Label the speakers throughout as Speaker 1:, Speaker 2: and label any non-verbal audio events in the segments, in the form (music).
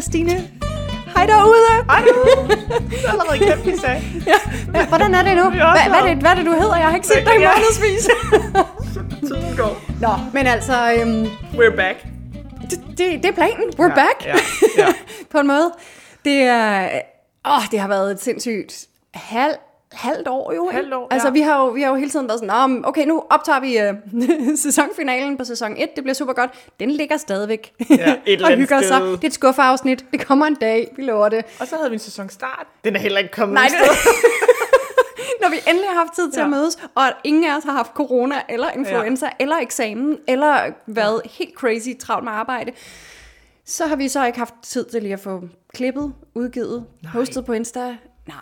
Speaker 1: Stine. Hej derude.
Speaker 2: Ej, du er allerede glemt, vi
Speaker 1: (laughs)
Speaker 2: sagde.
Speaker 1: Hva- Hvordan er det nu?
Speaker 2: Ja,
Speaker 1: Hva, hvad, er det, hvad er det, du hedder? Jeg har ikke set dig i
Speaker 2: Ja.
Speaker 1: månedsvis. (laughs)
Speaker 2: Tiden går.
Speaker 1: Nå, men altså, øhm,
Speaker 2: We're back.
Speaker 1: det, det, det er planen. We're
Speaker 2: Ja,
Speaker 1: back.
Speaker 2: ja, ja.
Speaker 1: (laughs) På en måde. Det, er, åh, det har været et sindssygt halv, halvt år jo. ikke?
Speaker 2: Halvt år,
Speaker 1: altså,
Speaker 2: ja.
Speaker 1: vi, har jo, vi har jo hele tiden været sådan, "Nå, men okay, nu optager vi øh, (laughs) sæsonfinalen på sæson 1. Det bliver super godt. Den ligger stadigvæk
Speaker 2: Ja,
Speaker 1: (laughs)
Speaker 2: et eller
Speaker 1: og
Speaker 2: andet
Speaker 1: hygger sig.
Speaker 2: sted.
Speaker 1: Det er et skuffeafsnit. Det kommer en dag. Vi lover det.
Speaker 2: Og så havde vi en sæsonstart. Den er heller ikke kommet
Speaker 1: Nej,
Speaker 2: nogen
Speaker 1: det,
Speaker 2: steder.
Speaker 1: (laughs) når vi endelig har haft tid til ja.
Speaker 2: Ja.
Speaker 1: at mødes, og at ingen af os har haft corona, eller influenza, ja. eller eksamen, eller været helt crazy travlt med arbejde, så har vi så ikke haft tid til lige at få klippet, udgivet, Nej. postet på Insta. Nej.
Speaker 2: Nej,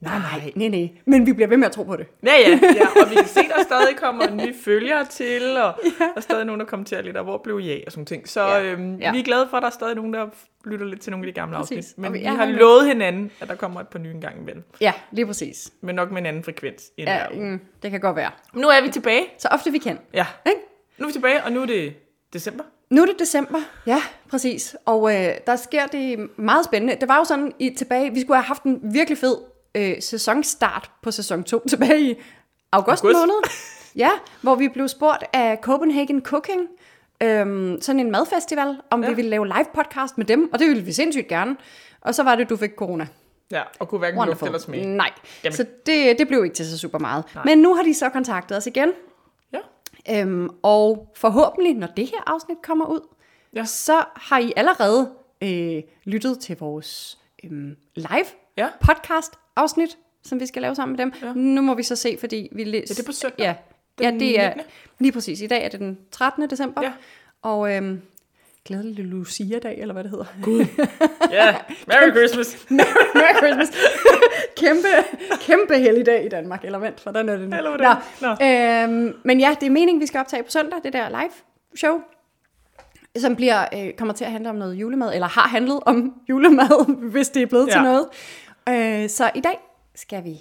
Speaker 2: nej, nej.
Speaker 1: nej, nej. Men vi bliver ved med at tro på det.
Speaker 2: Ja, ja, ja, og vi kan se, der stadig kommer nye følgere til, og ja. der er stadig nogen, der kommenterer lidt, og hvor blev jeg og sådan nogle ting. Så
Speaker 1: Ja,
Speaker 2: ja. Øhm,
Speaker 1: ja.
Speaker 2: ja. vi er glade for, at der er stadig nogen, der lytter lidt til nogle af de gamle
Speaker 1: Præcis,
Speaker 2: afsnit.
Speaker 1: og
Speaker 2: Men
Speaker 1: vi
Speaker 2: vi
Speaker 1: er
Speaker 2: har
Speaker 1: her nu.
Speaker 2: lovet hinanden, at der kommer et par nye en gang imellem.
Speaker 1: Ja, lige præcis.
Speaker 2: Men nok med en anden frekvens end
Speaker 1: Ja,
Speaker 2: ja.
Speaker 1: mm, det kan godt være.
Speaker 2: Nu er vi tilbage.
Speaker 1: Så ofte vi kan.
Speaker 2: Ja,
Speaker 1: Ikke?
Speaker 2: nu er vi tilbage, og nu er det december.
Speaker 1: Nu er det december. Ja, præcis. Og øh, der sker det meget spændende. Det var jo sådan i, tilbage, vi skulle have haft en virkelig fed øh, sæsonstart på sæson 2 (laughs) tilbage i august, august.
Speaker 2: August.
Speaker 1: (laughs) måned. Ja, hvor vi blev spurgt af Copenhagen Cooking, øhm, sådan en madfestival, om ja. vi ville lave live podcast med dem, og det ville vi sindssygt gerne. Og så var det, du fik corona.
Speaker 2: Ja, og kunne hverken lufte eller smage.
Speaker 1: Nej, Jamen.
Speaker 2: Jamen.
Speaker 1: så det, det blev ikke til så super meget. Nej. Men nu har de så kontaktet os igen,
Speaker 2: Ja.
Speaker 1: Øhm, og forhåbentlig, når det her afsnit kommer ud, ja.
Speaker 2: Ja.
Speaker 1: så har I allerede øh, lyttet til vores øhm, live
Speaker 2: Ja.
Speaker 1: podcast afsnit, som vi skal lave sammen med dem. Ja. Nu må vi så se, fordi vi læser...
Speaker 2: det er på søndag?
Speaker 1: Ja. ja,
Speaker 2: Den
Speaker 1: det er
Speaker 2: 19.?
Speaker 1: lige præcis. I dag er det den 13. december.
Speaker 2: Ja.
Speaker 1: Og øhm, glædelig Lucia-dag, eller hvad det hedder.
Speaker 2: (laughs) Ja, Merry Christmas.
Speaker 1: Merry Christmas. (laughs) kæmpe, kæmpe helligdag i Danmark. Eller vent, hvordan er det nu?
Speaker 2: Eller hvordan?
Speaker 1: Nå. Øhm, men ja, det er meningen, vi skal optage på søndag, det der live show som bliver, øh, kommer til at handle om noget julemad, eller har handlet om (laughs) julemad, hvis det er blevet ja. til
Speaker 2: Ja.
Speaker 1: noget. Øh, så i dag skal vi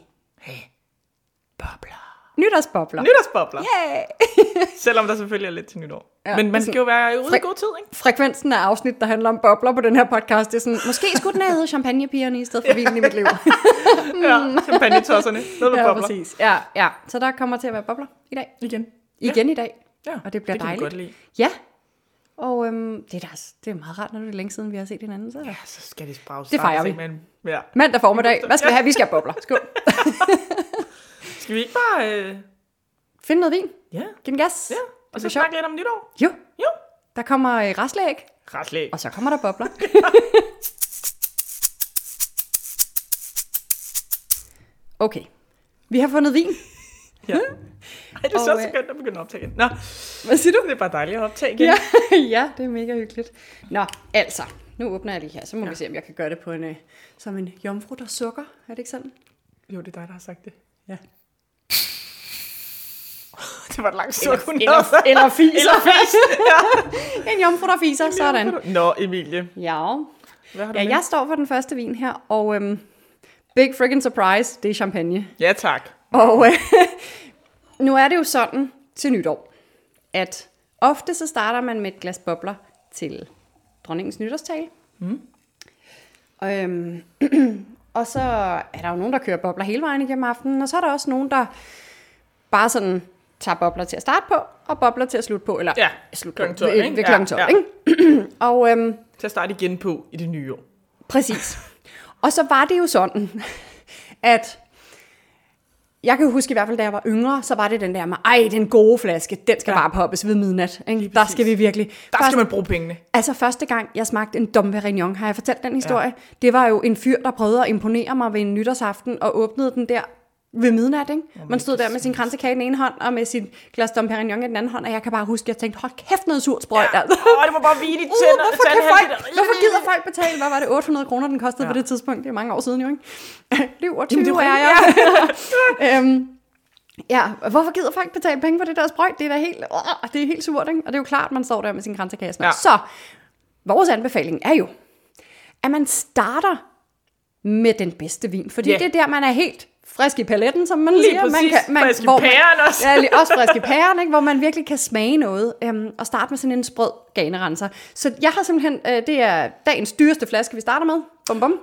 Speaker 2: Bobler.
Speaker 1: nytårsbobler.
Speaker 2: Nytårsbobler.
Speaker 1: Yeah!
Speaker 2: Selvom der selvfølgelig er lidt til nytår.
Speaker 1: Ja,
Speaker 2: Ja, Men
Speaker 1: det er
Speaker 2: man skal
Speaker 1: sådan-
Speaker 2: jo være ude i
Speaker 1: Fri-
Speaker 2: god tid, ikke?
Speaker 1: Frekvensen af afsnit, der handler om bobler på den her podcast, det er sådan, måske skulle den have heddet champagnepigerne i stedet for vinen i mit
Speaker 2: (laughs)
Speaker 1: liv.
Speaker 2: Ja, champagnetosserne. Noget med
Speaker 1: Mm. (laughs) ja,
Speaker 2: bobler.
Speaker 1: præcis. Ja, ja. Så der kommer til at være bobler i dag.
Speaker 2: Igen.
Speaker 1: igen ja. i dag.
Speaker 2: Ja,
Speaker 1: og det bliver
Speaker 2: det kan vi
Speaker 1: dejligt.
Speaker 2: godt lide.
Speaker 1: Ja. Og øhm, det, er da, altså- det er meget rart, når det er længe siden, vi har set hinanden. Så. Ja.
Speaker 2: Ja, så skal det sprage
Speaker 1: Det fejrer vi.
Speaker 2: Men, ja.
Speaker 1: Mandag formiddag. Hvad skal vi have? Vi skal have bobler. Skål.
Speaker 2: Skal vi ikke bare... Øh...
Speaker 1: Find noget vin.
Speaker 2: Ja.
Speaker 1: Giv den gas.
Speaker 2: ja. Og
Speaker 1: det
Speaker 2: så
Speaker 1: bliver sjovt.
Speaker 2: snakke lidt om nytår.
Speaker 1: Jo,
Speaker 2: Jo.
Speaker 1: der kommer øh, restlæg,
Speaker 2: Raslæg.
Speaker 1: og så kommer der bobler. Okay. Vi har fundet vin. (laughs)
Speaker 2: Ja. Ej, det er så
Speaker 1: Og, øh,
Speaker 2: skønt at begynde at optage igen. Nå,
Speaker 1: Hvad siger du?
Speaker 2: det er bare dejligt at optage igen.
Speaker 1: Ja, (laughs) ja, det er mega hyggeligt. Nå, altså. Nu åbner jeg lige her, så må ja. vi se, om jeg kan gøre det på en, øh, som en jomfru, der sukker. Er det ikke sådan?
Speaker 2: Jo, det er dig, der har sagt det.
Speaker 1: Ja.
Speaker 2: Det var et langt suk,
Speaker 1: Eller,
Speaker 2: hun
Speaker 1: eller,
Speaker 2: havde.
Speaker 1: eller fiser. Eller (laughs) fiser. (laughs) en jomfru, der fiser. Sådan.
Speaker 2: Nå, Emilie.
Speaker 1: Ja.
Speaker 2: Hvad har du
Speaker 1: ja,
Speaker 2: med?
Speaker 1: jeg står for den første vin her, og øhm, big freaking surprise, det er champagne.
Speaker 2: Ja, tak.
Speaker 1: Og øh, (laughs) nu er det jo sådan til nytår, at ofte så starter man med et glas bobler til dronningens nytårstale. Mm. Øhm, (clears throat) og så er der jo nogen, der kører bobler hele vejen igennem aftenen, og så er der også nogen, der bare sådan tager bobler til at starte på, og bobler til at slutte på, eller
Speaker 2: Ja,
Speaker 1: slutte
Speaker 2: klokken
Speaker 1: på,
Speaker 2: 12,
Speaker 1: ved,
Speaker 2: ikke?
Speaker 1: ved
Speaker 2: Ja,
Speaker 1: klokken 12,
Speaker 2: ja.
Speaker 1: ikke? (clears throat) og øhm,
Speaker 2: Til at starte igen på i det nye år.
Speaker 1: Præcis. Og så var det jo sådan, at jeg kan huske i hvert fald, da jeg var yngre, så var det den der med, ej, den gode flaske, den skal ja.
Speaker 2: Ja.
Speaker 1: bare poppes ved midnat. Ikke? Der skal vi virkelig...
Speaker 2: Der
Speaker 1: Først-
Speaker 2: skal man bruge pengene.
Speaker 1: Altså første gang, jeg smagte en Dom Perignon, har jeg fortalt den historie? Ja. Det var jo en fyr, der prøvede at imponere mig ved en nytårsaften, og åbnede den der ved midnat, ikke? Man stod der med sin kransekage i den ene hånd, og med sin glas Dom Perignon i den anden hånd, og jeg kan bare huske, at jeg tænkte, hold kæft noget surt sprøjt, ja. altså.
Speaker 2: Åh, det var bare vide i
Speaker 1: Uh,
Speaker 2: tænder.
Speaker 1: hvorfor, kan folk,
Speaker 2: tandhalsen.
Speaker 1: hvorfor gider folk betale? Hvad var det? 800 kroner, den kostede ja.
Speaker 2: Ja.
Speaker 1: på det tidspunkt. Det er mange år siden jo, ikke? (laughs) Lyver 20
Speaker 2: det er
Speaker 1: er jeg. (laughs) øhm, ja, og hvorfor gider folk betale penge for det der sprøjt? Det er da helt, uh, det er helt surt, ikke? Og det er jo klart, man står der med sin kransekasse. Ja.
Speaker 2: Ja.
Speaker 1: Så, vores anbefaling er jo, at man starter med den bedste vin. Fordi
Speaker 2: Ja.
Speaker 1: yeah. det er der, man er helt frisk i paletten, som man
Speaker 2: Lige
Speaker 1: siger. man
Speaker 2: præcis. Frisk i pæren
Speaker 1: man,
Speaker 2: også.
Speaker 1: Ja, lige også frisk i pæren, ikke? hvor man virkelig kan smage noget. Øhm, og starte med sådan en sprød ganerenser. Så jeg har simpelthen, øh, det er dagens dyreste flaske, vi starter med. Bum, bum.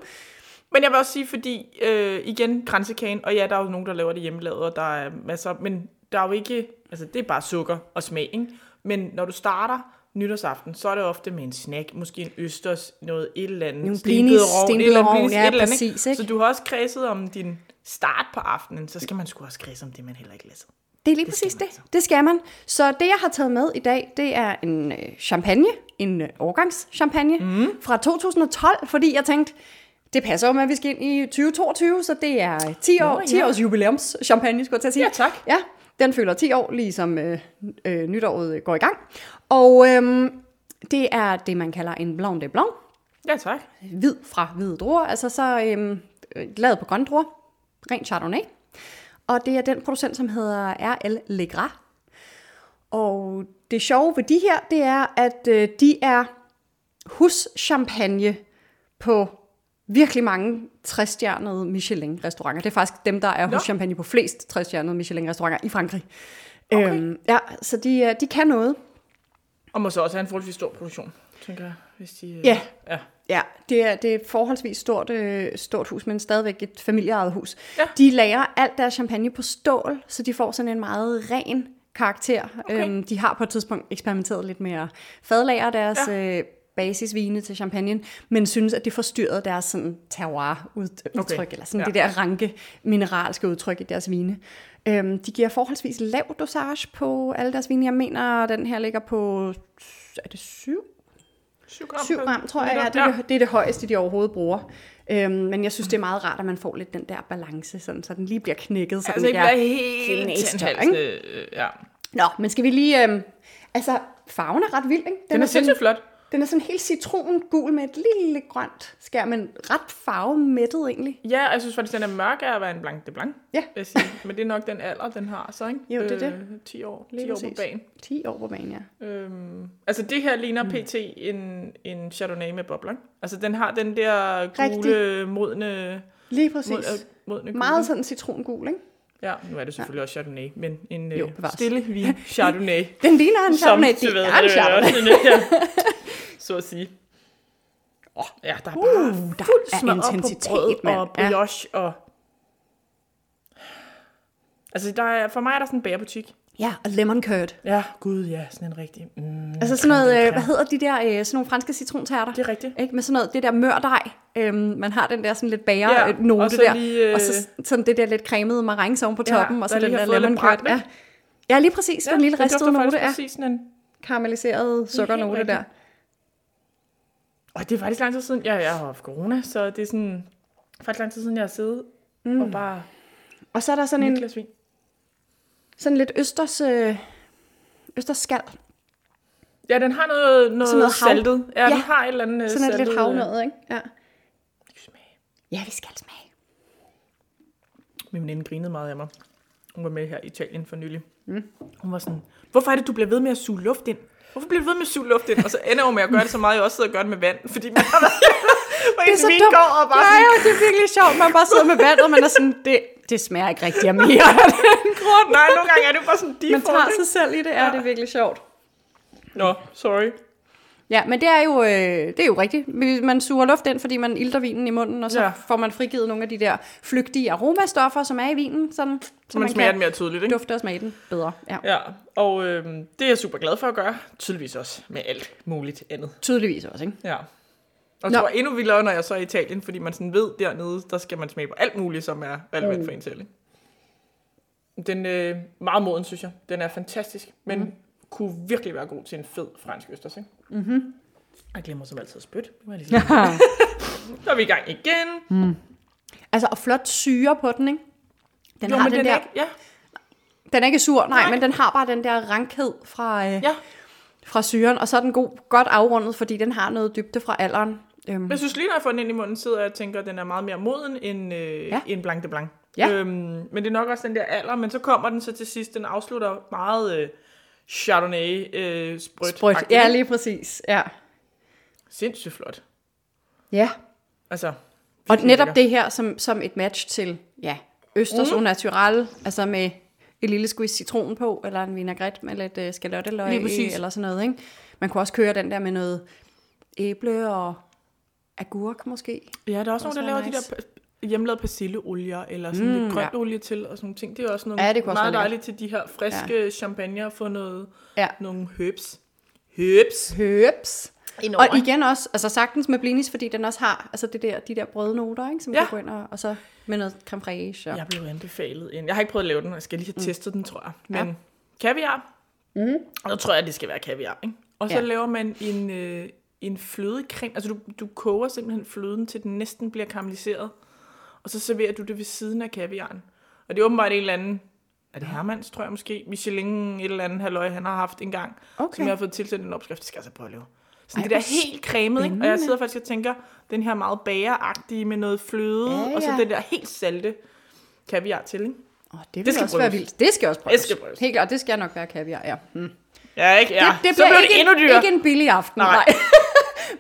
Speaker 2: Men jeg vil også sige, fordi øh, igen, kransekagen, og ja, der er jo nogen, der laver det hjemmelavet, og der er masser, men der er jo ikke, altså det er bare sukker og smag, ikke? Men når du starter nytårsaften, så er det ofte med en snack, måske en østers, noget et eller andet.
Speaker 1: Nogle
Speaker 2: stilbede
Speaker 1: blinis,
Speaker 2: rogn, et
Speaker 1: stilbede
Speaker 2: eller andet
Speaker 1: rogn,
Speaker 2: blinis,
Speaker 1: ja,
Speaker 2: et eller andet,
Speaker 1: præcis, ikke?
Speaker 2: Så du har også kredset om din start på aftenen, så skal man sgu også kredse om det, man heller ikke læser.
Speaker 1: Det er lige det præcis
Speaker 2: skal man altså.
Speaker 1: det. Det skal man. Så det, jeg har taget med i dag, det er en øh, champagne, en øh, årgangschampagne mm. fra 2012, fordi jeg tænkte, det passer jo med, at vi skal ind i 2022, så det er 10, år,
Speaker 2: ja.
Speaker 1: 10 års jubilæumschampagne, skulle jeg til at sige.
Speaker 2: Ja, tak.
Speaker 1: Ja, den fylder 10 år, ligesom øh, øh, nytåret øh, går i gang. Og øh, det er det, man kalder en blanc de blanc,
Speaker 2: Ja, tak.
Speaker 1: hvid fra hvide druer, altså så øh, øh, lavet på grønne druer, rent chardonnay. Og det er den producent, som hedder R.L. Legras. Og det sjove ved de her, det er, at øh, de er huschampagne på virkelig mange trestjernede Michelin-restauranter. Det er faktisk dem, der er huschampagne på flest trestjernede Michelin-restauranter i Frankrig. Okay. Øhm, ja, så de, øh, de kan noget.
Speaker 2: Og må så også have en forholdsvis stor produktion, tænker jeg, hvis de... øh,
Speaker 1: Ja.
Speaker 2: ja.
Speaker 1: Ja, det er, det er et forholdsvis stort, øh, stort hus, men stadigvæk et familieejet hus.
Speaker 2: Ja.
Speaker 1: De lager alt deres champagne på stål, så de får sådan en meget ren karakter.
Speaker 2: Okay.
Speaker 1: Øhm, de har på et tidspunkt eksperimenteret lidt med at fadlagre deres ja. øh, basisvine til champagne, men synes, at det forstyrrede deres sådan, terroir-udtryk, okay. eller sådan
Speaker 2: Ja.
Speaker 1: ja. det der ranke mineralske udtryk i deres vine. Øhm, de giver forholdsvis lav dosage på alle deres vine. Jeg mener, den her ligger på, er det syv
Speaker 2: 7 gram,
Speaker 1: 7
Speaker 2: per
Speaker 1: gram, tror jeg,
Speaker 2: liter.
Speaker 1: ja, det, er, det- det er det højeste, de overhovedet bruger. Øhm, men jeg synes, det er meget rart, at man får lidt den der balance, sådan, så den lige bliver knækket. Så
Speaker 2: Altså
Speaker 1: altså, den
Speaker 2: ikke være
Speaker 1: bliver...
Speaker 2: helt
Speaker 1: Teenage,
Speaker 2: tændhalsende, øh, ja.
Speaker 1: Nå, men skal vi lige... Øhm, altså, farven er ret vild, ikke?
Speaker 2: Den er sindssygt
Speaker 1: sådan,
Speaker 2: flot.
Speaker 1: den er sådan helt citrongul med et lille grønt skær, men ret farvemættet egentlig.
Speaker 2: Ja, og jeg synes faktisk, den er mørk af at være en blanc de blanc.
Speaker 1: Ja.
Speaker 2: vil jeg sige. Men det er nok den alder, den har, så ikke?
Speaker 1: Jo, det er
Speaker 2: Øh, 10 år, 10
Speaker 1: Lige
Speaker 2: år på
Speaker 1: præcis.
Speaker 2: banen.
Speaker 1: 10 år på banen, ja.
Speaker 2: Øhm, altså det her ligner mm. pt. En, en Chardonnay med bobler. ikke? Altså den har den der gule, modne,
Speaker 1: Lige
Speaker 2: mod,
Speaker 1: præcis.
Speaker 2: øh, modne gule.
Speaker 1: Meget sådan citrongul, ikke?
Speaker 2: Ja, nu er det selvfølgelig også Chardonnay, men en
Speaker 1: Jo,
Speaker 2: jo,
Speaker 1: bevares.
Speaker 2: stille vin
Speaker 1: (laughs)
Speaker 2: Chardonnay.
Speaker 1: Den ligner en chardonnay.
Speaker 2: du
Speaker 1: Det er en
Speaker 2: det
Speaker 1: chardonnay.
Speaker 2: også en- ja, så at sige. Oh, ja, der er bare
Speaker 1: Uh, der
Speaker 2: fuld
Speaker 1: er
Speaker 2: smadret
Speaker 1: intensitet,
Speaker 2: på brød
Speaker 1: mand.
Speaker 2: og
Speaker 1: Ja.
Speaker 2: brioche og... Altså, der er, for mig er der sådan en bagerbutik.
Speaker 1: Ja, og lemon curd.
Speaker 2: Ja, gud ja, sådan en rigtig... Mm,
Speaker 1: Altså sådan noget, øh, hvad hedder de der, øh, sådan nogle franske citrontærter?
Speaker 2: Det er rigtigt.
Speaker 1: Ikke? Med sådan noget, det der mørdej. Øhm, man har den der sådan lidt bager
Speaker 2: Ja,
Speaker 1: ja, note
Speaker 2: og så
Speaker 1: der.
Speaker 2: lige, øh,
Speaker 1: Og så sådan det der lidt cremede marengs oven på
Speaker 2: Ja,
Speaker 1: toppen, og så
Speaker 2: der
Speaker 1: den
Speaker 2: lige har
Speaker 1: der
Speaker 2: fået lidt
Speaker 1: lemon curd.
Speaker 2: brændt,
Speaker 1: Ja. ja, lige præcis. Ja, den lille ristede note
Speaker 2: er.
Speaker 1: af
Speaker 2: præcis sådan en...
Speaker 1: karamelliseret sukkernote
Speaker 2: rigtigt.
Speaker 1: der.
Speaker 2: Og det er faktisk lang tid siden, ja, jeg har haft corona, så det er sådan... Faktisk lang tid siden, jeg har siddet mm. og bare...
Speaker 1: Og så er der sådan
Speaker 2: Mm.
Speaker 1: en
Speaker 2: Niklas vin.
Speaker 1: sådan lidt østers, øh, østers skal.
Speaker 2: Ja, den har noget, noget,
Speaker 1: Sådan noget hav.
Speaker 2: saltet. Ja, ja,
Speaker 1: Ja.
Speaker 2: den har et eller andet øh,
Speaker 1: Sådan
Speaker 2: saltet,
Speaker 1: lidt lidt
Speaker 2: øh,
Speaker 1: havnød, ikke? Ja.
Speaker 2: smag.
Speaker 1: ja, vi skal smage.
Speaker 2: Min veninde grinede meget af mig. Hun var med her i Italien for nylig. Mm. Hun var sådan, hvorfor er det, du bliver ved med at suge luft ind? Hvorfor bliver du ved med at suge luft ind? Og så ender hun med at gøre det så meget, jeg også sidder og gør det med vand. Fordi man har været
Speaker 1: (laughs) Det er så dumt.
Speaker 2: Går og bare
Speaker 1: ja,
Speaker 2: sådan,
Speaker 1: ja, det er virkelig sjovt. Man bare sidder med vandet, og man er sådan, det, det smager ikke rigtig af mere.
Speaker 2: (laughs) grund. Nej, nogle gange er det bare sådan, de
Speaker 1: Man tager sig selv i det, er ja. det er virkelig sjovt.
Speaker 2: Nå, sorry.
Speaker 1: Ja, men det er jo, øh, det er jo rigtigt. Hvis Man suger luft ind, fordi man ilter vinen i munden, og så
Speaker 2: Ja.
Speaker 1: ja. får man frigivet nogle af de der flygtige aromastoffer, som er i vinen, sådan, så,
Speaker 2: Så
Speaker 1: man,
Speaker 2: man, smager
Speaker 1: kan
Speaker 2: den mere tydeligt, ikke?
Speaker 1: dufte og smage den bedre. Ja.
Speaker 2: Ja, og øhm, det er jeg super glad for at gøre. Tydeligvis også med alt muligt andet.
Speaker 1: Tydeligvis også, ikke?
Speaker 2: Ja. Og
Speaker 1: Nå.
Speaker 2: det var endnu vildere, når jeg så er i Italien, fordi man sådan ved dernede, der skal man smage på alt muligt, som er
Speaker 1: Mm.
Speaker 2: relevant for en selv. ikke? Den øh, meget moden, synes jeg. Den er fantastisk, men
Speaker 1: Mhm.
Speaker 2: mm. kunne virkelig være god til en fed fransk østers, ikke? Mm-hmm.
Speaker 1: Mhm.
Speaker 2: Jeg glemmer som altid at spytte. Nu er jeg
Speaker 1: (laughs)
Speaker 2: lige sådan- (laughs) Så er vi i gang igen. Mm.
Speaker 1: altså, og flot syre på den, ikke? Den
Speaker 2: jo,
Speaker 1: har
Speaker 2: men
Speaker 1: den,
Speaker 2: den
Speaker 1: der,
Speaker 2: er ikke, ja,
Speaker 1: den er ikke sur, nej,
Speaker 2: Nej.
Speaker 1: nej, men den har bare den der rankhed fra, øh,
Speaker 2: ja.
Speaker 1: fra syren, og så er den god, godt afrundet, fordi den har noget dybde fra alderen. Øhm,
Speaker 2: Men jeg synes lige, når jeg får den ind i munden, sidder jeg og tænker, at den er meget mere moden end, øh, ja.
Speaker 1: Ja.
Speaker 2: end Blanc de Blanc.
Speaker 1: Ja.
Speaker 2: Øhm, men det er nok også den der alder, men så kommer den så til sidst, den afslutter meget øh, Chardonnay øh, sprødt.
Speaker 1: sprødt. Ja, lige præcis. Ja.
Speaker 2: Sindssygt flot.
Speaker 1: ja.
Speaker 2: Altså,
Speaker 1: Og
Speaker 2: virkelig
Speaker 1: netop
Speaker 2: lækker.
Speaker 1: det her som, som et match til, ja, østers mm. natural, altså med et lille squeeze citron på, eller en vinaigrette med lidt øh, skalotteløg
Speaker 2: Lige
Speaker 1: i,
Speaker 2: præcis.
Speaker 1: eller sådan noget. Ikke? Man kunne også køre den der med noget æble og agurk måske.
Speaker 2: Ja, der er også
Speaker 1: Det
Speaker 2: nogen, der laver
Speaker 1: også være
Speaker 2: nice. de der pa- hjemmelavede persilleolier, eller sådan mm, lidt grønt ja. olie til, og sådan nogle ting. Det er også noget
Speaker 1: Ja, det kunne også
Speaker 2: meget
Speaker 1: være
Speaker 2: dejligt til de her friske ja. champagne og få noget,
Speaker 1: Ja.
Speaker 2: nogle herbs. Herbs.
Speaker 1: Høps.
Speaker 2: Indover.
Speaker 1: Og igen også, altså sagtens med blinis, fordi den også har altså det der, de der brødnoter, ikke, som
Speaker 2: Ja.
Speaker 1: ja. kan gå ind og, og så med noget creme fraiche. Og, ja. Mm.
Speaker 2: Jeg blev anbefalet en. Jeg har ikke prøvet at lave den, og jeg skal lige have testet den, tror jeg. Men ja. kaviar. Mm. Og så tror jeg, det skal være kaviar. Ikke? Og så ja.
Speaker 1: Mm-hmm. Ja.
Speaker 2: laver man en, øh, en flødecreme. Altså du, du koger simpelthen fløden, til den næsten bliver karamelliseret. Og så serverer du det ved siden af kaviaren. Og det er åbenbart en eller anden, er det Hermans, tror jeg måske, Michelin, et eller andet halløj, han har haft en gang, okay.
Speaker 1: Okay.
Speaker 2: som jeg har fået tilsendt en opskrift, det skal jeg altså prøve at lave. Så
Speaker 1: Ej,
Speaker 2: det der
Speaker 1: hvor
Speaker 2: helt cremet, ikke? og jeg sidder faktisk og tænker, den her meget bageragtige med noget fløde, ja,
Speaker 1: Ja,
Speaker 2: ja. og så
Speaker 1: ja.
Speaker 2: den der helt salte kaviar til, ikke?
Speaker 1: Oh, det,
Speaker 2: Det skal
Speaker 1: det skal også være
Speaker 2: prøves.
Speaker 1: vildt. Det skal også prøves.
Speaker 2: Det skal prøves.
Speaker 1: Helt klart, det skal nok være kaviar, ja. Mm.
Speaker 2: Ja, ikke? Ja.
Speaker 1: det, det
Speaker 2: så
Speaker 1: bliver
Speaker 2: blev
Speaker 1: ikke,
Speaker 2: det
Speaker 1: en-
Speaker 2: endnu dyrere.
Speaker 1: ikke en billig aften.
Speaker 2: Nej.
Speaker 1: Nej. (laughs)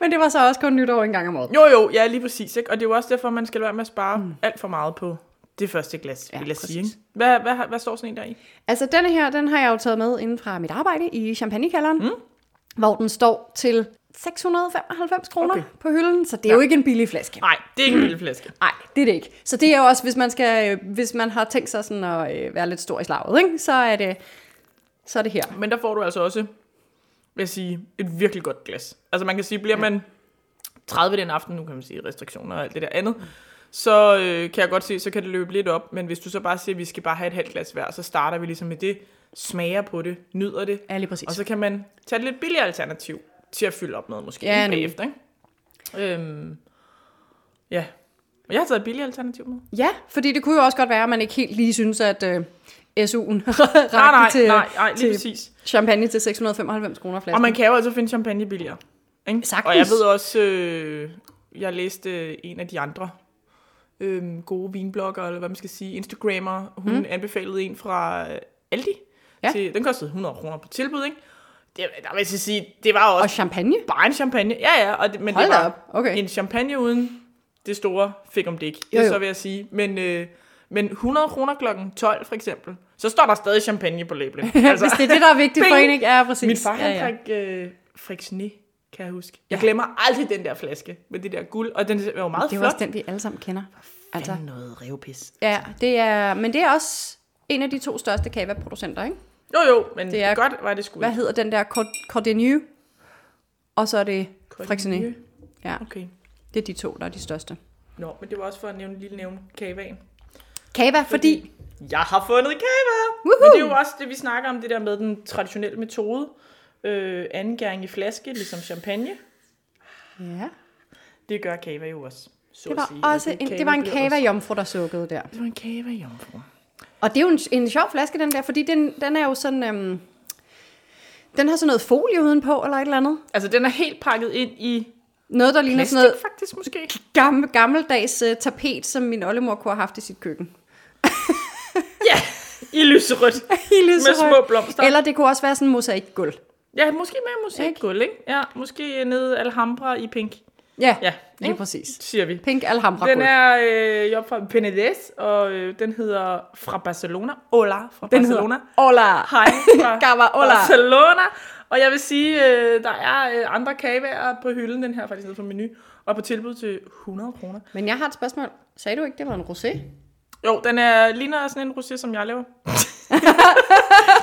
Speaker 1: Men det var så også kun nytår en gang om året.
Speaker 2: Jo, jo, ja, lige præcis. Ikke? Og det er jo også derfor, man skal lade være med at spare mm. alt for meget på det første glas, ja,
Speaker 1: Ja,
Speaker 2: vil jeg
Speaker 1: præcis.
Speaker 2: sige. Ikke? Hvad, hvad, hvad står sådan en der i?
Speaker 1: Altså, denne her, den har jeg jo taget med inden fra mit arbejde i champagnekælderen, mm. hvor den står til 695 kroner
Speaker 2: Okay.
Speaker 1: okay. på hylden, så det er ja. jo ikke en billig flaske.
Speaker 2: Nej, det er ikke en lille flaske.
Speaker 1: Nej, det er det ikke. Så det er jo også, hvis man, skal, øh, hvis man har tænkt sig sådan at øh, være lidt stor i slaget, ikke? Så, er det, så er det her.
Speaker 2: (clears throat) Men der får du altså også, vil jeg sige, et virkelig godt glas. Altså man kan sige, bliver man 30 den aften, nu kan man sige restriktioner og alt det der andet,
Speaker 1: Mm.
Speaker 2: så øh, kan jeg godt se, så kan det løbe lidt op, men hvis du så bare siger, at vi skal bare have et halvt glas hver, så starter vi ligesom med det, smager på det, nyder det,
Speaker 1: Ja, lige præcis.
Speaker 2: og så kan man tage et lidt billigere alternativ til at fylde op med, måske
Speaker 1: Ja,
Speaker 2: ja,
Speaker 1: nemlig.
Speaker 2: bagefter, ikke? Øhm, ja, og jeg har taget et billigere alternativ med.
Speaker 1: Ja, fordi det kunne jo også godt være, at man ikke helt lige synes, at øh, (laughs) SU'en
Speaker 2: Nej, nej,
Speaker 1: rakte til,
Speaker 2: nej, nej, lige
Speaker 1: til
Speaker 2: præcis.
Speaker 1: champagne til 695 kroner flasken.
Speaker 2: Og man kan jo altså finde champagne billigere. Ikke?
Speaker 1: Sagtens.
Speaker 2: Og jeg ved også, øh, jeg læste øh, en af de andre øh, gode vinblogger, eller hvad man skal sige, Instagrammer, hun mm. anbefalede en fra øh, Aldi. Ja.
Speaker 1: Ja.
Speaker 2: Til, den kostede 100 kroner på tilbud, ikke? Det, der vil jeg så sige, det var jo også
Speaker 1: Og champagne?
Speaker 2: bare en champagne. Ja, ja, og det, men
Speaker 1: Hold
Speaker 2: det
Speaker 1: da
Speaker 2: var
Speaker 1: op, okay.
Speaker 2: en champagne uden det store fik om det ikke. Det
Speaker 1: Jo,
Speaker 2: er
Speaker 1: jo.
Speaker 2: så vil jeg sige. Men, øh, men 100 kroner klokken 12 for eksempel, så står der stadig champagne på
Speaker 1: (laughs)
Speaker 2: labelen. Altså,
Speaker 1: Hvis det er det, der er vigtigt for
Speaker 2: (laughs) Bing!
Speaker 1: en, ikke? Ja, præcis.
Speaker 2: Min far, han
Speaker 1: ja, ja.
Speaker 2: drak øh, Freixenet, kan jeg huske. Jeg glemmer aldrig den der flaske med det der guld, og den var jo meget
Speaker 1: Det er jo
Speaker 2: flot.
Speaker 1: også den, vi alle sammen kender. Altså,
Speaker 2: Fanden noget revpis.
Speaker 1: ja, det er, men det er også en af de to største kava-producenter, ikke?
Speaker 2: Jo jo, men det
Speaker 1: Det
Speaker 2: er
Speaker 1: er-
Speaker 2: godt var det sgu
Speaker 1: Hvad
Speaker 2: ikke.
Speaker 1: hedder den der Cord- Cordonnier? Og så er det Frixenet. Ja,
Speaker 2: Okay.
Speaker 1: det er de to, der er de største.
Speaker 2: Nå, men det var også for at nævne en lille nævne kavaen.
Speaker 1: Kava, fordi...
Speaker 2: Jeg har fundet kava!
Speaker 1: Woohoo!
Speaker 2: Men det er jo også det, vi snakker om, det der med den traditionelle metode. Øh, angæring i flaske, ligesom champagne.
Speaker 1: Ja,
Speaker 2: Det gør kava jo også. Så
Speaker 1: det
Speaker 2: at sige.
Speaker 1: var også
Speaker 2: Og
Speaker 1: en, det var en
Speaker 2: bliver også-
Speaker 1: kava-jomfru, der sukkede der.
Speaker 2: Det var en kava, jomfru.
Speaker 1: Og det er jo en, en sjov flaske, den der, fordi den, den er jo sådan... Øhm, den har sådan noget folie udenpå, eller et eller andet.
Speaker 2: Altså, den er helt pakket ind i
Speaker 1: Noget, der ligner sådan
Speaker 2: plastik,
Speaker 1: noget
Speaker 2: faktisk måske.
Speaker 1: gammel, gammeldags uh, tapet, som min oldemor kunne have haft i sit køkken.
Speaker 2: Ja, i lyserødt.
Speaker 1: I
Speaker 2: Med
Speaker 1: lyserødt.
Speaker 2: små blomster.
Speaker 1: Eller det kunne også være sådan en mosaikgulv.
Speaker 2: Ja, måske med mosaikgulv, ikke? Ja, måske nede Alhambra i pink,
Speaker 1: Ja,
Speaker 2: Ja,
Speaker 1: ja lige
Speaker 2: ikke?
Speaker 1: præcis.
Speaker 2: siger vi.
Speaker 1: Pink Alhambra
Speaker 2: Den
Speaker 1: den, er,
Speaker 2: er øh, jo fra Penedès, og øh, den hedder fra Barcelona. Hola fra
Speaker 1: den
Speaker 2: Barcelona.
Speaker 1: hedder Hola.
Speaker 2: Hej fra
Speaker 1: Gabba, hola.
Speaker 2: Barcelona. Og jeg vil sige, øh, der er øh, andre kavaer på hylden, den her er faktisk nede på menu, og på tilbud til 100 kroner.
Speaker 1: Men jeg har et spørgsmål. Sagde du ikke, det var en rosé?
Speaker 2: Jo, den er, ligner sådan en rosé, som jeg laver.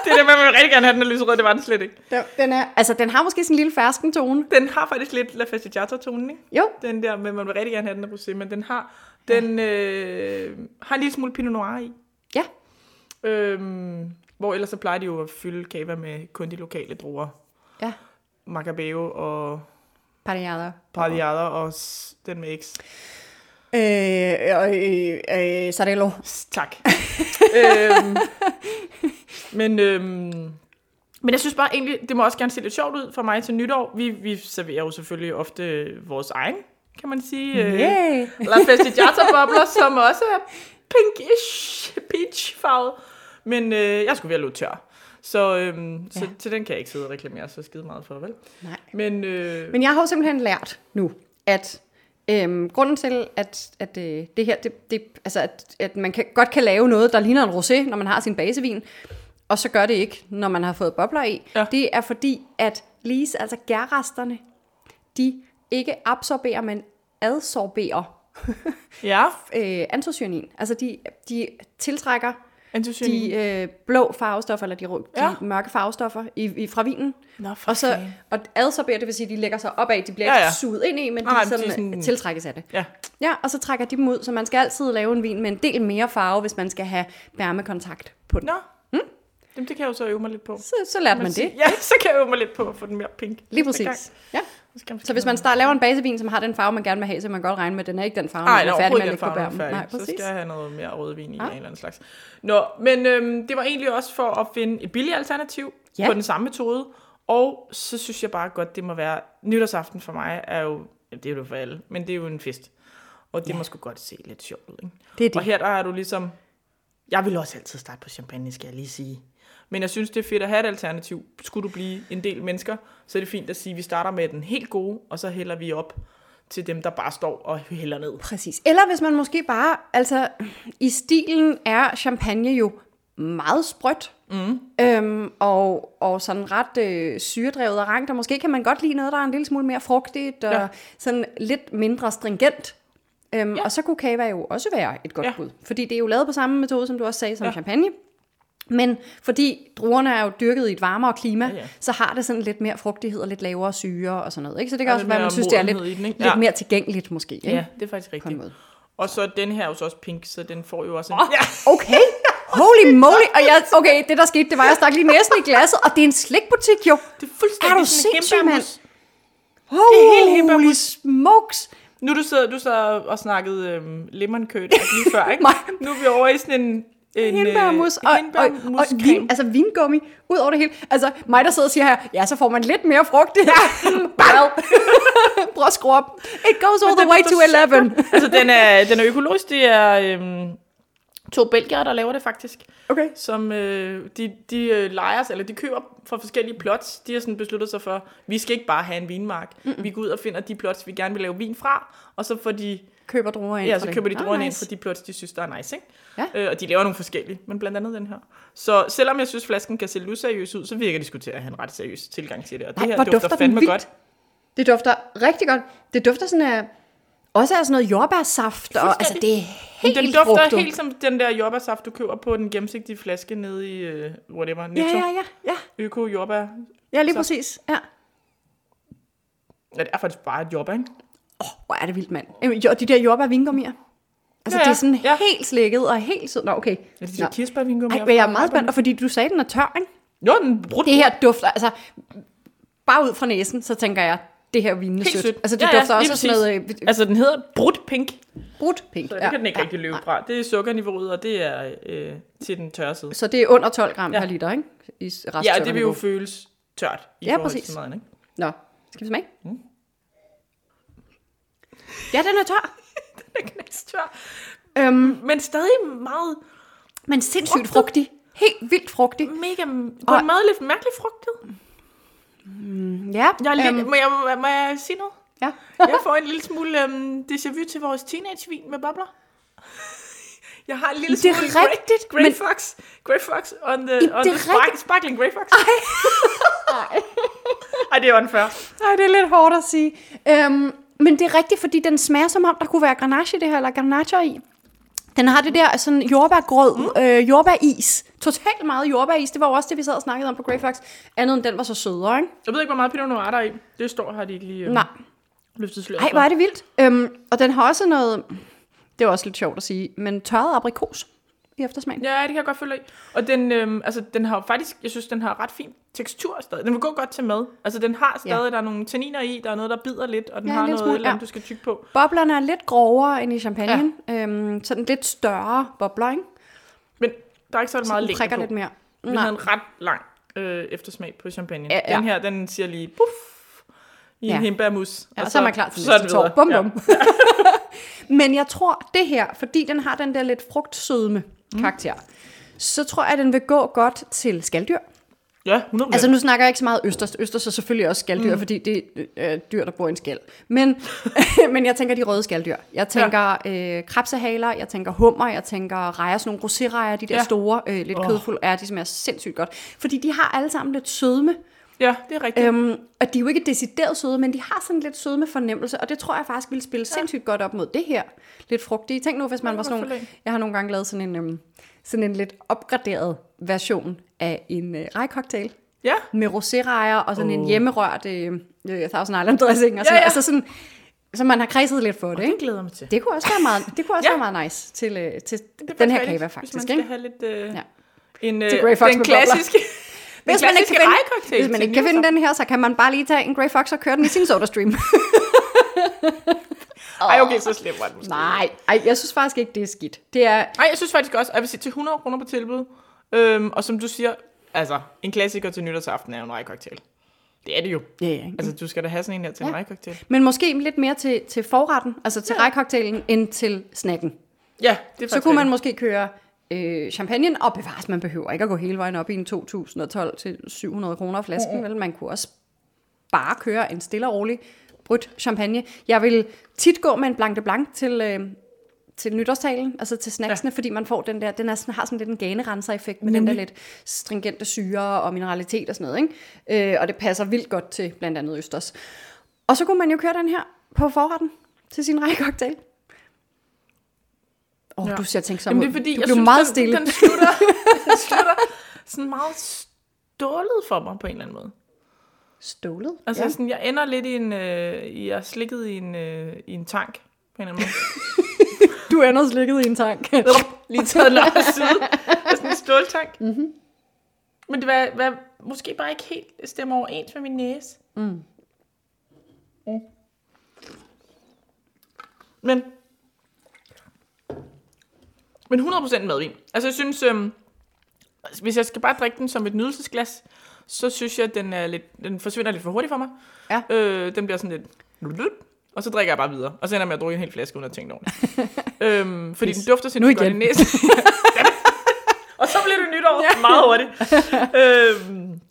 Speaker 2: det er det, man vil rigtig gerne have, den er lyserød, det var den slet ikke.
Speaker 1: Den, den er, altså, den har måske sådan en lille fersken tone.
Speaker 2: Den har faktisk lidt La Festigiata-tonen, ikke?
Speaker 1: Jo,
Speaker 2: Den der, men man vil rigtig gerne have den der rosé, men den har, den, øh, har en lille smule Pinot Noir i.
Speaker 1: ja.
Speaker 2: Øhm, hvor ellers så plejer de jo at fylde kava med kun de lokale druer.
Speaker 1: Ja.
Speaker 2: Macabeo og
Speaker 1: Pariader.
Speaker 2: Pardiada og s- den med X.
Speaker 1: Øh, øh, øh, Sardello.
Speaker 2: S- Tak. (laughs) øhm, men, øhm, men jeg synes bare egentlig, det må også gerne se lidt sjovt ud for mig til nytår. Vi, vi serverer jo selvfølgelig ofte vores egen, kan man sige. øh,
Speaker 1: Yay.
Speaker 2: La Festigiata-bobler, som også er pinkish, peach-farvet. Men øh, jeg skulle være lidt tør. Så, øhm, ja. så
Speaker 1: Ja.
Speaker 2: til den kan jeg ikke sidde og reklamere så skide meget for, vel?
Speaker 1: Nej.
Speaker 2: Men, øh,
Speaker 1: Men jeg har jo simpelthen lært nu, at Øhm, grunden til, at, at øh, det her, det, det, altså at, at man kan, godt kan lave noget, der ligner en rosé, når man har sin basevin, og så gør det ikke, når man har fået bobler i,
Speaker 2: Ja.
Speaker 1: ja. det er fordi, at lige altså gærresterne, de ikke absorberer, men adsorberer
Speaker 2: Ja,
Speaker 1: øh, antocyanin. Altså de, de tiltrækker
Speaker 2: antocyanin.
Speaker 1: de øh, blå farvestoffer, eller de, rød- de
Speaker 2: Ja.
Speaker 1: ja. mørke farvestoffer i, i, fra vinen.
Speaker 2: Nå, for
Speaker 1: Og, så,
Speaker 2: fanden.
Speaker 1: og adsorberer, det vil sige, at de lægger sig opad, de bliver
Speaker 2: Ja,
Speaker 1: ja, ja.
Speaker 2: ja.
Speaker 1: ikke suget ind i, men
Speaker 2: Nej,
Speaker 1: Nej,
Speaker 2: men
Speaker 1: de,
Speaker 2: de er
Speaker 1: sådan,
Speaker 2: sådan-
Speaker 1: sådan... tiltrækkes af det.
Speaker 2: Ja.
Speaker 1: Ja, og så trækker de dem ud, så man skal altid lave en vin med en del mere farve, hvis man skal have bærmekontakt på den.
Speaker 2: Nå. Hmm? Jamen, det kan jeg jo så øve mig lidt på.
Speaker 1: Så, så lærte man
Speaker 2: sige.
Speaker 1: det.
Speaker 2: Ja, (laughs) så kan jeg øve mig lidt på at få den mere pink.
Speaker 1: Lige
Speaker 2: næste gang.
Speaker 1: præcis. Ja.
Speaker 2: Så, skal
Speaker 1: Så hvis man start, laver en basevin, som har den farve, man gerne vil have, så kan man godt regne med, at den er ikke den farve,
Speaker 2: Nej,
Speaker 1: man
Speaker 2: nej,
Speaker 1: er færdig
Speaker 2: overhovedet
Speaker 1: med at
Speaker 2: ikke den farve,
Speaker 1: lægge på
Speaker 2: den
Speaker 1: bærmen.
Speaker 2: er
Speaker 1: Nej,
Speaker 2: færdig. Så
Speaker 1: præcis. Ah.
Speaker 2: skal jeg have noget mere rødvin i ja.
Speaker 1: Ja.
Speaker 2: en eller anden slags. Nå, men øhm, det var egentlig også for at finde et billigt alternativ ja.
Speaker 1: Ja.
Speaker 2: på den samme metode. Og så synes jeg bare godt, det må være... Nytårsaften for mig er jo... ja, Det er jo for alle, men det er jo en fest. Og det ja. må sgu godt se lidt sjovt ud, ikke?
Speaker 1: Det er
Speaker 2: Og
Speaker 1: det.
Speaker 2: her der er du ligesom... Jeg vil også altid starte på champagne, skal jeg lige sige. Men jeg synes, det er fedt at have et alternativ. Skulle du blive en del mennesker, så er det fint at sige, at vi starter med den helt gode, og så hælder vi op til dem, der bare står og hælder ned.
Speaker 1: Præcis. Eller hvis man måske bare, altså i stilen er champagne jo meget sprødt, mm. øhm, og, og sådan ret øh, syredrevet og rangt, og måske kan man godt lide noget, der er en lille smule mere frugtigt, og
Speaker 2: Ja.
Speaker 1: ja. sådan lidt mindre stringent. Øhm, ja. Og så kunne kava jo også være et godt
Speaker 2: Ja.
Speaker 1: ja. bud, fordi det er jo lavet på samme metode, som du også sagde, som ja. champagne. Men fordi druerne er jo dyrket i et varmere klima, ja,
Speaker 2: ja.
Speaker 1: ja. så har det sådan lidt mere frugtighed og lidt lavere syre og sådan noget. Ikke? Så det kan
Speaker 2: Og
Speaker 1: også
Speaker 2: lidt
Speaker 1: være, at
Speaker 2: mere
Speaker 1: man synes, det er lidt,
Speaker 2: modenhed i den, ikke?
Speaker 1: lidt
Speaker 2: Ja.
Speaker 1: mere tilgængeligt måske. Ikke?
Speaker 2: Ja, det er faktisk rigtigt.
Speaker 1: måde.
Speaker 2: Og så er den her er jo så også pink, så den får jo også en... Oh. Ja,
Speaker 1: Okay. Holy moly. Og jeg, okay, det der skete, det var, at jeg stak lige næsen i glasset, og det er en slikbutik jo.
Speaker 2: det er fuldstændig
Speaker 1: Er
Speaker 2: sådan en
Speaker 1: du sindssyg,
Speaker 2: hindbærmus. helt
Speaker 1: Holy
Speaker 2: hindbærmus.
Speaker 1: smokes.
Speaker 2: Nu du sad, du sad og snakkede øhm, lemon curd lige før, ikke?
Speaker 1: (laughs) Nej.
Speaker 2: nu er vi over i sådan en... en øh,
Speaker 1: Hindbærmus og, og, og, og vin, altså vingummi ud over det hele. Altså mig, der sidder og siger her, ja, så får man lidt mere frugt. Ja. (laughs) well. Prøv at skrue op. It goes all the way to 11.
Speaker 2: altså, den er, den er økologisk. Det er øhm, to belgere, der laver det faktisk.
Speaker 1: Okay.
Speaker 2: Som øh, de, de øh, leger, eller de køber fra forskellige plots. De har sådan besluttet sig for, vi skal ikke bare have en vinmark. Mm-hmm. Vi går ud og finder de plots, vi gerne vil lave vin fra. Og så får de
Speaker 1: Køber druer ind
Speaker 2: Ja,
Speaker 1: for
Speaker 2: så
Speaker 1: det.
Speaker 2: køber de
Speaker 1: Ah,
Speaker 2: druerne ind
Speaker 1: nice.
Speaker 2: for de plots, de synes, der er nice, ikke?
Speaker 1: Ja.
Speaker 2: Øh, og de laver nogle forskellige, men blandt andet den her. Så selvom jeg synes, flasken kan se lidt useriøs ud, så virker det sgu til at have en ret seriøs tilgang til det. Og det
Speaker 1: Nej,
Speaker 2: her
Speaker 1: hvor
Speaker 2: dufter,
Speaker 1: dufter den
Speaker 2: fandme
Speaker 1: vildt.
Speaker 2: godt.
Speaker 1: Det dufter rigtig godt. Det dufter sådan af, også af sådan noget jordbærsaft. Og, altså, det er helt
Speaker 2: den dufter
Speaker 1: frugtet.
Speaker 2: helt som den der jordbærsaft, du køber på den gennemsigtige flaske nede i, øh, whatever, Netto.
Speaker 1: Ja, ja, ja, ja.
Speaker 2: Øko jordbær.
Speaker 1: Ja, lige
Speaker 2: Så-
Speaker 1: så. præcis. Ja.
Speaker 2: Ja, det er faktisk bare et jordbær, ikke?
Speaker 1: Hvor er det vildt, mand. Jamen, jo, de der jordbær vingummier.
Speaker 2: Ja, ja.
Speaker 1: Altså, ja, ja. det er sådan
Speaker 2: Ja.
Speaker 1: ja. helt slikket og helt sødt. Nå, okay.
Speaker 2: Ja, det
Speaker 1: Nå.
Speaker 2: er kirsebærvingummi.
Speaker 1: Ej, men jeg er meget spændt, og fordi du sagde, den er tør, ikke?
Speaker 2: Jo, den brudt.
Speaker 1: Det her dufter, altså, bare ud fra næsen, så tænker jeg, det her vin er
Speaker 2: Helt
Speaker 1: sødt.
Speaker 2: sødt.
Speaker 1: Altså, det ja, dufter ja,
Speaker 2: lige
Speaker 1: også af sådan noget
Speaker 2: præcis.
Speaker 1: øh,
Speaker 2: Altså, den hedder brudt pink, så
Speaker 1: brudt pink.
Speaker 2: det kan den ikke rigtig løbe
Speaker 1: nej.
Speaker 2: fra. Det er sukkerniveauet, og det er øh, til den tørre side.
Speaker 1: Så det er under 12 gram
Speaker 2: Ja.
Speaker 1: ja. per liter, ikke? I s-
Speaker 2: Ja,
Speaker 1: restsukkerniveau.
Speaker 2: det vil jo føles tørt i
Speaker 1: Ja,
Speaker 2: forhold
Speaker 1: præcis.
Speaker 2: til maden, ikke? (laughs)
Speaker 1: Nå, skal vi smage? Mm. Ja, den er tør,
Speaker 2: Den er knastør.
Speaker 1: øhm,
Speaker 2: Men stadig meget,
Speaker 1: men sindssygt
Speaker 2: Frugtet.
Speaker 1: frugtig. Helt vildt frugtig.
Speaker 2: mega, på
Speaker 1: Og-
Speaker 2: en meget lidt mærkelig frugtet.
Speaker 1: Ja,
Speaker 2: Jeg er lidt,
Speaker 1: øhm,
Speaker 2: må, jeg, må jeg sige
Speaker 1: (laughs)
Speaker 2: noget?
Speaker 1: ja.
Speaker 2: Jeg får en lille smule øhm, déjà vu til vores teenagevin med bobler. (laughs) Jeg har en lille
Speaker 1: Det er
Speaker 2: smule grey-
Speaker 1: rigtigt,
Speaker 2: grey
Speaker 1: men-
Speaker 2: fox, grey fox on the,
Speaker 1: Det-
Speaker 2: on
Speaker 1: det
Speaker 2: the
Speaker 1: er
Speaker 2: spark,
Speaker 1: rigtigt.
Speaker 2: sparkling grey fox. (laughs) Ej. Ej, det er unfair.
Speaker 1: Nej, det er lidt hårdt at sige. Øhm, men det er rigtigt, fordi den smager som om, der kunne være granache i det her, eller granacher i. Den har det der sådan jordbærgrød, mm. øh, jordbæris. Totalt meget jordbæris. Det var jo også det, vi sad og snakkede om på Grey Fox. Andet end den var så sødere, ikke?
Speaker 2: Jeg ved ikke, hvor meget Pinot Noir der er i. Det står her, de ikke lige øhm,
Speaker 1: Nej.
Speaker 2: løftet sløret
Speaker 1: Ej,
Speaker 2: for.
Speaker 1: hvor er det vildt. Øhm, og den har også noget, det er også lidt sjovt at sige, men tørret aprikos i eftersmagen.
Speaker 2: Ja, det kan jeg godt følge af. Og den, øhm, altså, den har jo faktisk, jeg synes, den har ret fin tekstur stadig. Den vil gå godt til mad. Altså, den har stadig, ja. der er nogle tanniner i, der er noget, der bider lidt, og den
Speaker 1: Ja,
Speaker 2: ja,
Speaker 1: en
Speaker 2: har
Speaker 1: lille
Speaker 2: noget,
Speaker 1: smule,
Speaker 2: eller andet,
Speaker 1: ja.
Speaker 2: du skal tykke på.
Speaker 1: Boblerne er lidt grovere end i champagne. Ja. Øhm, sådan lidt større bobler, ikke?
Speaker 2: Men der er ikke så meget
Speaker 1: Den
Speaker 2: længde
Speaker 1: prikker
Speaker 2: på.
Speaker 1: lidt mere.
Speaker 2: Vi havde en ret lang øh, eftersmag på champagne.
Speaker 1: Ja, ja.
Speaker 2: Den her, den siger lige, puff, i en ja.
Speaker 1: Ja.
Speaker 2: himbeermus.
Speaker 1: Ja, og så er man klar til
Speaker 2: er
Speaker 1: næste
Speaker 2: det
Speaker 1: tår.
Speaker 2: videre.
Speaker 1: Bum,
Speaker 2: Ja.
Speaker 1: bum. (laughs) Men jeg tror, det her, fordi den har den der
Speaker 2: Mm.
Speaker 1: lidt frugtsødme karakter, så tror jeg, at den vil gå godt til skalddyr.
Speaker 2: Ja, 100%.
Speaker 1: Altså nu snakker jeg ikke så meget østers. Østers er selvfølgelig også skalddyr, mm. fordi det er øh, dyr, der bor i en skald. Men, (laughs) men jeg tænker de røde skalddyr. Jeg tænker ja. øh, krabsehaler, jeg tænker hummer, jeg tænker rejer, sådan nogle rosérejer, de der
Speaker 2: Ja.
Speaker 1: ja. store, øh, lidt
Speaker 2: Åh.
Speaker 1: oh. kødfulde, er de smager sindssygt godt. Fordi de har alle sammen lidt sødme.
Speaker 2: ja, det er rigtigt.
Speaker 1: Øhm, og de er jo ikke decideret søde, men de har sådan lidt sødme fornemmelse, og det tror jeg faktisk ville spille sindssygt godt op mod det her. Lidt frugtige. Tænk nu, hvis man
Speaker 2: Ja,
Speaker 1: var sådan nogle,
Speaker 2: forlæng.
Speaker 1: Jeg har nogle gange lavet sådan en, øhm, sådan en lidt opgraderet version af en øh, rejcocktail
Speaker 2: Ja,
Speaker 1: med rosérejer og sådan oh.
Speaker 2: Åh.
Speaker 1: en hjemmerørt øh, øh, Thousand Island dressing
Speaker 2: Ja,
Speaker 1: og sådan
Speaker 2: ja.
Speaker 1: ja, ja. Altså sådan, så man har kredset lidt for det,
Speaker 2: det
Speaker 1: ikke?
Speaker 2: glæder jeg mig til.
Speaker 1: Det kunne også være meget, det kunne også
Speaker 2: Ja.
Speaker 1: ja. være meget nice til, øh, til
Speaker 2: Det er
Speaker 1: den her
Speaker 2: perfekt,
Speaker 1: kava
Speaker 2: Hvis
Speaker 1: faktisk,
Speaker 2: man skal
Speaker 1: ikke?
Speaker 2: have lidt... Øh, ja.
Speaker 1: Ja.
Speaker 2: en, øh,
Speaker 1: Til Grey Fox
Speaker 2: den
Speaker 1: med bobler.
Speaker 2: klassiske,
Speaker 1: (laughs) Hvis man, ikke kan finde,
Speaker 2: rejcocktail.
Speaker 1: hvis man ikke kan finde den her, så kan man bare lige tage en Grey Fox og køre den i sin SodaStream.
Speaker 2: Ej, okay, så slem var den måske.
Speaker 1: Nej, ej, jeg synes faktisk ikke, det er skidt. Det er,
Speaker 2: Nej, jeg synes faktisk også, at jeg vil sige, til 100 kroner på tilbud. Øhm, og som du siger, altså, en klassiker til nytårsaften er jo en rejcocktail. Det er det jo.
Speaker 1: ja, ja.
Speaker 2: Altså, du skal da have sådan en her til ja. en
Speaker 1: Ja.
Speaker 2: rejcocktail.
Speaker 1: Men måske lidt mere til, til forretten, altså til
Speaker 2: Ja.
Speaker 1: ja. rejkoktailen, end til snacken.
Speaker 2: Ja, det er
Speaker 1: Så kunne man måske køre øh, champagne, og bevares, man behøver ikke at gå hele vejen op i en 2012 til 700 kroner flasken, mm. vel? Man kunne også bare køre en stille og rolig brudt champagne. Jeg vil tit gå med en blanc de blanc til, øh, til nytårstalen, altså til snacksene, ja. fordi man får den der, den er sådan, har sådan lidt en ganerenser-effekt med den der lidt stringente syre og mineralitet og sådan noget, ikke? Øh, og det passer vildt godt til blandt andet østers. Og så kunne man jo køre den her på forretten til sin rækkecocktail. Åh, oh,
Speaker 2: Ja.
Speaker 1: ja. du ser tænksom
Speaker 2: Jamen,
Speaker 1: ud.
Speaker 2: det er fordi,
Speaker 1: du
Speaker 2: jeg
Speaker 1: blev
Speaker 2: synes,
Speaker 1: meget
Speaker 2: den,
Speaker 1: stille.
Speaker 2: Den slutter,
Speaker 1: (laughs)
Speaker 2: den slutter sådan meget stålet for mig på en eller anden måde.
Speaker 1: Stålet?
Speaker 2: Altså, ja.
Speaker 1: ja.
Speaker 2: sådan, jeg ender lidt i en... Øh, jeg er slikket i en, øh, i en tank på en eller anden måde.
Speaker 1: Du ender slikket i en tank.
Speaker 2: lige taget den op af side. Det er sådan en ståltank. Mm-hmm. Men det var, var måske bare ikke helt stemmer overens med min næse. Mm. Men, men 100% madvin. Altså jeg synes, øhm, altså, hvis jeg skal bare drikke den som et nydelsesglas, så synes jeg, at den, er lidt, den forsvinder lidt for hurtigt for mig.
Speaker 1: Ja.
Speaker 2: Øh, den bliver sådan lidt... Og så drikker jeg bare videre. Og så ender jeg med at drikke en hel flaske, uden at tænke over det.
Speaker 1: (laughs)
Speaker 2: øhm, fordi den dufter
Speaker 1: Nu
Speaker 2: sindssygt godt i
Speaker 1: igen.
Speaker 2: næsen.
Speaker 1: (laughs)
Speaker 2: (laughs) og så bliver det nytår ja. meget
Speaker 1: (laughs)
Speaker 2: hurtigt. øhm,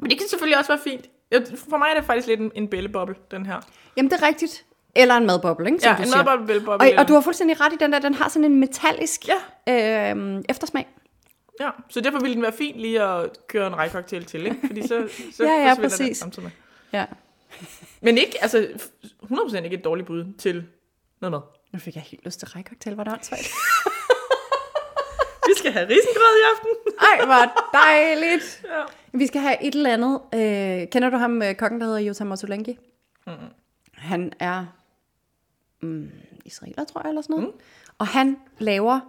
Speaker 2: men det kan selvfølgelig også være fint. Jeg- For mig er det faktisk lidt en, en bælleboble, den her.
Speaker 1: (laughs) Jamen, det er rigtigt. Eller en madboble, ikke? Som
Speaker 2: Ja,
Speaker 1: du
Speaker 2: en
Speaker 1: siger.
Speaker 2: madboble, bælleboble.
Speaker 1: Og, og du har fuldstændig ret i den der, den har sådan en metallisk
Speaker 2: Ja.
Speaker 1: øhm, eftersmag.
Speaker 2: Ja, så derfor ville den være fint lige at køre en rejkoktail til, ikke? Fordi så, så
Speaker 1: Ja, ja,
Speaker 2: forsvinder den
Speaker 1: præcis.
Speaker 2: samtidig med.
Speaker 1: Ja.
Speaker 2: Men ikke, altså, 100% ikke et dårligt bud til noget mad.
Speaker 1: Nu fik jeg helt lyst til rejkoktail, var det åndssvagt.
Speaker 2: Vi skal have risengrød i aften.
Speaker 1: Ej, hvor dejligt.
Speaker 2: Ja.
Speaker 1: Vi skal have et eller andet. Øh, kender du ham, øh, kokken, der hedder Jota Motolengi? Mm. Han er mm, israeler, tror jeg, eller sådan noget. Mm. Og han laver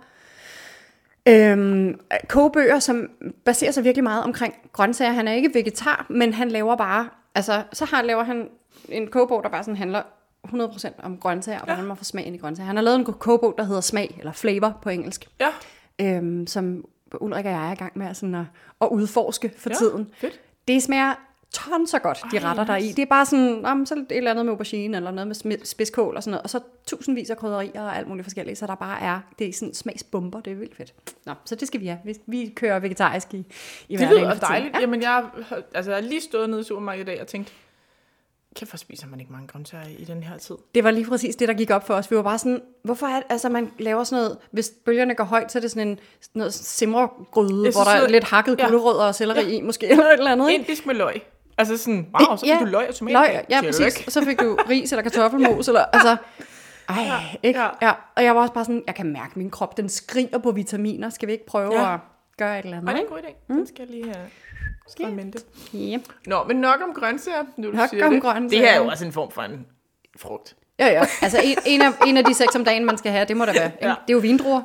Speaker 1: øhm, kogebøger, som baserer sig virkelig meget omkring grøntsager. Han er ikke vegetar, men han laver bare... Altså, så har, laver han en kogebog, der bare sådan handler 100% om grøntsager, og hvordan man får smag ind i grøntsager. Han har lavet en kogebog, der hedder smag, eller flavor på engelsk
Speaker 2: (laughs) Ja,
Speaker 1: øhm, som Ulrik og jeg er i gang med at sådan at, at udforske for
Speaker 2: Ja,
Speaker 1: ja, tiden.
Speaker 2: fedt.
Speaker 1: Det smager ton så godt, de
Speaker 2: Ej,
Speaker 1: Ej, retter der er i.
Speaker 2: nice.
Speaker 1: Det er bare sådan, om, så et eller andet med aubergine, eller noget med smi- spidskål og sådan noget, og så tusindvis af krydderier og alt muligt forskelligt, så der bare er, det er sådan smagsbomber, det er vildt fedt. Nå, så det skal vi have. Vi, vi kører vegetarisk i, i
Speaker 2: det
Speaker 1: hverdagen
Speaker 2: lyder
Speaker 1: for tiden.
Speaker 2: dejligt. Ja. Jamen, jeg har altså, jeg har lige stået nede i supermarkedet i dag og tænkt, kæft, hvor spiser man ikke mange grøntsager i den her tid?
Speaker 1: Det var lige præcis det, der gik op for os. Vi var bare sådan, hvorfor er det, altså man laver sådan noget, hvis bølgerne går højt, så er det sådan en sådan noget simmergryde,
Speaker 2: Jeg
Speaker 1: hvor
Speaker 2: synes,
Speaker 1: der er
Speaker 2: det-
Speaker 1: lidt hakket
Speaker 2: ja.
Speaker 1: gulerødder og selleri i, måske, eller et eller andet. ikke?
Speaker 2: Indisk med løg. Altså sådan, wow, så fik du løg og tomat.
Speaker 1: Løg, ja,
Speaker 2: Tillykke.
Speaker 1: præcis. Og så fik du ris eller kartoffelmos, eller altså... Ej, ikke?
Speaker 2: ja.
Speaker 1: Ja. ja. Og jeg var også bare sådan, jeg kan mærke, at min krop, den skriger på vitaminer. Skal vi ikke prøve
Speaker 2: Ja.
Speaker 1: ja. at gøre et eller andet?
Speaker 2: Ej, det er
Speaker 1: ikke?
Speaker 2: en god idé. Den skal jeg lige have. Skal jeg mente.
Speaker 1: Yep.
Speaker 2: Nå, men nok om grøntsager, nu du
Speaker 1: Nok
Speaker 2: siger
Speaker 1: om
Speaker 2: det.
Speaker 1: grøntsager.
Speaker 2: Det her er jo også en form for en frugt.
Speaker 1: Ja, ja. Altså, en, en, af, en af de seks om dagen, man skal have, det må da være. Ja.
Speaker 2: Ja.
Speaker 1: Det er jo vindruer.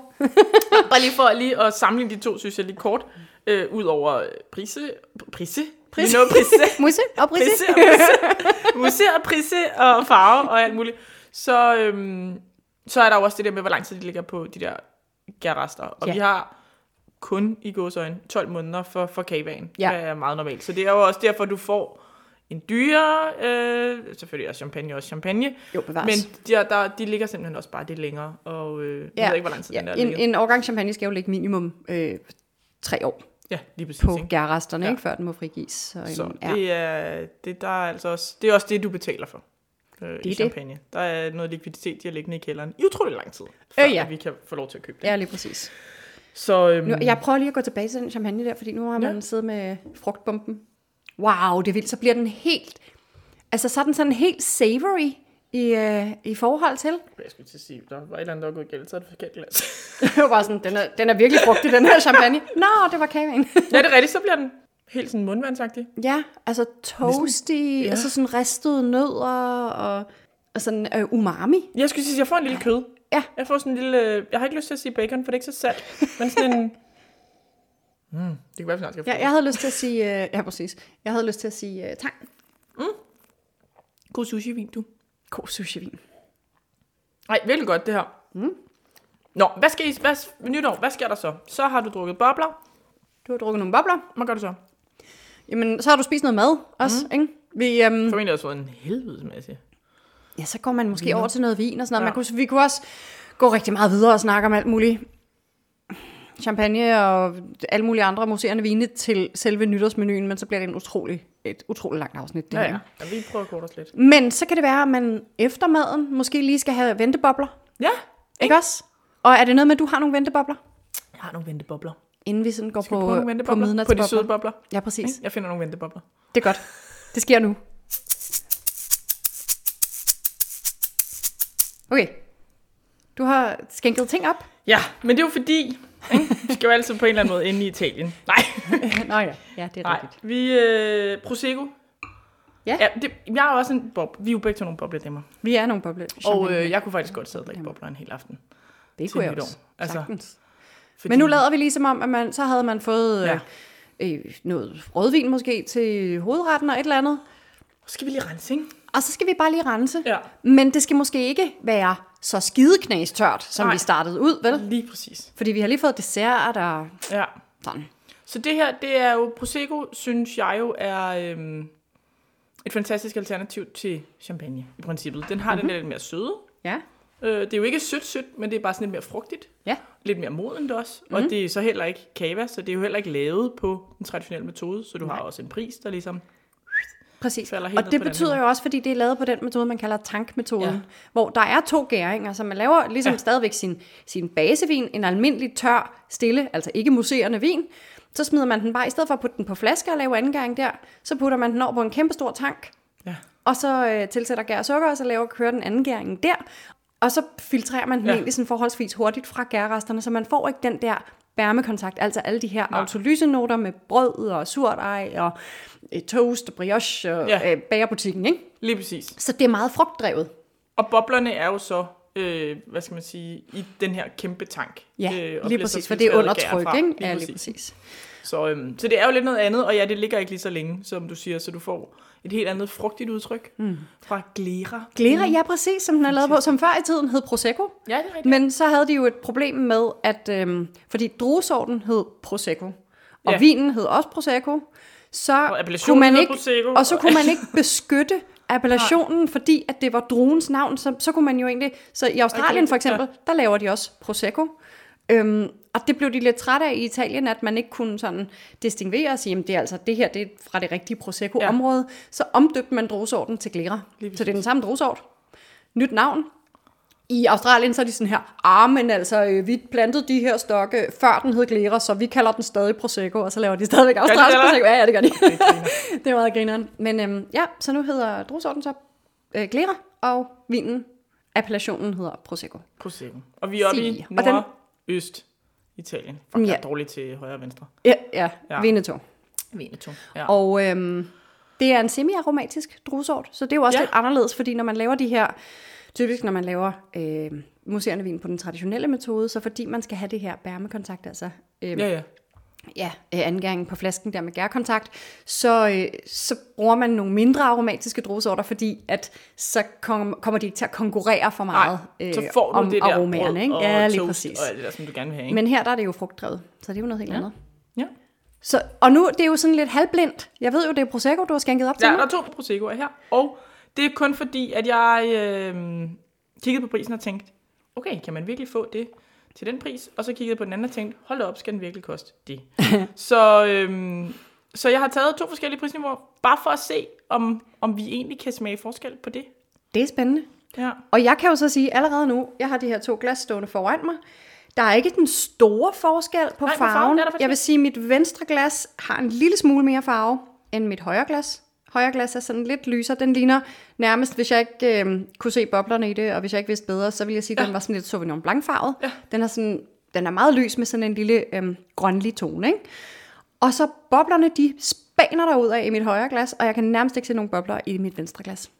Speaker 2: Bare lige for lige at sammenligne de to, synes jeg lige kort. Øh, Udover prise... Prise? Prise? Nå, prise.
Speaker 1: Musse og brisse.
Speaker 2: Prise og prise. Museer og prise og farve og alt muligt. Så, øhm, så er der jo også det der med, hvor lang tid de ligger på de der gærrester. Og ja.
Speaker 1: Ja.
Speaker 2: vi har kun i gåsøjne 12 måneder for, for kavaen.
Speaker 1: Ja.
Speaker 2: Det er meget normalt. Så det er jo også derfor, du får en dyre, øh, selvfølgelig er champagne også champagne,
Speaker 1: Jo, bevares.
Speaker 2: men de, er- der, de ligger simpelthen også bare det længere, og øh, ja. jeg ved ikke, hvor lang tid ja. den er
Speaker 1: en, en årgang champagne skal jo ligge minimum øh, tre år.
Speaker 2: Ja, lige præcis.
Speaker 1: på
Speaker 2: ikke?
Speaker 1: gærresterne,
Speaker 2: Ja.
Speaker 1: ja. ikke, før den må frigives. Så, øhm,
Speaker 2: Så
Speaker 1: ja.
Speaker 2: det er, det, der er altså også, det er også det, du betaler for øh, det i
Speaker 1: det.
Speaker 2: champagne. Det. Der er noget likviditet, de har liggende i kælderen i utrolig lang tid, før
Speaker 1: Øh, ja.
Speaker 2: at vi kan få lov til at købe det.
Speaker 1: ja, lige præcis.
Speaker 2: Så øhm,
Speaker 1: Nu, jeg prøver lige at gå tilbage til den champagne der, fordi nu har man
Speaker 2: Ja.
Speaker 1: Mm. ja. siddet med frugtbomben. Wow, det er vildt. Så bliver den helt, altså så er den sådan helt savory i, øh, i forhold (laughs) til.
Speaker 2: jeg skulle til at sige, der var et eller andet, der var gået galt, så er det forkert glas.
Speaker 1: Det var bare sådan, den er, den er virkelig brugt i den her champagne. (laughs) Nå, det var kagen.
Speaker 2: ja, det (laughs) er rigtigt, så bliver den helt sådan mundvandsagtig.
Speaker 1: (laughs) ja, altså toasty, ja. altså sådan ristede nødder og, og sådan øh, umami.
Speaker 2: Jeg skulle sige, jeg får en lille kød.
Speaker 1: Ja.
Speaker 2: Jeg får sådan en lille, øh, jeg har ikke lyst til at sige bacon, for det er ikke så salt, men sådan en...
Speaker 1: (laughs)
Speaker 2: Mm, det kan være, vi snart skal få
Speaker 1: Ja, jeg havde lyst til at sige, øh, ja præcis, jeg havde lyst til at sige øh, tang.
Speaker 2: det. God sushi-vin, du.
Speaker 1: God sushi-vin.
Speaker 2: Nej, virkelig godt det her. Mm. Nå, hvad skal I, hvad, nytår, hvad sker der så? Så har du drukket bobler.
Speaker 1: Du har drukket nogle bobler.
Speaker 2: Hvad gør du så?
Speaker 1: Jamen, så har du spist noget mad også, mm. ikke? Vi, øhm,
Speaker 2: Formentlig også fået en helvedes masse.
Speaker 1: ja, så går man måske over til noget vin og sådan noget.
Speaker 2: Ja.
Speaker 1: Ja. Man kunne, vi kunne også gå rigtig meget videre og snakke om alt muligt. Champagne og alle mulige andre museerne vine til selve nytårsmenuen, men så bliver det en utrolig, et utrolig langt afsnit. Det
Speaker 2: Ja,
Speaker 1: her,
Speaker 2: ja. ja vi prøver at korte os lidt.
Speaker 1: ikke? Men så kan det være, at man efter maden måske lige skal have ventebobler,
Speaker 2: Ja,
Speaker 1: ikke også? Og er det noget med, at du har nogle ventebobler?
Speaker 2: jeg har nogle ventebobler.
Speaker 1: Inden vi sådan går
Speaker 2: Skal vi prøve
Speaker 1: på,
Speaker 2: nogle ventebobler? På,
Speaker 1: på
Speaker 2: på de
Speaker 1: midnatsbobler.
Speaker 2: søde bobler.
Speaker 1: ja, præcis.
Speaker 2: Jeg finder nogle ventebobler.
Speaker 1: Det er godt. Det sker nu. Okay. Du har skænket ting op?
Speaker 2: Ja, men det er jo fordi, ikke? vi skal jo altid på en eller anden måde inde i Italien. Nej,
Speaker 1: (laughs) Nå ja, ja det er
Speaker 2: nej. Vi, øh, Prosecco.
Speaker 1: Ja.
Speaker 2: ja det, jeg er også en bob. Vi er jo begge to nogle bobledæmmer.
Speaker 1: Vi er nogle boble.
Speaker 2: Og øh, jeg kunne faktisk godt sidde og drikke bobler en hel aften.
Speaker 1: det
Speaker 2: til
Speaker 1: kunne jeg
Speaker 2: nytår.
Speaker 1: også.
Speaker 2: Altså,
Speaker 1: Sagtens.
Speaker 2: Fordi,
Speaker 1: Men nu lader vi ligesom om, at man, så havde man fået
Speaker 2: Ja.
Speaker 1: ja. øh, noget rødvin måske til hovedretten og et eller andet.
Speaker 2: Skal vi lige rense, ikke?
Speaker 1: Og så skal vi bare lige rense.
Speaker 2: Ja.
Speaker 1: Men det skal måske ikke være så skideknæstørt, som
Speaker 2: Nej.
Speaker 1: Nej. vi startede ud, vel?
Speaker 2: Lige præcis.
Speaker 1: Fordi vi har lige fået dessert og
Speaker 2: Ja.
Speaker 1: sådan.
Speaker 2: Så det her, det er jo, Prosecco, synes jeg jo, er øhm, et fantastisk alternativ til champagne, i princippet. Den
Speaker 1: Mhm.
Speaker 2: har mm-hmm. den der lidt mere søde.
Speaker 1: Ja.
Speaker 2: Øh, det er jo ikke sødt sødt, men det er bare sådan lidt mere frugtigt.
Speaker 1: Ja.
Speaker 2: Lidt mere modent også. Mm-hmm.
Speaker 1: Mhm.
Speaker 2: Og det er så heller ikke kava, så det er jo heller ikke lavet på den traditionelle metode. Så du Nej. har også en pris, der ligesom...
Speaker 1: Præcis.
Speaker 2: falder helt ned
Speaker 1: Og det
Speaker 2: på den
Speaker 1: betyder
Speaker 2: måde.
Speaker 1: jo også, fordi det er lavet på den metode, man kalder tankmetoden,
Speaker 2: Ja.
Speaker 1: ja. hvor der er to gæringer, så man laver ligesom
Speaker 2: Ja.
Speaker 1: ja. stadigvæk sin, sin basevin, en almindelig tør, stille, altså ikke muserende vin. Så smider man den bare, i stedet for at putte den på flaske og lave anden gæring der, så putter man den over på en kæmpe stor tank,
Speaker 2: Ja.
Speaker 1: og så øh, tilsætter gær og sukker, og så laver kører den anden gæring der, og så filtrerer man den
Speaker 2: Ja.
Speaker 1: ja. egentlig sådan forholdsvis hurtigt fra gærresterne, så man får ikke den der bærmekontakt, altså alle de her
Speaker 2: Nej.
Speaker 1: autolysenoter med brød og surdej og øh, toast og brioche og
Speaker 2: Ja.
Speaker 1: ja. øh, bagerbutikken, ikke?
Speaker 2: Lige præcis.
Speaker 1: Så det er meget frugtdrevet.
Speaker 2: Og boblerne er jo så, øh, hvad skal man sige, i den her kæmpe tank.
Speaker 1: Ja,
Speaker 2: og
Speaker 1: øh,
Speaker 2: bliver
Speaker 1: lige
Speaker 2: så
Speaker 1: præcis, for det er
Speaker 2: filtreret
Speaker 1: under
Speaker 2: derfra.
Speaker 1: tryk, ikke? Ja, lige præcis.
Speaker 2: Så, øhm, så det er jo lidt noget andet, og ja, det ligger ikke lige så længe, som du siger, så du får et helt andet frugtigt udtryk mm. fra glera.
Speaker 1: Glera, ja præcis, som den er lavet på, som før i tiden hed Prosecco.
Speaker 2: Ja, det er rigtigt.
Speaker 1: Men så havde de jo et problem med, at øhm, fordi druesorten hed Prosecco, og
Speaker 2: Ja.
Speaker 1: ja. vinen hed også Prosecco, så
Speaker 2: appellationen
Speaker 1: kunne man
Speaker 2: hed
Speaker 1: ikke,
Speaker 2: Prosecco,
Speaker 1: og så
Speaker 2: og-
Speaker 1: kunne man
Speaker 2: (laughs)
Speaker 1: ikke beskytte appellationen, fordi at det var druens navn, så, så kunne man jo egentlig, så i Australien
Speaker 2: Okay,
Speaker 1: for eksempel, der laver de også Prosecco, øhm, og det blev de lidt trætte af i Italien, at man ikke kunne sådan distinguere og sige, at det er altså det her, det er fra det rigtige Prosecco-område, så omdøbte man druesorten til Glera,
Speaker 2: Lige
Speaker 1: så det er den samme druesort, nyt navn, i Australien så er de sådan her, ah, men altså, øh, vi plantede de her stokke, øh, før den hed Glera, så vi kalder den stadig Prosecco, og så laver de stadigvæk australsk
Speaker 2: det?
Speaker 1: Prosecco. Ja, ja, det gør de.
Speaker 2: Det
Speaker 1: (laughs)
Speaker 2: er glera.
Speaker 1: det er meget grineren. Men øhm, ja, så nu hedder drusorten så øh, Glera, og vinen, appellationen hedder Prosecco.
Speaker 2: Prosecco. Og vi er oppe i
Speaker 1: Se, og den- Mm,
Speaker 2: nordøst Italien. Fuck,
Speaker 1: Ja.
Speaker 2: jeg er dårlig til højre og venstre.
Speaker 1: Ja, ja,
Speaker 2: Ja.
Speaker 1: ja. Veneto.
Speaker 2: Veneto. Ja. Og
Speaker 1: Og øhm, det er en semi-aromatisk druesort, så det er jo også
Speaker 2: Ja.
Speaker 1: ja. lidt anderledes, fordi når man laver de her, typisk når man laver øh, museerne vin på den traditionelle metode, så fordi man skal have det her bærmekontakt, altså øhm,
Speaker 2: ja, ja.
Speaker 1: ja, øh, angæringen på flasken der med gærkontakt, så, øh, så bruger man nogle mindre aromatiske druesorter, fordi at så kom, kommer de ikke til at konkurrere for meget øh,
Speaker 2: Nej, så får du
Speaker 1: om
Speaker 2: det der
Speaker 1: aromaerne.
Speaker 2: brød
Speaker 1: ikke?
Speaker 2: og
Speaker 1: Ja, lige
Speaker 2: toast
Speaker 1: præcis.
Speaker 2: og alt det der, som du gerne vil have. Ikke?
Speaker 1: Men her der er det jo frugtdrevet, så det er jo noget helt ja. andet.
Speaker 2: Ja.
Speaker 1: Så, og nu, det er jo sådan lidt halvblindt. Jeg ved jo, det er Prosecco, du har skænket op til
Speaker 2: ja,
Speaker 1: mig.
Speaker 2: der er to Prosecco'er her. Og det er kun øhm, fordi, at jeg øh, kiggede på prisen og tænkte, okay, kan man virkelig få det? til den pris, og så kiggede på den anden og tænkte, hold da op, skal den virkelig koste
Speaker 1: (laughs)
Speaker 2: det? så, øhm, så jeg har taget to forskellige prisniveauer, bare for at se, om, om vi egentlig kan smage forskel på det.
Speaker 1: Det er spændende.
Speaker 2: Ja.
Speaker 1: Og jeg kan jo så sige allerede nu, jeg har de her to glas stående foran mig. Der er ikke den store forskel
Speaker 2: Nej,
Speaker 1: på Nej,
Speaker 2: på farven
Speaker 1: farven.
Speaker 2: er der faktisk
Speaker 1: jeg vil sige, at mit venstre glas har en lille smule mere farve end mit højre glas. Højre glas er sådan lidt lysere. Den ligner nærmest, hvis jeg ikke øh, kunne se boblerne i det, og hvis jeg ikke vidste bedre, så ville jeg sige, at den var sådan lidt Sauvignon Blanc farvet. Ja. Den, er sådan, den er meget lys med sådan en lille øh, grønlig tone. Ikke? Og så boblerne, de spaner derud af i mit højre glas, og jeg kan nærmest ikke se nogen bobler i mit venstre glas.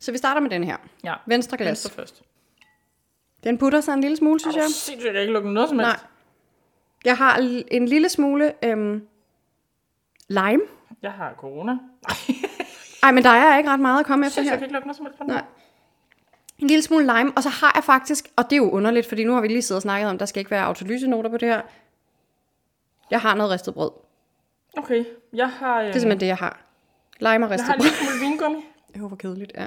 Speaker 1: Så vi starter med den her.
Speaker 2: ja.
Speaker 1: Venstre glas.
Speaker 2: Venstre først.
Speaker 1: Den putter sig en lille smule, synes
Speaker 2: Åh,
Speaker 1: jeg.
Speaker 2: sindssygt, jeg kan ikke lukke noget som helst.
Speaker 1: Nej. Jeg har l- en lille smule øhm, lime.
Speaker 2: Jeg har corona. Nej,
Speaker 1: Ej, men der er ikke ret meget at komme efter
Speaker 2: sindssygt, jeg
Speaker 1: her.
Speaker 2: kan ikke lukke noget som helst. på den.
Speaker 1: Nej. En lille smule lime, og så har jeg faktisk, og det er jo underligt, fordi nu har vi lige siddet og snakket om, der skal ikke være autolysenoter på det her. Jeg har noget ristet brød. Det
Speaker 2: Okay, jeg har, øh,
Speaker 1: er simpelthen det, jeg har. Lime og
Speaker 2: jeg
Speaker 1: ristet
Speaker 2: har en
Speaker 1: brød.
Speaker 2: lille smule vingummi,
Speaker 1: Det var kedeligt, ja.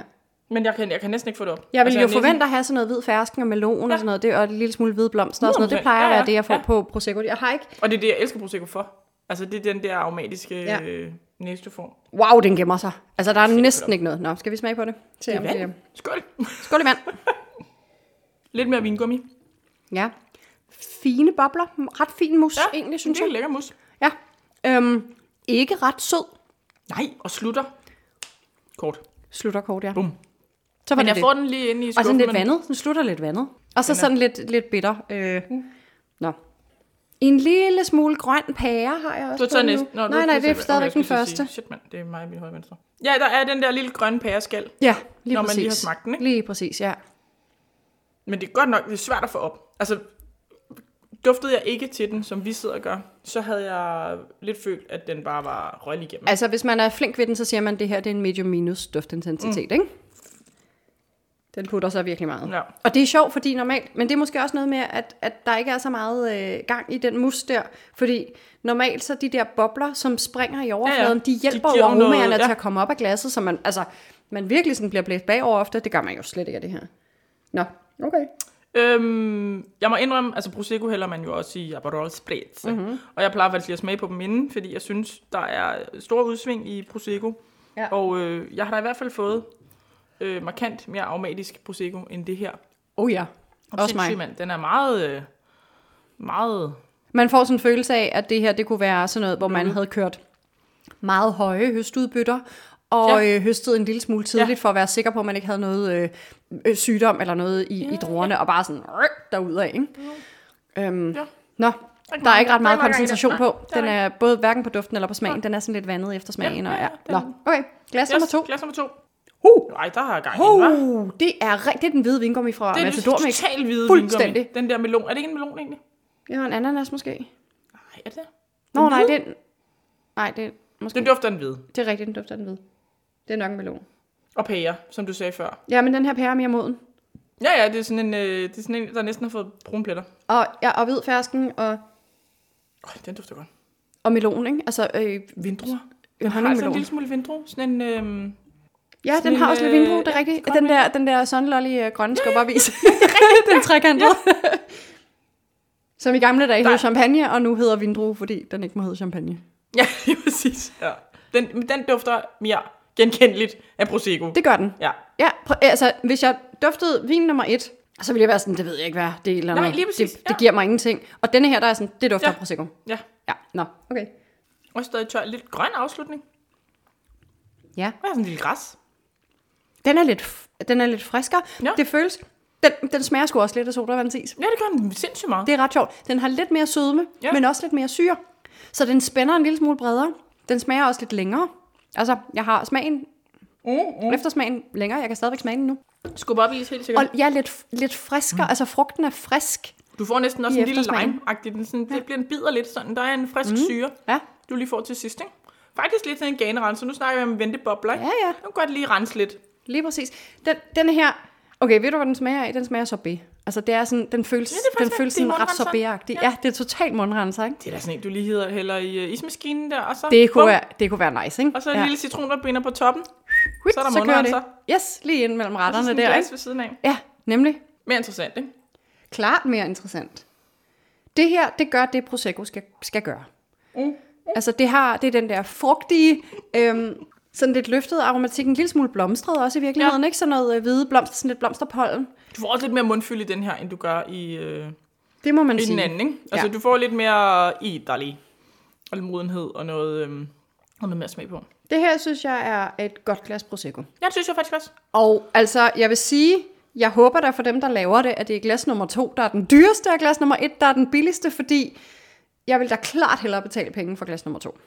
Speaker 2: men jeg kan, jeg kan næsten ikke få det op.
Speaker 1: Jeg
Speaker 2: Altså,
Speaker 1: ville jo
Speaker 2: næsten-
Speaker 1: forvente at have sådan noget hvid fersken og melon ja. og sådan noget, det, og en lille smule hvide blomster og sådan noget. Det
Speaker 2: 100%.
Speaker 1: plejer at
Speaker 2: Ja,
Speaker 1: være
Speaker 2: ja,
Speaker 1: det, jeg får
Speaker 2: ja.
Speaker 1: på Prosecco. Jeg har ikke...
Speaker 2: Og det er det, jeg elsker Prosecco for. Altså, det er den der aromatiske
Speaker 1: Ja.
Speaker 2: ja. øh, næsteform.
Speaker 1: Wow, den gemmer sig. Altså, der er næsten ikke noget. Nå, skal vi smage på det? Se, om det er...
Speaker 2: Skål. (laughs)
Speaker 1: Skål i vand.
Speaker 2: Lidt mere vingummi.
Speaker 1: Ja. Fine bobler. Ret fin mus, ja,
Speaker 2: Ja,
Speaker 1: egentlig, synes
Speaker 2: det er
Speaker 1: jeg.
Speaker 2: lækker mus.
Speaker 1: Ja. Øhm, ikke ret sød.
Speaker 2: Nej, og slutter. Kort.
Speaker 1: Slutter kort, ja.
Speaker 2: Bum.
Speaker 1: Så var
Speaker 2: Men
Speaker 1: det
Speaker 2: jeg
Speaker 1: det.
Speaker 2: får den lige inde i skuffen.
Speaker 1: Og sådan lidt
Speaker 2: men-
Speaker 1: vandet. Den slutter lidt vandet. Og så sådan lidt, lidt bitter. Øh.
Speaker 2: Mm.
Speaker 1: Nå. En lille smule grøn pære har jeg
Speaker 2: Du
Speaker 1: også
Speaker 2: har taget
Speaker 1: på nu.
Speaker 2: næste. Nå, du
Speaker 1: nej,
Speaker 2: har
Speaker 1: nej,
Speaker 2: taget
Speaker 1: det er
Speaker 2: selv-
Speaker 1: stadigvæk
Speaker 2: okay, jeg
Speaker 1: den
Speaker 2: skulle lige
Speaker 1: første.
Speaker 2: sige, Shit, mand. Det er mig i min højre venstre. Ja, der er den der lille grønne pæreskal.
Speaker 1: Ja, lige
Speaker 2: Når man
Speaker 1: præcis.
Speaker 2: lige har smagt den, ikke?
Speaker 1: Lige præcis, ja.
Speaker 2: Men det er godt nok, det er svært at få op. Altså, duftede jeg ikke til den, som vi sidder og gør, så havde jeg lidt følt, at den bare var røglig igennem.
Speaker 1: Altså, hvis man er flink ved den, så siger man, at det her det er en medium minus duftintensitet, mm. ikke? Den putter så virkelig meget.
Speaker 2: Ja.
Speaker 1: Og det er sjovt, fordi normalt, men det er måske også noget med, at, at der ikke er så meget øh, gang i den mus der, fordi normalt så de der bobler, som springer i overfladen,
Speaker 2: Ja, ja.
Speaker 1: ja, ja. de hjælper
Speaker 2: De
Speaker 1: jo
Speaker 2: giver jo noget,
Speaker 1: aromaerne ja.
Speaker 2: ja.
Speaker 1: til at komme op af glasset, så man, altså, man virkelig sådan bliver blæst bagover ofte, det gør man jo slet ikke af det her. Nå, okay.
Speaker 2: Øhm, jeg må indrømme, altså Prosecco hælder man jo også i Aperol Spritz.
Speaker 1: Mhm.
Speaker 2: Mm-hmm. Og jeg plejer faktisk lige at smage på dem inden, fordi jeg synes, der er stor udsving i Prosecco.
Speaker 1: Ja.
Speaker 2: Og øh, jeg har da i hvert fald fået øh, markant mere aromatisk Prosecco end det her.
Speaker 1: Oh ja, også
Speaker 2: Sindssygt,
Speaker 1: mig.
Speaker 2: mand. Den er meget, øh, meget...
Speaker 1: Man får sådan en følelse af, at det her det kunne være sådan noget, hvor
Speaker 2: Mhm.
Speaker 1: man havde kørt meget høje høstudbytter, og ja. øh, høstet en lille smule tidligt, ja.
Speaker 2: Ja.
Speaker 1: for at være sikker på, at man ikke havde noget øh, øh, sygdom eller noget i, ja, i druerne, og bare sådan øh, derudad, ikke? Øhm,
Speaker 2: Mhm. Ja. ikke
Speaker 1: Nå, der er
Speaker 2: meget- der er
Speaker 1: ikke ret meget
Speaker 2: ikke meget
Speaker 1: koncentration
Speaker 2: gang i det.
Speaker 1: på.
Speaker 2: Nej, det er
Speaker 1: Den
Speaker 2: der
Speaker 1: er både hverken på duften eller på smagen. Den er sådan lidt vandet efter smagen.
Speaker 2: Ja,
Speaker 1: og
Speaker 2: ja,
Speaker 1: ja.
Speaker 2: den-
Speaker 1: Nå, okay. Glas nummer to.
Speaker 2: Glas nummer to.
Speaker 1: Huh.
Speaker 2: Nej, der har jeg gang i den, hva'?
Speaker 1: Oh, det er rigtig det er den hvide vingummi fra
Speaker 2: Det er
Speaker 1: Matador Mix.
Speaker 2: totalt hvide
Speaker 1: Fuldstændig.
Speaker 2: vingummi. Den der melon. Er det ikke en melon egentlig?
Speaker 1: Det var en ananas måske.
Speaker 2: Nej, er det det?
Speaker 1: Nå,
Speaker 2: Den
Speaker 1: nej,
Speaker 2: hvide?
Speaker 1: det er, nej, det er måske
Speaker 2: Den dufter af den hvide.
Speaker 1: Det er rigtigt, den dufter af den hvide. Det er nok en melon.
Speaker 2: Og pære, som du sagde før.
Speaker 1: Ja, men den her pære er mere moden.
Speaker 2: Ja, ja, det er sådan en, øh, det er sådan en der næsten har fået brune pletter.
Speaker 1: Og, ja, og hvid fersken og,
Speaker 2: Øj, den dufter godt.
Speaker 1: og melon, ikke? Altså, øh,
Speaker 2: Vindruer.
Speaker 1: øh,
Speaker 2: Har altså en
Speaker 1: honningmelon.
Speaker 2: lille smule vindru. Sådan en...
Speaker 1: (laughs)
Speaker 2: Øhm,
Speaker 1: Ja, den
Speaker 2: sådan
Speaker 1: har
Speaker 2: en,
Speaker 1: også lidt
Speaker 2: øh,
Speaker 1: vindru, det er
Speaker 2: ja,
Speaker 1: rigtigt.
Speaker 2: grøn
Speaker 1: Den der, den der sunlolly øh,
Speaker 2: (laughs)
Speaker 1: grønne skubbervis. (laughs) den trekantede. Som i gamle dage
Speaker 2: Der-
Speaker 1: hed champagne, og nu hedder vindru, fordi den ikke må hedde champagne.
Speaker 2: ja, lige præcis. Ja. Den, men den dufter mere genkendeligt af Prosecco. Det...
Speaker 1: Det gør den.
Speaker 2: Ja.
Speaker 1: Ja, pr- altså, hvis jeg duftede vin nummer et, så ville jeg være sådan, det ved jeg ikke, hvad det er. Eller
Speaker 2: Nej,
Speaker 1: noget.
Speaker 2: lige præcis,
Speaker 1: Det,
Speaker 2: ja.
Speaker 1: det giver mig ingenting. Og denne her, der er sådan, det dufter
Speaker 2: Ja.
Speaker 1: ja. Prosecco.
Speaker 2: ja.
Speaker 1: Ja, nå, okay.
Speaker 2: Og stadig tør. Lidt grøn afslutning.
Speaker 1: Ja.
Speaker 2: Der er sådan en lille græs.
Speaker 1: Den er lidt, f- den er lidt friskere. Ja.
Speaker 2: Ja.
Speaker 1: Det føles... Den, den smager sgu også lidt af sodavandsis.
Speaker 2: Ja, det gør den sindssygt meget.
Speaker 1: Det er ret sjovt. Den har lidt mere sødme, ja.
Speaker 2: Ja.
Speaker 1: men også lidt mere syre. Så den spænder en lille smule bredere. Den smager også lidt længere. Altså, jeg har smagen,
Speaker 2: Mm, mm.
Speaker 1: eftersmagen længere. Jeg kan stadigvæk smage den nu.
Speaker 2: Skub op i is helt sikkert.
Speaker 1: Og jeg er lidt, lidt friskere. Mm. Altså, frugten er frisk.
Speaker 2: Du får næsten
Speaker 1: I
Speaker 2: også en lille
Speaker 1: eftersmagen.
Speaker 2: lime-agtig. Den sådan, Det bliver en bider lidt sådan. Der er en frisk mm. syre.
Speaker 1: Ja,
Speaker 2: du lige får til sidst, ikke? Faktisk lidt sådan en ganerenser. Nu snakker vi om ventebobler, ikke?
Speaker 1: ja, ja.
Speaker 2: Nu kan godt lige rense lidt.
Speaker 1: Lige præcis. Den, den her... Okay, ved du, hvad den smager af? Den smager af sorbet. Altså, det er sådan, den føles,
Speaker 2: Ja, det er
Speaker 1: den
Speaker 2: faktisk
Speaker 1: føles
Speaker 2: rigtigt. Det er
Speaker 1: sådan ret
Speaker 2: mundrenser.
Speaker 1: sorbetagtig. Ja.
Speaker 2: Ja.
Speaker 1: ja, det er totalt mundrenser, ikke?
Speaker 2: Det er da sådan en, du lige hedder, hælder i uh, ismaskinen der, og så...
Speaker 1: Det kunne,
Speaker 2: bum,
Speaker 1: være, det kunne være nice, ikke?
Speaker 2: Og så en
Speaker 1: ja.
Speaker 2: ja. lille citronopbinder på toppen.
Speaker 1: Whip,
Speaker 2: Så er der
Speaker 1: så kører
Speaker 2: mundrenser.
Speaker 1: det. Yes, lige ind mellem
Speaker 2: Og så
Speaker 1: retterne
Speaker 2: sådan en
Speaker 1: der,
Speaker 2: glas
Speaker 1: ikke?
Speaker 2: ved siden af.
Speaker 1: Ja, nemlig.
Speaker 2: Mere interessant, ikke?
Speaker 1: klart mere interessant. Det her, det gør det, Prosecco skal, skal gøre. Mm. Altså, det, har, det er den der frugtige, øhm, sådan lidt løftet aromatik, en lille smule blomstret også i virkeligheden, ja. ikke? Sådan noget øh, hvide blomster, sådan lidt blomsterpollen.
Speaker 2: Du får også lidt mere mundfyld i den her, end du gør i, øh,
Speaker 1: Det må man
Speaker 2: i den
Speaker 1: sige.
Speaker 2: anden, ikke? Altså,
Speaker 1: Ja.
Speaker 2: du får lidt mere i dig lige. Og lidt modenhed og noget, øhm, og noget mere smag på.
Speaker 1: Det her, synes jeg, er et godt glas Prosecco.
Speaker 2: Jeg synes jeg faktisk også.
Speaker 1: Og altså, jeg vil sige, jeg håber da for dem, der laver det, at det er glas nummer to, der er den dyreste, og glas nummer et, der er den billigste, fordi jeg vil da klart hellere betale penge for glas nummer to.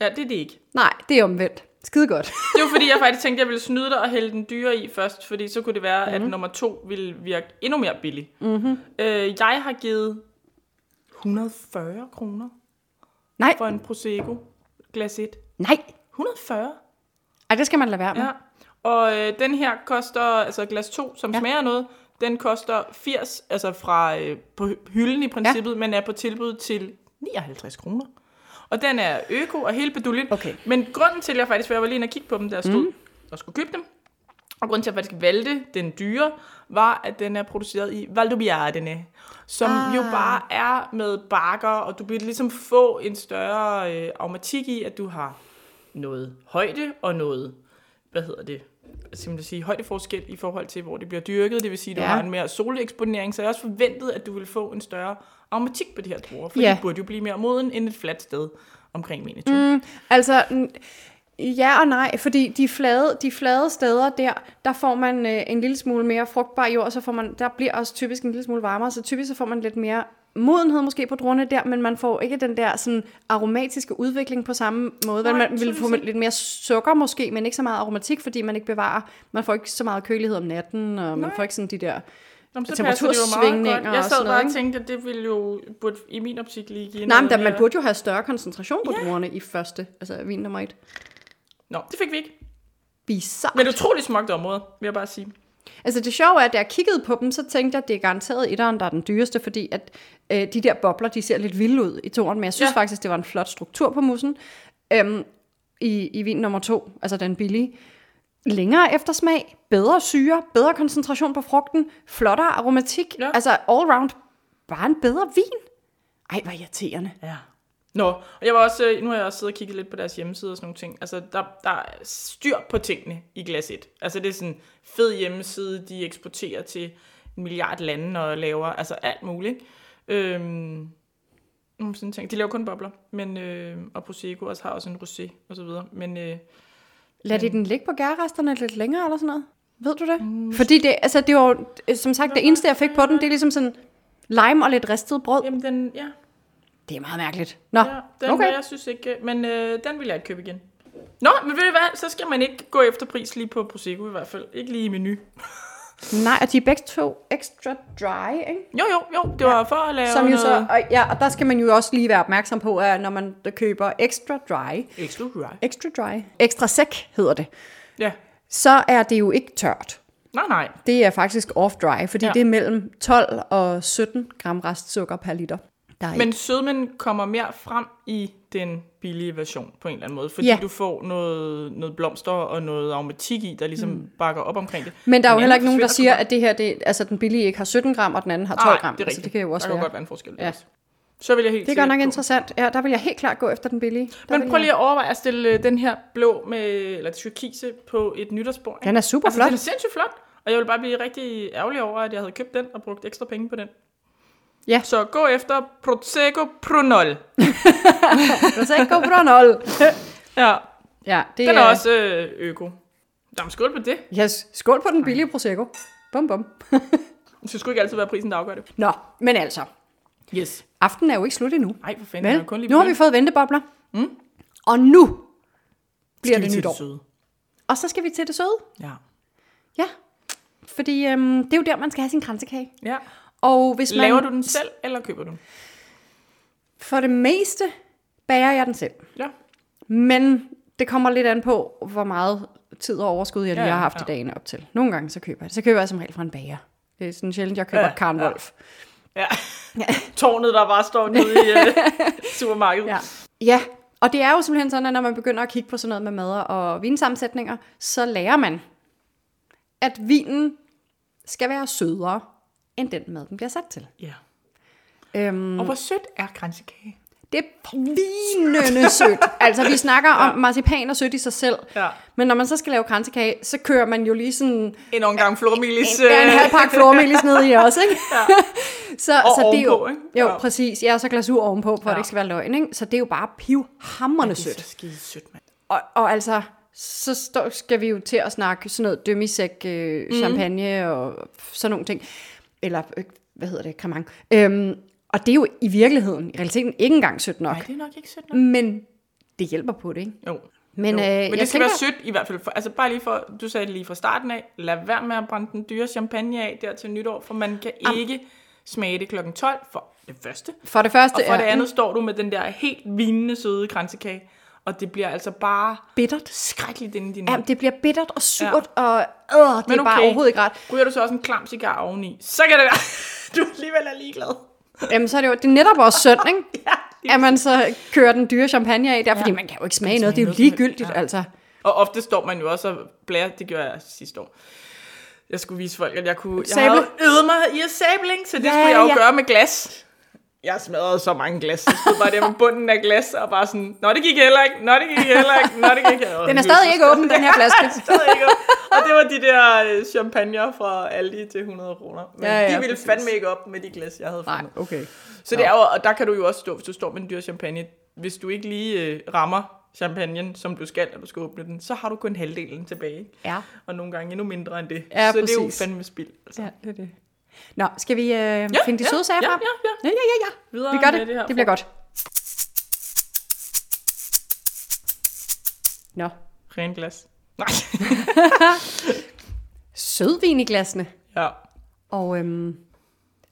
Speaker 2: Ja, det er det ikke.
Speaker 1: Nej, det er omvendt. Skide godt.
Speaker 2: Det var fordi, jeg faktisk tænkte, at jeg ville snyde dig og hælde den dyre i først, fordi så kunne det være, mm-hmm. at nummer to ville virke endnu mere billig. Mm-hmm. Øh, jeg har givet 140 kroner
Speaker 1: Nej,
Speaker 2: for en Prosecco glas 1.
Speaker 1: nej.
Speaker 2: 140?
Speaker 1: Ej, det skal man lade være med.
Speaker 2: Ja. Og øh, den her koster, altså glas 2, som ja. smager af noget, den koster 80, altså fra øh, på hy- hylden i princippet, ja. men er på tilbud til 59 kroner. Og den er øko og hele beduljen.
Speaker 1: Okay.
Speaker 2: Men grunden til, at jeg faktisk, for jeg var lige inde og kigge på dem, der stod mm. og skulle købe dem, og grunden til, at jeg faktisk valgte den dyre, var, at den er produceret i Valdobbiadene, som ah. jo bare er med bakker, og du vil ligesom få en større øh, aromatik i, at du har noget højde og noget, hvad hedder det, simpelthen sige, højdeforskel i forhold til, hvor det bliver dyrket. Det vil sige, at du
Speaker 1: Ja.
Speaker 2: ja. har en mere soleksponering, så jeg også forventet, at du ville få en større aromatik på det her druer, for
Speaker 1: Ja.
Speaker 2: ja. det burde jo blive mere moden end et fladt sted omkring miniatur. Mm.
Speaker 1: Altså, n- ja og nej, fordi de flade, de flade steder der, der får man øh, en lille smule mere frugtbar jord, og så får man, der bliver også typisk en lille smule varmere, så typisk så får man lidt mere modenhed måske på druerne der, men man får ikke den der sådan, aromatiske udvikling på samme måde. Nej,
Speaker 2: Nej,
Speaker 1: man vil
Speaker 2: tydeligvis
Speaker 1: få
Speaker 2: ikke.
Speaker 1: lidt mere sukker måske, men ikke så meget aromatik, fordi man ikke bevarer, man får ikke så meget kølighed om natten, og man
Speaker 2: Nej.
Speaker 1: får ikke sådan de der...
Speaker 2: Nå, men så passer det jo meget
Speaker 1: temperatursvingninger
Speaker 2: godt. Jeg
Speaker 1: og sådan
Speaker 2: sad
Speaker 1: noget,
Speaker 2: bare og
Speaker 1: ikke?
Speaker 2: tænkte, at det ville jo burde, i min optik lige give
Speaker 1: Nej, men
Speaker 2: noget
Speaker 1: da, man
Speaker 2: mere-
Speaker 1: burde jo have større koncentration på druerne i første, altså vin nummer et.
Speaker 2: Nå, det fik vi ikke.
Speaker 1: Bizarre.
Speaker 2: Men det er utroligt smukt område, vil jeg bare sige.
Speaker 1: Altså det sjove er, at da jeg kiggede på dem, så tænkte jeg, at det er garanteret etteren, der er den dyreste, fordi at øh, de der bobler, de ser lidt vilde ud i toren, men jeg synes ja.
Speaker 2: Ja.
Speaker 1: faktisk, det var en flot struktur på mussen. Øhm, i, I vin nummer to, altså den billige. Længere eftersmag, bedre syre, bedre koncentration på frugten, flottere aromatik, ja.
Speaker 2: Ja.
Speaker 1: altså all round, bare en bedre vin. Ej, hvor irriterende.
Speaker 2: Ja. Nå, og jeg var også, øh, nu har jeg også siddet og kigget lidt på deres hjemmeside og sådan nogle ting. Altså, der, der er styr på tingene i glas 1. Altså, det er sådan en fed hjemmeside, de eksporterer til en milliard lande og laver altså alt muligt. ikke? Øhm, mm, sådan ting. De laver kun bobler, men, øh, og Prosecco også har også en rosé og så videre. Men øh,
Speaker 1: Lad de den ligge på gærresterne lidt længere eller sådan noget? Ved du det? Mm. Fordi det, altså, det var jo, øh, som sagt, det eneste, jeg fik på den, det er ligesom sådan lime og lidt ristet brød.
Speaker 2: jamen, den, ja,
Speaker 1: Det er meget mærkeligt. Nå,
Speaker 2: ja den,
Speaker 1: Ah, okay.
Speaker 2: okay. jeg synes ikke, øh, men øh, den vil jeg ikke købe igen. Nå, men ved du hvad, så skal man ikke gå efter pris lige på Prosecco i hvert fald. Ikke lige i menu.
Speaker 1: Nej, og de er begge to extra dry, ikke?
Speaker 2: Jo, jo, jo, det var for at lave
Speaker 1: Som jo
Speaker 2: noget...
Speaker 1: så, og, ja, og der skal man jo også lige være opmærksom på, at når man køber extra dry,
Speaker 2: Extra dry.
Speaker 1: extra dry, ekstra sæk hedder det,
Speaker 2: Ja.
Speaker 1: så er det jo ikke tørt.
Speaker 2: Nej, nej.
Speaker 1: Det er faktisk off dry, fordi ja.
Speaker 2: Ja.
Speaker 1: det er mellem 12 og 17 gram restsukker per liter. Der er
Speaker 2: Men sødmen kommer mere frem i den billige version på en eller anden måde, fordi
Speaker 1: Ja.
Speaker 2: ja. du får noget, noget blomster og noget aromatik i, der ligesom mm. bakker op omkring det.
Speaker 1: Men der er jo
Speaker 2: Den
Speaker 1: heller
Speaker 2: anden
Speaker 1: ikke nogen, der
Speaker 2: forsvinder
Speaker 1: siger, at det her, det, altså den billige ikke har 17 gram, og den anden har
Speaker 2: kun-
Speaker 1: 12 gram.
Speaker 2: Nej, det er
Speaker 1: altså,
Speaker 2: rigtigt.
Speaker 1: det kan jo også
Speaker 2: der kan
Speaker 1: være.
Speaker 2: godt være en forskel.
Speaker 1: Ja.
Speaker 2: Ja. Så vil jeg helt
Speaker 1: Det er godt
Speaker 2: sikkert
Speaker 1: nok
Speaker 2: gå.
Speaker 1: interessant. Ja, der vil jeg helt klart gå efter den billige. Der vil
Speaker 2: Men prøv
Speaker 1: jeg-
Speaker 2: lige at overveje at stille øh, den her blå med, eller tyrkise på et nytårsbord. ikke?
Speaker 1: Den er super
Speaker 2: Altså,
Speaker 1: flot.
Speaker 2: den er sindssygt flot, og jeg ville bare blive rigtig ærgerlig over, at jeg havde købt den og brugt ekstra penge på den.
Speaker 1: Ja.
Speaker 2: Så gå efter Prosecco Pronol.
Speaker 1: Prosecco Brunol.
Speaker 2: Ja,
Speaker 1: Ja, det
Speaker 2: den er også øh, øko. Jamen, skål på det.
Speaker 1: Yes, skål på den billige Prosecco. Bum, bum.
Speaker 2: Det skulle ikke altid være prisen, der afgør det.
Speaker 1: Nå, men altså,
Speaker 2: Yes.
Speaker 1: aftenen er jo ikke slut endnu.
Speaker 2: Nej, for fanden.
Speaker 1: Vel,
Speaker 2: jeg kun lige
Speaker 1: nu har vi fået ventebobler. Mm. Og nu bliver
Speaker 2: Skal vi
Speaker 1: det
Speaker 2: til
Speaker 1: nytår.
Speaker 2: søde?
Speaker 1: Og så skal vi til det søde.
Speaker 2: Ja.
Speaker 1: Ja, fordi øhm, det er jo der, man skal have sin kransekage.
Speaker 2: ja.
Speaker 1: Og hvis man
Speaker 2: Laver du den selv, eller køber du den?
Speaker 1: for det meste bager jeg den selv.
Speaker 2: Ja.
Speaker 1: Men det kommer lidt an på, hvor meget tid og overskud, jeg lige
Speaker 2: Ja, ja,
Speaker 1: har haft ja.
Speaker 2: ja.
Speaker 1: i dagen op til. Nogle gange så køber jeg det. Så køber jeg som regel fra en bager. Det er sådan sjældent, jeg køber ja,
Speaker 2: Ja,
Speaker 1: Karen
Speaker 2: ja.
Speaker 1: Wolf.
Speaker 2: ja. Tårnet, der bare står nede i
Speaker 1: (laughs)
Speaker 2: uh, supermarkedet.
Speaker 1: Ja. ja, og det er jo simpelthen sådan, at når man begynder at kigge på sådan noget med mad og vinsammensætninger, så lærer man, at vinen skal være sødere end den mad, den bliver sat til.
Speaker 2: Ja.
Speaker 1: Øhm,
Speaker 2: Og hvor sødt er kransekage?
Speaker 1: det
Speaker 2: (laughs)
Speaker 1: er vinende sødt. Altså, vi snakker ja. om marcipan og sødt i sig selv.
Speaker 2: Ja.
Speaker 1: Men når man så skal lave kransekage, så kører man jo lige sådan
Speaker 2: En omgang flormelis. øh.
Speaker 1: en, en halv pakke
Speaker 2: (laughs)
Speaker 1: flormelis ned i også, ikke? Ja. (laughs) så,
Speaker 2: Og
Speaker 1: så det er jo,
Speaker 2: ovenpå, ikke?
Speaker 1: jo
Speaker 2: Ja.
Speaker 1: præcis. Ja, og så glasur ovenpå, for ja. at
Speaker 2: Ja.
Speaker 1: det ikke skal være løgn, ikke? Så det er jo bare pivhammerende
Speaker 2: Det er
Speaker 1: sødt.
Speaker 2: så skide sødt, mand.
Speaker 1: Og, og altså, så står, skal vi jo til at snakke sådan noget dømisæk, øh,
Speaker 2: Mhm.
Speaker 1: mm. champagne og sådan nogle ting. Eller, øh, hvad hedder det, kramang. Øhm, og det er jo i virkeligheden, i realiteten, ikke engang sødt nok.
Speaker 2: Nej, det er nok ikke sødt nok.
Speaker 1: Men det hjælper på det, ikke?
Speaker 2: Jo.
Speaker 1: Men,
Speaker 2: jo.
Speaker 1: øh,
Speaker 2: Men
Speaker 1: jeg
Speaker 2: det skal
Speaker 1: tænker-
Speaker 2: være sødt i hvert fald. For, altså bare lige for, du sagde det lige fra starten af, lad være med at brænde den dyre champagne af der til nytår, for man kan Am. ikke smage det klokken 12 for det første.
Speaker 1: For det første
Speaker 2: Og for
Speaker 1: er
Speaker 2: det andet står du med den der helt vinende søde kransekage, og det bliver altså bare
Speaker 1: bittert.
Speaker 2: skrækkeligt inde i din
Speaker 1: Ja,
Speaker 2: mund.
Speaker 1: det bliver bittert og surt, ja. og øh, det er
Speaker 2: Men
Speaker 1: bare
Speaker 2: okay.
Speaker 1: overhovedet ikke ret.
Speaker 2: Ryger du så også en klam cigar oveni, så kan det være, (laughs) du alligevel er ligeglad.
Speaker 1: Jamen, så er det jo det er netop også synd,
Speaker 2: (laughs)
Speaker 1: ikke?
Speaker 2: Ja, det-
Speaker 1: at man så kører den dyre champagne af der, fordi man kan jo ikke smage noget. Det er jo
Speaker 2: noget som helst.
Speaker 1: ligegyldigt, ja. altså.
Speaker 2: Og ofte står man jo også og blærer, det gjorde jeg sidste år. Jeg skulle vise folk, at jeg kunne...
Speaker 1: Sable.
Speaker 2: Jeg havde øvet mig i at sable, ikke? så det
Speaker 1: Ja,
Speaker 2: ja, skulle jeg jo
Speaker 1: ja.
Speaker 2: ja. gøre med glas. Jeg smadrede så mange glas. Jeg stod bare der med bunden af glas og bare sådan, Nå, det gik heller ikke, nå, det gik heller ikke, nå, det gik heller ikke.
Speaker 1: Den er stadig ikke åben, den her
Speaker 2: (laughs)
Speaker 1: flaske.
Speaker 2: stadig ikke åben. Og det var de der øh, champagner fra Aldi til 100 kroner. Men
Speaker 1: Ja,
Speaker 2: ja,
Speaker 1: ja,
Speaker 2: ja, de ville
Speaker 1: præcis.
Speaker 2: fandme ikke op med de glas, jeg havde
Speaker 1: Nej,
Speaker 2: fundet.
Speaker 1: okay.
Speaker 2: Så det er jo, og der kan du jo også stå, hvis du står med en dyr champagne, hvis du ikke lige øh, rammer champagnen, som du skal, når du skal åbne den, så har du kun halvdelen tilbage. ikke?
Speaker 1: Ja.
Speaker 2: Og nogle gange endnu mindre end det.
Speaker 1: Ja,
Speaker 2: så det er jo
Speaker 1: præcis.
Speaker 2: fandme spild. Altså.
Speaker 1: Ja, det er det. Nå, skal vi øh, ja, finde de
Speaker 2: ja,
Speaker 1: søde sager
Speaker 2: ja,
Speaker 1: frem?
Speaker 2: ja, ja.
Speaker 1: ja, ja, ja.
Speaker 2: Videre
Speaker 1: Vi gør
Speaker 2: med
Speaker 1: det.
Speaker 2: det her
Speaker 1: Det, det bliver godt. Nå,
Speaker 2: Ren glas. Nej. (laughs)
Speaker 1: sødvin i glasene.
Speaker 2: ja.
Speaker 1: Og øhm,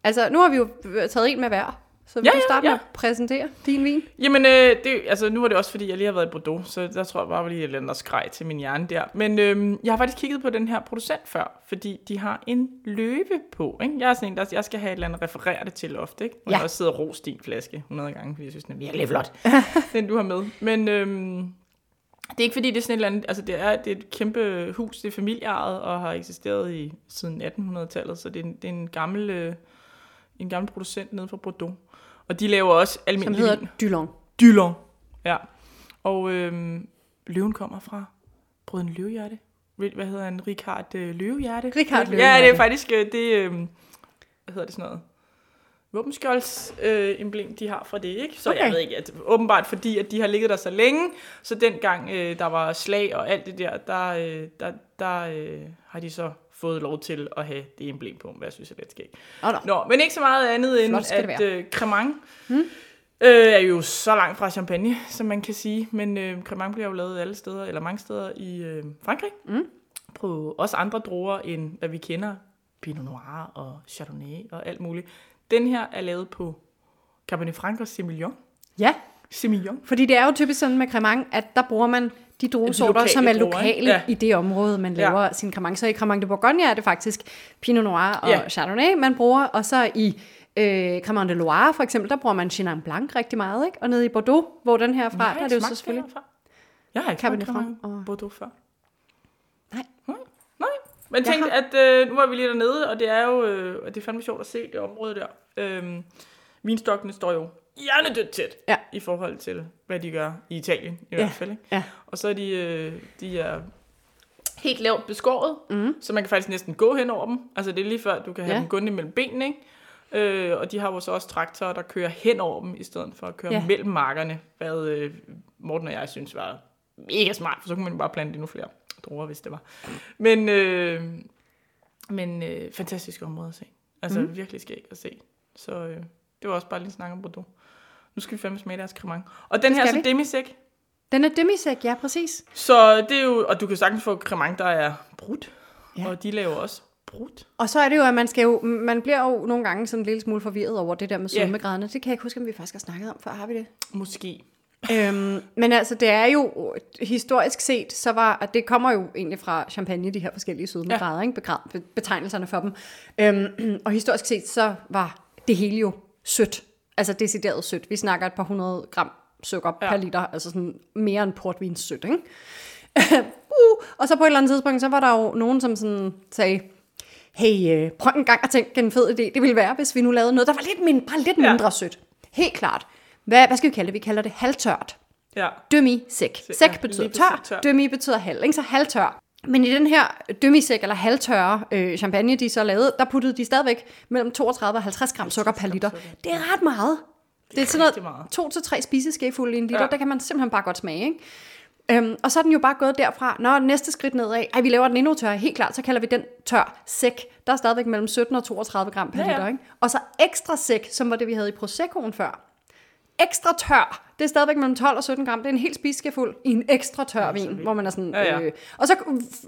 Speaker 1: altså, nu har vi jo taget en med hver. Så vil
Speaker 2: Ja,
Speaker 1: du
Speaker 2: ja,
Speaker 1: starte
Speaker 2: ja.
Speaker 1: med at præsentere din vin?
Speaker 2: Jamen, øh, det, altså, nu var det også, fordi jeg lige har været i Bordeaux, så der tror jeg bare, at jeg lander skreg til min hjerne der. Men øh, jeg har faktisk kigget på den her producent før, fordi de har en løve på. Ikke? Jeg er sådan en, der jeg skal have et eller andet at referere det til ofte. Ikke? Og
Speaker 1: Ja.
Speaker 2: ja. jeg også sidder og rost din flaske 100 gange, fordi jeg synes, den er virkelig flot. den, du har med. Men øh, Det er ikke fordi, det er sådan et eller andet, altså det er, det er et kæmpe hus, det er familieejet og har eksisteret i siden 1800-tallet, så det er en, det er en, gammel, øh, en gammel producent nede fra Bordeaux. Og de laver også
Speaker 1: Som
Speaker 2: almindelig
Speaker 1: hedder
Speaker 2: vin.
Speaker 1: Dylon.
Speaker 2: Dylon. Ja. Og øh, løven kommer fra Brøden Løvehjerte. Ved- Hvad hedder han? Richard øh, Løvehjerte?
Speaker 1: Richard
Speaker 2: Ja, det
Speaker 1: Løvehjerte.
Speaker 2: er faktisk øh, det, øh, hvad hedder det sådan noget? våbenskjolds øh, emblem, de har fra det, ikke? Så okay.
Speaker 1: Okay.
Speaker 2: jeg ved ikke, at, åbenbart fordi, at de har ligget der så længe, så dengang øh, der var slag og alt det der, der, øh, der, der øh, har de så fået lov til at have det emblem på, hvad jeg synes er lidt skægt.
Speaker 1: Nå, nå.
Speaker 2: Nå, men ikke så meget andet end,
Speaker 1: Flot skal det
Speaker 2: at
Speaker 1: være. Hmm?
Speaker 2: øh, cremant øh, er jo så langt fra champagne, som man kan sige. Men øh, cremant bliver jo lavet alle steder, eller mange steder i øh, Frankrig.
Speaker 1: Hmm?
Speaker 2: Mm. På også andre druer, end hvad vi kender. Pinot Noir og Chardonnay og alt muligt. Den her er lavet på Cabernet Franc og Semillon.
Speaker 1: Ja,
Speaker 2: Semillon.
Speaker 1: Fordi det er jo typisk sådan med cremant, at der bruger man de druesorter,
Speaker 2: lokale
Speaker 1: som er
Speaker 2: druer,
Speaker 1: lokale
Speaker 2: ikke?
Speaker 1: ja.
Speaker 2: Ja.
Speaker 1: i det område, man
Speaker 2: Ja.
Speaker 1: laver ja. sin cremant. Så i Cremant de Bourgogne er det faktisk Pinot Noir og ja.
Speaker 2: Ja.
Speaker 1: Chardonnay, man bruger. Og så i øh, Cremant de Loire for eksempel, der bruger man Chenin Blanc rigtig meget. Ikke? Og nede i Bordeaux, hvor den her er fra, der er det jo så selvfølgelig...
Speaker 2: Jeg har ikke
Speaker 1: Cabernet
Speaker 2: Cabernet
Speaker 1: Franc
Speaker 2: Franc
Speaker 1: og-
Speaker 2: og Bordeaux før.
Speaker 1: Nej.
Speaker 2: Nej. Nej. Men tænk, at øh, nu var vi lige dernede, og det er jo øh, og det er fandme sjovt at se det område der. Øhm, vinstokkene står jo hjernedødt tæt
Speaker 1: Ja.
Speaker 2: i forhold til, hvad de gør i Italien i hvert fald. Ikke?
Speaker 1: Ja.
Speaker 2: Og så er de, øh, de er helt lavt beskåret, mm. så man kan faktisk næsten gå hen over dem. Altså det er lige før, du kan have
Speaker 1: Ja.
Speaker 2: ja. dem gående mellem benene, ikke? Øh, og de har jo så også traktorer, der kører hen over dem, i stedet for at køre
Speaker 1: Ja.
Speaker 2: ja. mellem markerne, hvad øh, Morten og jeg synes var mega smart, for så kunne man jo bare plante endnu flere druer, hvis det var. Men, øh, men øh, fantastisk område at se. Altså mm. virkelig skægt at se. Så øh, det var også bare lige en snak om Bordeaux. Nu skal vi fandme smage deres cremant. Og den her altså er
Speaker 1: skal
Speaker 2: så
Speaker 1: vi.
Speaker 2: demisek,
Speaker 1: Den er demisæk, ja, præcis.
Speaker 2: så det er jo, og du kan sagtens få cremant, der er brudt.
Speaker 1: Ja.
Speaker 2: Ja. Og de laver også brudt.
Speaker 1: Og så er det jo, at man, skal jo, man bliver jo nogle gange sådan en lille smule forvirret over det der med
Speaker 2: Ja.
Speaker 1: sødmegraderne. Det kan jeg ikke huske, om vi faktisk har snakket om, for har vi det?
Speaker 2: Måske.
Speaker 1: Øhm, men altså, det er jo historisk set, så var, at det kommer jo egentlig fra champagne, de her forskellige sødmegrader, ja. ikke? Begra- be- betegnelserne for dem. Øhm, og historisk set, så var det hele jo sødt. Altså decideret sødt. Vi snakker et par hundrede gram sukker ja. per liter, altså sådan mere end portvins sødt, ikke? uh, og så på et eller andet tidspunkt, så var der jo nogen, som sådan sagde, hey, øh, prøv en gang at tænke en fed idé, det ville være, hvis vi nu lavede noget, der var lidt mindre, bare lidt
Speaker 2: Ja.
Speaker 1: mindre sødt. Helt klart. Hvad, hvad skal vi kalde det? Vi kalder det halvtørt.
Speaker 2: Ja.
Speaker 1: Dømmisæk.
Speaker 2: ja,
Speaker 1: Sæk
Speaker 2: lige
Speaker 1: betyder
Speaker 2: præcis,
Speaker 1: tør,
Speaker 2: tør.
Speaker 1: tør. dømmi betyder halv, ikke? så halvtør. Men i den her dømmisæk, eller halvtørre øh, champagne, de så lavede, der puttede de stadigvæk mellem 32 og 50 gram sukker per liter. Det er ret meget. Det er sådan
Speaker 2: rigtig meget.
Speaker 1: noget, to til tre spiseskefulde i en liter,
Speaker 2: Ja.
Speaker 1: ja. der kan man simpelthen bare godt smage, ikke? Øhm, og så er den jo bare gået derfra. Nå, næste skridt nedad. Ej, vi laver den endnu tørre. Helt klart, så kalder vi den tør sæk. Der er stadigvæk mellem 17 og 32 gram per
Speaker 2: Ja,
Speaker 1: ja,
Speaker 2: ja.
Speaker 1: ja. liter, ikke? Og så ekstra sæk, som var det, vi havde i Proseccoen før ekstra tør. Det er stadigvæk mellem 12 og 17 gram. Det er en helt spiseskefuld i en ekstra tør vin, hvor man er sådan...
Speaker 2: Ja, ja.
Speaker 1: Øh, og så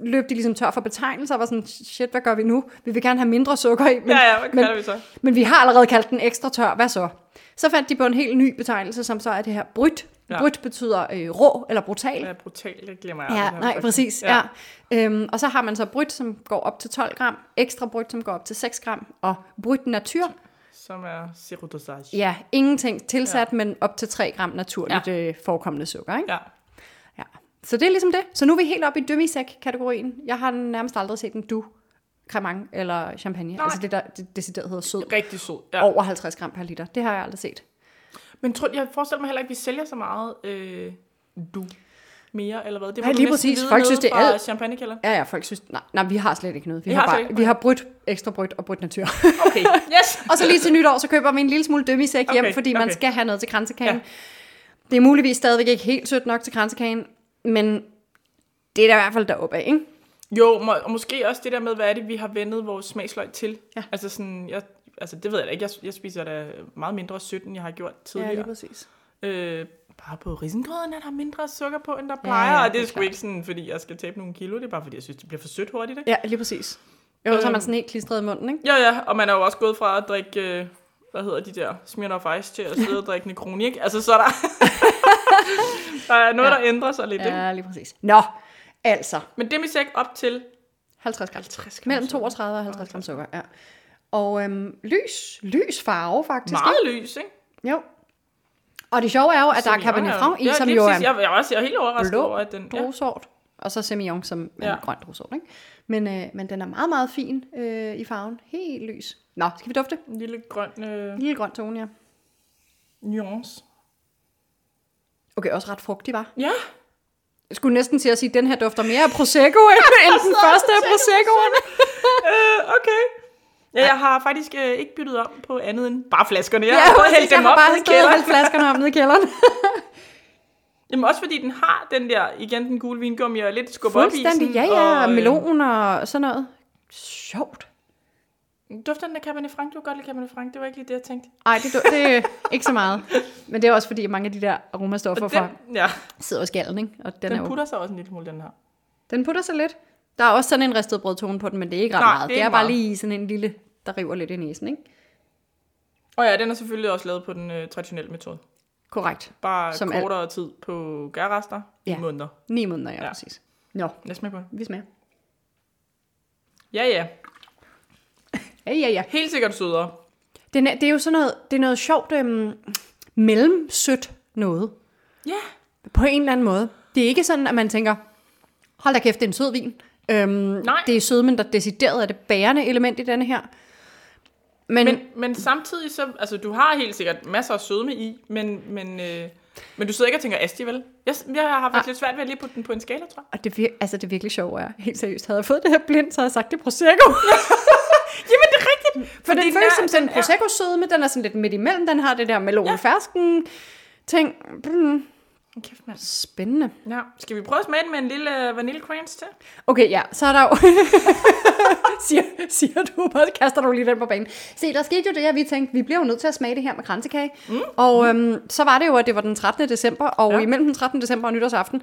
Speaker 1: løb de ligesom tør for betegnelser og var sådan, shit, hvad gør vi nu? Vi vil gerne have mindre sukker i, men,
Speaker 2: Ja, ja, hvad kalder
Speaker 1: men,
Speaker 2: vi så?
Speaker 1: men vi har allerede kaldt den ekstra tør. Hvad så? Så fandt de på en helt ny betegnelse, som så er det her bryt.
Speaker 2: Ja.
Speaker 1: Ja. Bryt betyder øh, rå eller brutal.
Speaker 2: Ja, brutalt, det glemmer jeg.
Speaker 1: Ja,
Speaker 2: aldrig,
Speaker 1: nej,
Speaker 2: faktisk.
Speaker 1: præcis. Ja. Ja. Øhm, og så har man så bryt, som går op til 12 gram, ekstra bryt, som går op til 6 gram, og bryt natur,
Speaker 2: Som er sirop dosage.
Speaker 1: Ja, ingenting tilsat, ja. men op til 3 gram naturligt ja. øh, forekommende sukker. Ikke?
Speaker 2: Ja.
Speaker 1: Ja. Så det er ligesom det. Så nu er vi helt oppe i dømmisæk-kategorien. Jeg har nærmest aldrig set en du cremant eller champagne. Nej. Altså det, der det decideret hedder sød.
Speaker 2: Rigtig sød. Ja.
Speaker 1: Ja. Over 50 gram per liter. Det har jeg aldrig set.
Speaker 2: Men tror, jeg forestiller mig heller ikke, at vi sælger så meget øh, du mere, eller hvad? Det må
Speaker 1: Nej,
Speaker 2: du
Speaker 1: lige
Speaker 2: næsten
Speaker 1: præcis.
Speaker 2: vide
Speaker 1: Folk
Speaker 2: nede
Speaker 1: synes, det er
Speaker 2: fra
Speaker 1: alt. (laughs)
Speaker 2: champagnekælderen.
Speaker 1: Ja, ja, folk synes... Nej, nej vi har slet ikke noget. Vi,
Speaker 2: I
Speaker 1: har,
Speaker 2: har slet
Speaker 1: bare,
Speaker 2: ikke
Speaker 1: vi har brudt, ekstra brudt og brudt natur. (laughs)
Speaker 2: Okay, yes.
Speaker 1: og så lige til nytår, så køber vi en lille smule dømmisæk hjem,
Speaker 2: Okay,
Speaker 1: fordi man
Speaker 2: okay.
Speaker 1: skal have noget til kransekagen.
Speaker 2: Ja.
Speaker 1: Ja. Det er muligvis stadigvæk ikke helt sødt nok til kransekagen, men det er da i hvert fald deroppe af, ikke?
Speaker 2: Jo, må, og måske også det der med, hvad er det, vi har vendet vores smagsløg til.
Speaker 1: Ja.
Speaker 2: Altså, sådan, jeg, altså, det ved jeg da ikke. Jeg, jeg spiser da meget mindre sødt, end jeg har gjort tidligere.
Speaker 1: præcis.
Speaker 2: øh, bare på risengrøden er der mindre sukker på, end der plejer. Ja,
Speaker 1: ja,
Speaker 2: og det
Speaker 1: det
Speaker 2: er
Speaker 1: er
Speaker 2: sgu
Speaker 1: klart.
Speaker 2: ikke sådan, fordi jeg skal tabe nogle kilo. Det er bare, fordi jeg synes, det bliver for sødt hurtigt. Ikke?
Speaker 1: Ja, lige præcis. Jo, så har man sådan helt klistret i munden, ikke?
Speaker 2: Ja, ja, og man er jo også gået fra at drikke, øh, hvad hedder de der, Smirnoff Ice til at sidde og drikke Negroni, ikke? Altså, så er der,
Speaker 1: (laughs)
Speaker 2: der er noget, ja.
Speaker 1: Ja.
Speaker 2: der ændrer sig lidt, ja. ikke?
Speaker 1: Ja, lige præcis. Nå, altså.
Speaker 2: Men demisæk op til
Speaker 1: 50 gram.
Speaker 2: 50
Speaker 1: Mellem 32 og 50 gram sukker, ja. Og øhm, lys, lys farve faktisk.
Speaker 2: Meget lys, ikke?
Speaker 1: ikke? Jo. Og det sjove er jo, at der er
Speaker 2: Semillon
Speaker 1: Cabernet
Speaker 2: jo-
Speaker 1: Franc i,
Speaker 2: ja,
Speaker 1: som
Speaker 2: lige
Speaker 1: jo
Speaker 2: præcis.
Speaker 1: er
Speaker 2: Jeg, jeg, var også, jeg er helt overrasket
Speaker 1: blå
Speaker 2: over, at den... Ja.
Speaker 1: druesort, og så Semillon, som er
Speaker 2: Ja.
Speaker 1: ja. en grøn druesort, ikke? Men, øh, men den er meget, meget fin øh, i farven. Helt lys. Nå, skal vi dufte?
Speaker 2: En lille grøn øh,
Speaker 1: En lille grøn tone, ja.
Speaker 2: nuance.
Speaker 1: Okay, også ret frugtig, var.
Speaker 2: Ja,
Speaker 1: Jeg skulle næsten til at sige, at den her dufter mere af Prosecco, (laughs) end, end den første af Proseccoerne.
Speaker 2: Øh, okay. Ja, jeg har faktisk øh, ikke byttet om på andet end bare flaskerne. Jeg
Speaker 1: Ja,
Speaker 2: har
Speaker 1: præcis,
Speaker 2: prøvet at hælde
Speaker 1: jeg
Speaker 2: dem
Speaker 1: har
Speaker 2: op
Speaker 1: bare
Speaker 2: ned i
Speaker 1: stået og
Speaker 2: kælderen.
Speaker 1: hældt flaskerne om nede i kælderen.
Speaker 2: Jamen også fordi den har den der, igen den gule vingummi, og lidt skub op i
Speaker 1: Fuldstændig, ja, ja, og, melon og sådan noget. Sjovt.
Speaker 2: Øh, dufter den af Cabernet Franc? Du kan godt lide Cabernet Franc, det var ikke lige det, jeg tænkte.
Speaker 1: Ej, det, du- det er ikke så meget. Men det er også fordi, at mange af de der aromastoffer
Speaker 2: Og
Speaker 1: den, fra
Speaker 2: den, ja,
Speaker 1: sidder i skallen, ikke? Og den, er
Speaker 2: den
Speaker 1: jo,
Speaker 2: putter sig også en lille smule, den her.
Speaker 1: den putter sig lidt. Der er også sådan en ristet brødtone på den, men det er ikke ret
Speaker 2: Nej,
Speaker 1: meget.
Speaker 2: det
Speaker 1: Det
Speaker 2: er
Speaker 1: er,
Speaker 2: ikke
Speaker 1: bare
Speaker 2: meget.
Speaker 1: lige sådan en lille, der river lidt i næsen, ikke?
Speaker 2: Og ja, den er selvfølgelig også lavet på den øh, traditionelle metode.
Speaker 1: Korrekt.
Speaker 2: Bare Som
Speaker 1: Som alt.
Speaker 2: kortere tid på gærrester i
Speaker 1: Ja.
Speaker 2: måneder.
Speaker 1: Ni måneder, ja,
Speaker 2: Ja.
Speaker 1: ja. præcis. Nå,
Speaker 2: Lad os smage på den.
Speaker 1: vi smager.
Speaker 2: Ja, ja.
Speaker 1: Ja, ja, ja.
Speaker 2: Helt sikkert sødere.
Speaker 1: Det er, det er jo sådan noget, det er noget sjovt øhm, mellemsødt noget.
Speaker 2: Ja.
Speaker 1: På en eller anden måde. Det er ikke sådan, at man tænker, hold da kæft, det er en sød vin. Øhm, Nej. Det er sødmen, der decideret er det bærende element i denne her. Men, men
Speaker 2: Men, men samtidig så, altså du har helt sikkert masser af sødme i, men, men, øh, men du sidder ikke og tænker asti, vel? Jeg, jeg har faktisk lidt svært ved at lige putte den på en skala, tror jeg.
Speaker 1: og det, vir- altså, det er virkelig sjovt, er helt seriøst. Havde jeg fået det her blind, så havde jeg sagt, det er Prosecco.
Speaker 2: (laughs) Jamen det er rigtigt!
Speaker 1: For den,
Speaker 2: den
Speaker 1: føles
Speaker 2: er-
Speaker 1: som sådan en
Speaker 2: den er-
Speaker 1: Prosecco-sødme, den er sådan lidt midt imellem, den har det der melonfersken ting. Mm,
Speaker 2: Kæft, mand.
Speaker 1: spændende.
Speaker 2: Ja. Skal vi prøve at smage den med en lille øh, vaniljekrans til?
Speaker 1: Okay, ja, så er der jo... (laughs) siger, siger du, bare kaster du lige den på banen. Se, der skete jo det, at vi tænkte, vi bliver jo nødt til at smage det her med kransekage. Mm. Og øhm, så var det jo, at det var den 13. december, og
Speaker 2: Ja.
Speaker 1: ja. imellem den 13. december og nytårsaften,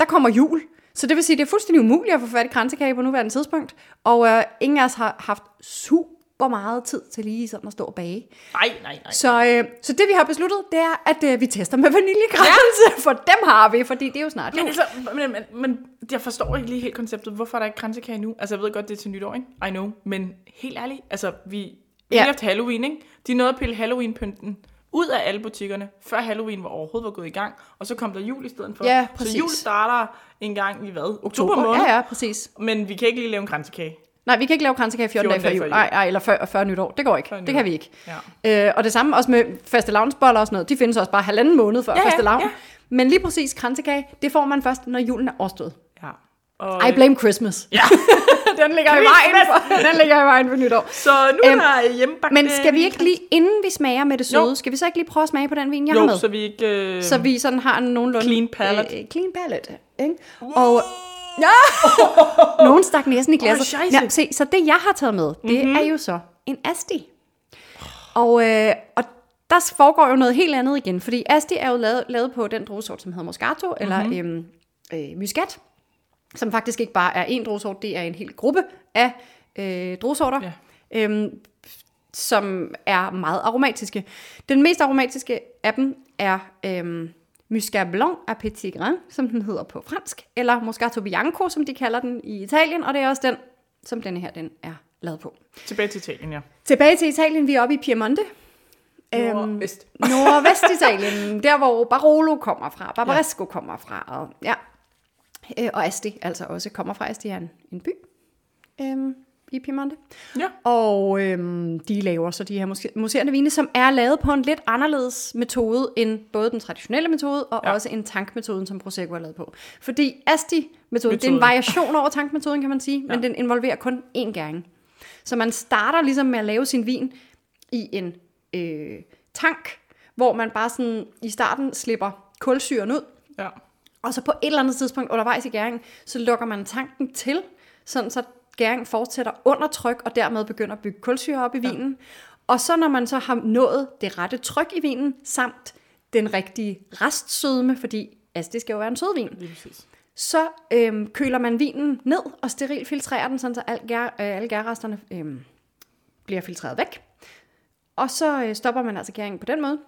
Speaker 1: der kommer jul. Så det vil sige, at det er fuldstændig umuligt at få fat i kransekage på nuværende tidspunkt. Og øh, ingen af os har haft super meget tid til lige sådan at stå og bage.
Speaker 2: Nej, nej, nej.
Speaker 1: Så, øh, så det vi har besluttet, det er, at øh, vi tester med vaniljekranse, ja. (laughs) for dem har vi, fordi det er jo snart
Speaker 2: Men,
Speaker 1: jul.
Speaker 2: altså, men, men, men jeg forstår ikke lige helt konceptet. Hvorfor er der ikke kransekage nu? Altså, jeg ved godt, det er til nytår, ikke? I know. Men helt ærligt, altså, vi, vi ja.
Speaker 1: Ja.
Speaker 2: har haft Halloween, ikke? De nåede at pille Halloween-pynten ud af alle butikkerne, før Halloween var overhovedet var gået i gang. Og så kom der jul i stedet for.
Speaker 1: Ja,
Speaker 2: så
Speaker 1: præcis.
Speaker 2: jul starter en gang i hvad? Oktober måned.
Speaker 1: Ja, ja, præcis.
Speaker 2: Men vi kan ikke lige lave en kransekage.
Speaker 1: Nej, vi kan ikke lave kransekage 14, 14 dage før jul. Nej, nej, eller før, før nytår. Det går ikke.
Speaker 2: Før
Speaker 1: det
Speaker 2: nytår.
Speaker 1: kan vi ikke.
Speaker 2: Ja.
Speaker 1: Øh, og det samme også med faste og sådan noget. De findes også bare halvanden måned før ja,
Speaker 2: ja,
Speaker 1: faste
Speaker 2: ja.
Speaker 1: Men lige præcis kransekage, det får man først, når julen er overstået.
Speaker 2: ja. Og,
Speaker 1: I blame Christmas. (laughs)
Speaker 2: Ja.
Speaker 1: den ligger i
Speaker 2: Christmas.
Speaker 1: vejen for, den ligger i vejen for nytår.
Speaker 2: Så nu
Speaker 1: Øhm,
Speaker 2: øhm, er der hjemmebagt...
Speaker 1: Men skal vi ikke lige, inden vi smager med det
Speaker 2: Øh, Jo.
Speaker 1: søde, skal vi så ikke lige prøve at smage på den vin, jeg har
Speaker 2: Jo,
Speaker 1: med?
Speaker 2: så vi ikke... Øh,
Speaker 1: så vi sådan har en nogenlunde...
Speaker 2: Clean palate.
Speaker 1: Øh, clean palette, ikke? Og...
Speaker 2: (laughs)
Speaker 1: Ja! Nogen stak næsen i glasset.
Speaker 2: Åh, scheisse. Mhm.
Speaker 1: se, så det, jeg har taget med, det mm-hmm. er jo så en Asti. Og, øh, og der foregår jo noget helt andet igen, fordi Asti er jo lavet, lavet på den druesort, som hedder Moscato, mm-hmm. eller
Speaker 2: Mhm.
Speaker 1: øhm, øh, Muscat, som faktisk ikke bare er én druesort, det er en hel gruppe af øh, druesorter.
Speaker 2: Ja.
Speaker 1: Øhm, som er meget aromatiske. Den mest aromatiske af dem er øhm, Muscat Blanc à Petit Grain, som den hedder på fransk, eller Moscato Bianco, som de kalder den i Italien, og det er også den, som denne her den er lavet på.
Speaker 2: Tilbage til Italien, ja.
Speaker 1: Tilbage til Italien, vi er oppe i Piemonte. Øhm,
Speaker 2: Nordvest.
Speaker 1: Nordvestitalien, der hvor Barolo kommer fra, Barbaresco ja. kommer fra, og, ja. Øh, og Asti altså også kommer fra. Asti er en, en by øhm, i Piemonte.
Speaker 2: Ja.
Speaker 1: Og øhm, de laver så de her mos- mousserende vine, som er lavet på en lidt anderledes metode end både den traditionelle metode og ja.
Speaker 2: Ja.
Speaker 1: også en tankmetoden, som Prosecco er lavet på. Fordi Asti-metoden, det er en
Speaker 2: Metoden.
Speaker 1: variation over tankmetoden, kan man sige, ja. men
Speaker 2: Ja.
Speaker 1: den involverer kun én gæring. Så man starter ligesom med at lave sin vin i en øh, tank, hvor man bare sådan i starten slipper kulsyren ud,
Speaker 2: Ja.
Speaker 1: og så på et eller andet tidspunkt undervejs i gæringen, så lukker man tanken til, sådan så gæringen fortsætter under tryk, og dermed begynder at bygge kulsyre op i vinen. Ja. Og så når man så har nået det rette tryk i vinen, samt den rigtige restsødme, fordi altså, det skal jo være en sødvin,
Speaker 2: Lige præcis.
Speaker 1: så øhm, køler man vinen ned og sterilfiltrerer den, sådan så al gær, øh, alle gærresterne øhm, bliver filtreret væk. Og så øh, stopper man altså gæringen på den måde.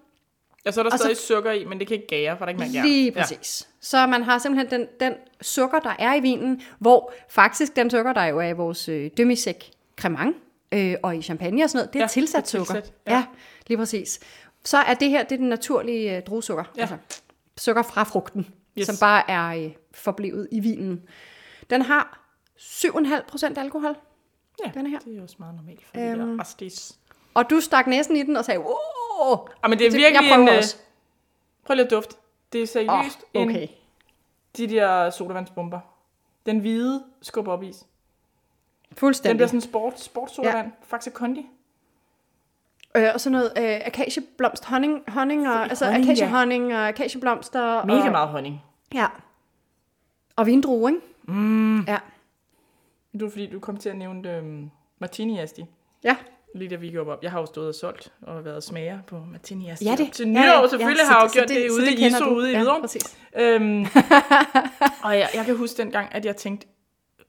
Speaker 2: Ja, så er der
Speaker 1: Og så-
Speaker 2: stadig sukker i, men det kan ikke gære, for der er ikke mere gær.
Speaker 1: Lige
Speaker 2: Ja.
Speaker 1: præcis. Ja. Så man har simpelthen den, den sukker, der er i vinen, hvor faktisk den sukker, der jo er i vores øh, demi-sec cremant øh, og i champagne og sådan noget, det er ja,
Speaker 2: Ja,
Speaker 1: tilsat
Speaker 2: det er
Speaker 1: sukker.
Speaker 2: tilsat,
Speaker 1: ja.
Speaker 2: ja.
Speaker 1: ja, lige præcis. Så er det her, det er den naturlige øh, druesukker.
Speaker 2: Ja.
Speaker 1: Ja. Altså sukker fra frugten, yes.
Speaker 2: Yes.
Speaker 1: som bare er øh, forblevet i vinen. Den har 7,5 procent alkohol,
Speaker 2: Ja,
Speaker 1: den her.
Speaker 2: det er jo også meget normalt for øhm. det der astis.
Speaker 1: Og du stak næsen i den og sagde, wow!
Speaker 2: Ah, men det er
Speaker 1: Det-
Speaker 2: virkelig
Speaker 1: jeg
Speaker 2: en...
Speaker 1: prøver
Speaker 2: øh,
Speaker 1: også.
Speaker 2: Prøv lige at dufte. Det er seriøst
Speaker 1: Åh,
Speaker 2: oh,
Speaker 1: okay.
Speaker 2: en, de der sodavandsbomber. Den hvide skubber op is. Den
Speaker 1: Fuldstændig.
Speaker 2: bliver sådan sport, sportssodavand. Ja. Faxe Kondi.
Speaker 1: Øh, og sådan noget øh, akacieblomst, honning, honning og, altså
Speaker 2: honning, ja.
Speaker 1: akaciehonning og akacieblomster.
Speaker 2: Mega
Speaker 1: og,
Speaker 2: meget honning.
Speaker 1: Ja. Og vindrue, ikke? Mm. Ja.
Speaker 2: Du, fordi du kom til at nævne øhm, martini asti.
Speaker 1: Ja.
Speaker 2: Lige da vi gjorde op. Jeg har jo stået og solgt og været smager på martini asti.
Speaker 1: Ja, det.
Speaker 2: Til
Speaker 1: Ja,
Speaker 2: nytår
Speaker 1: ja, ja,
Speaker 2: selvfølgelig
Speaker 1: så
Speaker 2: har jeg
Speaker 1: det-
Speaker 2: jo gjort
Speaker 1: så
Speaker 2: det,
Speaker 1: det- så
Speaker 2: ude
Speaker 1: det
Speaker 2: i
Speaker 1: kender
Speaker 2: ISO,
Speaker 1: du.
Speaker 2: ude i
Speaker 1: Ja,
Speaker 2: Hvidovre.
Speaker 1: præcis. (laughs)
Speaker 2: Øhm, og jeg, jeg kan huske dengang, at jeg tænkte,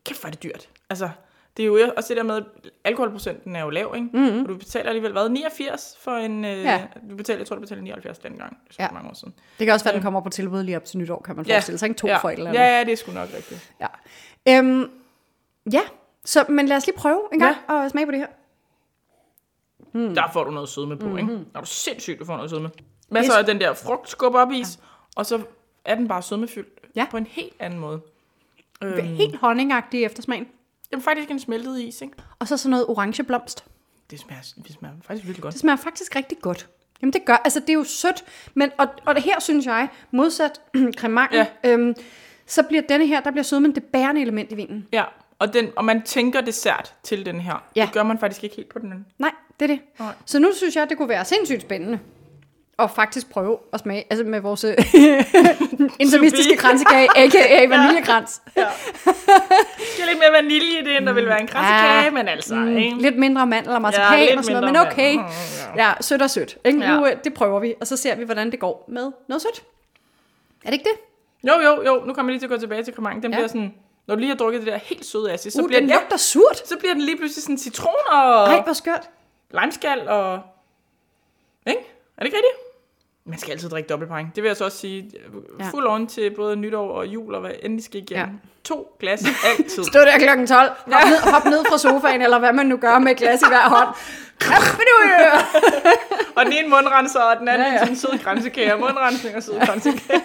Speaker 2: kæft hvor er det dyrt. Altså, det er jo også det der med, at alkoholprocenten er jo lav, ikke? Mm-hmm. Og du betaler alligevel, hvad, 89 for en... Øh,
Speaker 1: Mhm. Ja.
Speaker 2: ja. du betaler, jeg tror, du betalte 79 dengang. Det er
Speaker 1: Ja.
Speaker 2: ja. mange år siden.
Speaker 1: Det kan også være, at den kommer på tilbud lige op til nytår, kan man forestille sig. Ikke to
Speaker 2: ja.
Speaker 1: for et eller andet.
Speaker 2: Ja, ja, det er sgu nok rigtigt.
Speaker 1: Ja. Øhm, ja. Så, men lad os lige prøve en gang ja. at smage på det her. Mhm.
Speaker 2: Mm. Der får du noget sødme på, mm-hmm. ikke? Der er du sindssygt, du får noget sødme. Masser af den der frugt skubber op i is, ja. og så er den bare sødmefyldt
Speaker 1: Ja.
Speaker 2: på en helt anden måde.
Speaker 1: Mm. Helt honningagtig i eftersmagen.
Speaker 2: Jamen faktisk en smeltet is, ikke?
Speaker 1: Og så sådan noget orangeblomst.
Speaker 2: Det smager, det smager faktisk virkelig godt.
Speaker 1: Det smager faktisk rigtig godt. Jamen det gør, altså det er jo sødt, men, og, og det her synes jeg, modsat (clears throat) cremanten, ja.
Speaker 2: Ja.
Speaker 1: øhm, så bliver denne her, der bliver sødmen det bærende element i vinen.
Speaker 2: Ja, og, den, og man tænker dessert til den her.
Speaker 1: Ja.
Speaker 2: Det gør man faktisk ikke helt på den anden.
Speaker 1: Nej, det er det.
Speaker 2: Nej.
Speaker 1: Så nu synes jeg, det kunne være sindssygt spændende at faktisk prøve at smage, altså med vores (laughs) øh, intermistiske
Speaker 2: vide.
Speaker 1: kransekage,
Speaker 2: (laughs)
Speaker 1: a.k.a. vaniljekrans.
Speaker 2: Skal lidt mere vanilje i det, end der vil være en kransekage, men altså, mm. ikke?
Speaker 1: Ah. Lidt mindre mandel og marcipan
Speaker 2: lidt
Speaker 1: og sådan noget, men
Speaker 2: mindre Mm,
Speaker 1: okay.
Speaker 2: mandel. Mhm.
Speaker 1: Ja, sødt og sødt. Ikke?
Speaker 2: Ja.
Speaker 1: Nu, øh, det prøver vi, og så ser vi, hvordan det går med noget sødt. Er det ikke det?
Speaker 2: mm. Jo, jo, jo, nu kommer jeg lige til at gå tilbage til kremangen. Den
Speaker 1: Ja.
Speaker 2: ja. bliver sådan, når du lige har drukket det der helt søde acid, så,
Speaker 1: Uh,
Speaker 2: bliver
Speaker 1: den
Speaker 2: den, ja,
Speaker 1: lugter surt.
Speaker 2: så bliver den lige pludselig sådan citron og
Speaker 1: Nej, hvor skørt.
Speaker 2: limeskal og... Ikke? Er det ikke rigtigt? Man skal altid drikke dobbeltpejring. Det vil jeg så også sige.
Speaker 1: Ja.
Speaker 2: Fuld on til både nytår og jul og hvad end I skal igennem.
Speaker 1: Ja.
Speaker 2: Ja. To glas altid.
Speaker 1: Stå der klokken 12, hop, ja. ned, hop ned fra sofaen, eller hvad man nu gør med et glas i hver
Speaker 2: (laughs)
Speaker 1: hånd. Op med det, øh.
Speaker 2: Og den ene mundrenser, og den anden
Speaker 1: Ja,
Speaker 2: ja,
Speaker 1: ja.
Speaker 2: ja. sådan en sød grænsekage, og mundrensning og sød grænsekage.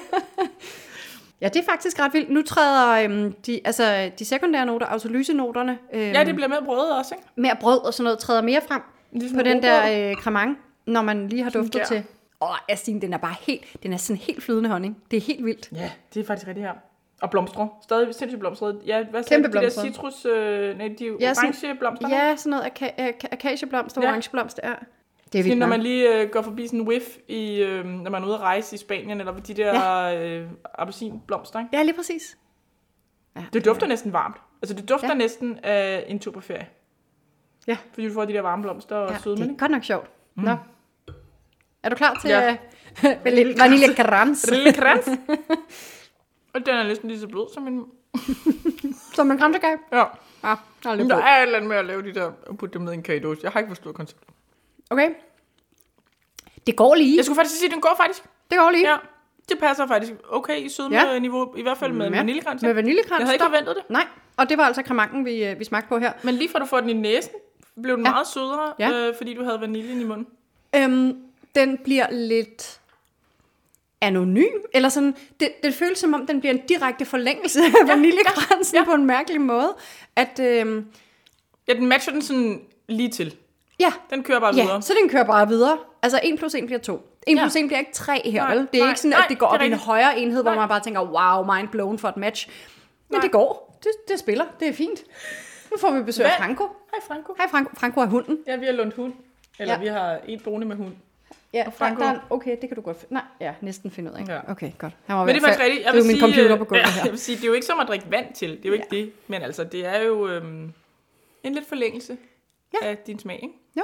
Speaker 1: Ja, det er faktisk ret vildt. Nu træder øhm, de, altså, de sekundære noter, autolysenoterne, øhm,
Speaker 2: Ja, det bliver med brødet også, ikke?
Speaker 1: mere brød og sådan noget, træder mere frem
Speaker 2: Ligesom
Speaker 1: på den
Speaker 2: rugbrød.
Speaker 1: der øh, cremant, når man lige har duftet
Speaker 2: der.
Speaker 1: til. Åh, Astine, den er bare helt, den er sådan helt flydende honning. Det er helt vildt.
Speaker 2: Ja, det er faktisk rigtigt her. Og blomstre. Stadig sindssygt blomstret. Ja, hvad sagde
Speaker 1: Kæmpe
Speaker 2: du? de der
Speaker 1: blomstret.
Speaker 2: citrus, øh, nej, de
Speaker 1: Ja,
Speaker 2: ja,
Speaker 1: sådan-
Speaker 2: orange blomster.
Speaker 1: Ja, sådan noget aka- aka- akacieblomster,
Speaker 2: Ja.
Speaker 1: orangeblomster. Ja. Det
Speaker 2: Lige
Speaker 1: er vildt
Speaker 2: når
Speaker 1: nok.
Speaker 2: man lige øh, går forbi sådan en whiff, i, øh, når man er ude at rejse i Spanien, eller ved de der øh, appelsinblomster. Ikke?
Speaker 1: Ja, lige præcis. Ja,
Speaker 2: Det dufter næsten varmt. Altså det dufter
Speaker 1: Ja.
Speaker 2: ja. næsten af en tur på ferie.
Speaker 1: Ja.
Speaker 2: Fordi du får de der varme blomster og ja,
Speaker 1: ja,
Speaker 2: sødme.
Speaker 1: det er
Speaker 2: ikke?
Speaker 1: godt nok sjovt. Mm. Nå. Er du klar til
Speaker 2: Ja.
Speaker 1: ja.
Speaker 2: (laughs)
Speaker 1: vanilje krans,
Speaker 2: Lille
Speaker 1: (laughs)
Speaker 2: krans. og den er næsten lige så blød som en...
Speaker 1: som en kramtegave?
Speaker 2: Ja.
Speaker 1: Ja, der er lidt
Speaker 2: Men der
Speaker 1: på.
Speaker 2: er et eller andet med at lave de der og putte dem ned i en kagedåse. Jeg har ikke forstået konceptet.
Speaker 1: Okay. Det går lige.
Speaker 2: Jeg skulle faktisk sige, at den går faktisk.
Speaker 1: Det går lige.
Speaker 2: Ja. Det passer faktisk okay i sødme-niveau. I hvert fald med en
Speaker 1: Ja.
Speaker 2: vaniljekrans.
Speaker 1: Med
Speaker 2: Jeg
Speaker 1: vaniljekrans.
Speaker 2: havde ikke
Speaker 1: der-
Speaker 2: forventet det.
Speaker 1: Nej, og det var altså kramanken, vi, øh, vi smagte på her.
Speaker 2: Men lige fra du får den i næsen, blev den
Speaker 1: Ja.
Speaker 2: ja. meget sødere,
Speaker 1: Ja.
Speaker 2: ja. øh, fordi du havde vaniljen i munden.
Speaker 1: Øhm, den bliver lidt anonym, eller sådan, det, det føles som om, den bliver en direkte forlængelse af ja, vaniljekransen ja, ja. på en mærkelig måde. At, øhm,
Speaker 2: Ja, den matcher den sådan lige til.
Speaker 1: ja,
Speaker 2: Den kører bare ja.
Speaker 1: ja,
Speaker 2: videre.
Speaker 1: så den kører bare videre. Altså 1 plus 1 bliver 2. 1
Speaker 2: Ja.
Speaker 1: plus 1 bliver ikke 3 her,
Speaker 2: Nej,
Speaker 1: vel? Det er
Speaker 2: nej,
Speaker 1: ikke sådan, at
Speaker 2: nej,
Speaker 1: det går
Speaker 2: det er
Speaker 1: op i en
Speaker 2: rigtigt.
Speaker 1: højere enhed, hvor
Speaker 2: Nej.
Speaker 1: man bare tænker, wow, mind blown for et match. Men
Speaker 2: Nej.
Speaker 1: det går. Det, det spiller. Det er fint. Nu får vi besøg af
Speaker 2: Hvad?
Speaker 1: Franco.
Speaker 2: Hej Franco.
Speaker 1: Hej Franco. Franco er hunden.
Speaker 2: Ja, vi har lånt hund. Eller
Speaker 1: Ja.
Speaker 2: ja. vi har en boende med hund.
Speaker 1: Ja,
Speaker 2: Og Franco-
Speaker 1: Der, der, okay, det kan du godt finde. Nej, ja, næsten finde ud af.
Speaker 2: Ja.
Speaker 1: Okay, godt. Han var
Speaker 2: Men det er faktisk rigtigt. Jeg
Speaker 1: det er
Speaker 2: vil
Speaker 1: jo min
Speaker 2: sige,
Speaker 1: computer på
Speaker 2: øh,
Speaker 1: gulvet
Speaker 2: (laughs) ja,
Speaker 1: her.
Speaker 2: Jeg vil sige, det er jo ikke som at drikke vand til. Det er jo ikke det. Men altså, det er jo øhm, en lidt forlængelse
Speaker 1: Ja.
Speaker 2: ja. af din smag, ikke?
Speaker 1: Jo.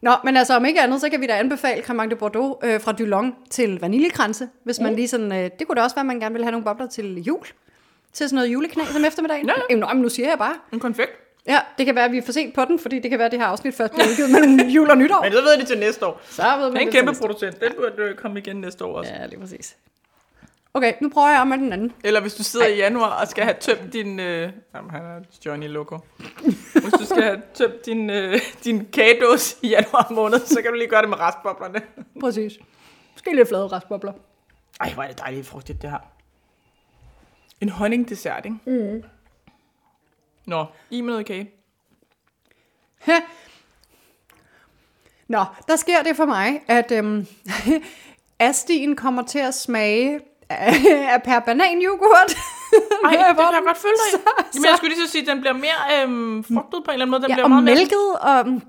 Speaker 1: Nå, men altså om ikke andet, så kan vi da anbefale Cremant de Bordeaux øh, fra Dulong til vaniljekranse, hvis
Speaker 2: Uh.
Speaker 1: man lige sådan, øh, det kunne da også være, at man gerne vil have nogle bobler til jul, til sådan noget juleknæs om eftermiddagen.
Speaker 2: Nå,
Speaker 1: ja. Nå, men nu siger jeg bare.
Speaker 2: En konfekt.
Speaker 1: Ja, det kan være, at vi er for sent på den, fordi det kan være, at det her afsnit først bliver udgivet
Speaker 2: (laughs)
Speaker 1: mellem jul og nytår.
Speaker 2: Men det ved de til næste år.
Speaker 1: Så ved
Speaker 2: Den
Speaker 1: man
Speaker 2: er en
Speaker 1: det
Speaker 2: kæmpe
Speaker 1: til
Speaker 2: producent. Den burde øh, komme igen næste år også. Ja.
Speaker 1: næste- Ja, lige præcis. Okay, nu prøver jeg om med den anden.
Speaker 2: Eller hvis du sidder i januar og skal have tømt din... Øh, jamen, han er Johnny Loco. Hvis du skal have tømt din, øh, din kagedåse i januar måned, så kan du lige gøre det med restboblerne.
Speaker 1: Præcis. Måske lidt flade restbobler.
Speaker 2: Ej, hvor er det dejligt frugtigt, det her. En honningdessert, ikke? Mm. Nå, i med noget kage.
Speaker 1: Nå, der sker det for mig, at øhm, (laughs) astien kommer til at smage af, af per bananyoghurt.
Speaker 2: Ej, det kan jeg godt følge dig i. Jamen, jeg
Speaker 1: så-
Speaker 2: skulle lige så sige, at den bliver mere øhm, frugtet på en eller anden måde. Den
Speaker 1: ja,
Speaker 2: bliver
Speaker 1: og
Speaker 2: meget mere-
Speaker 1: mælket, og mm,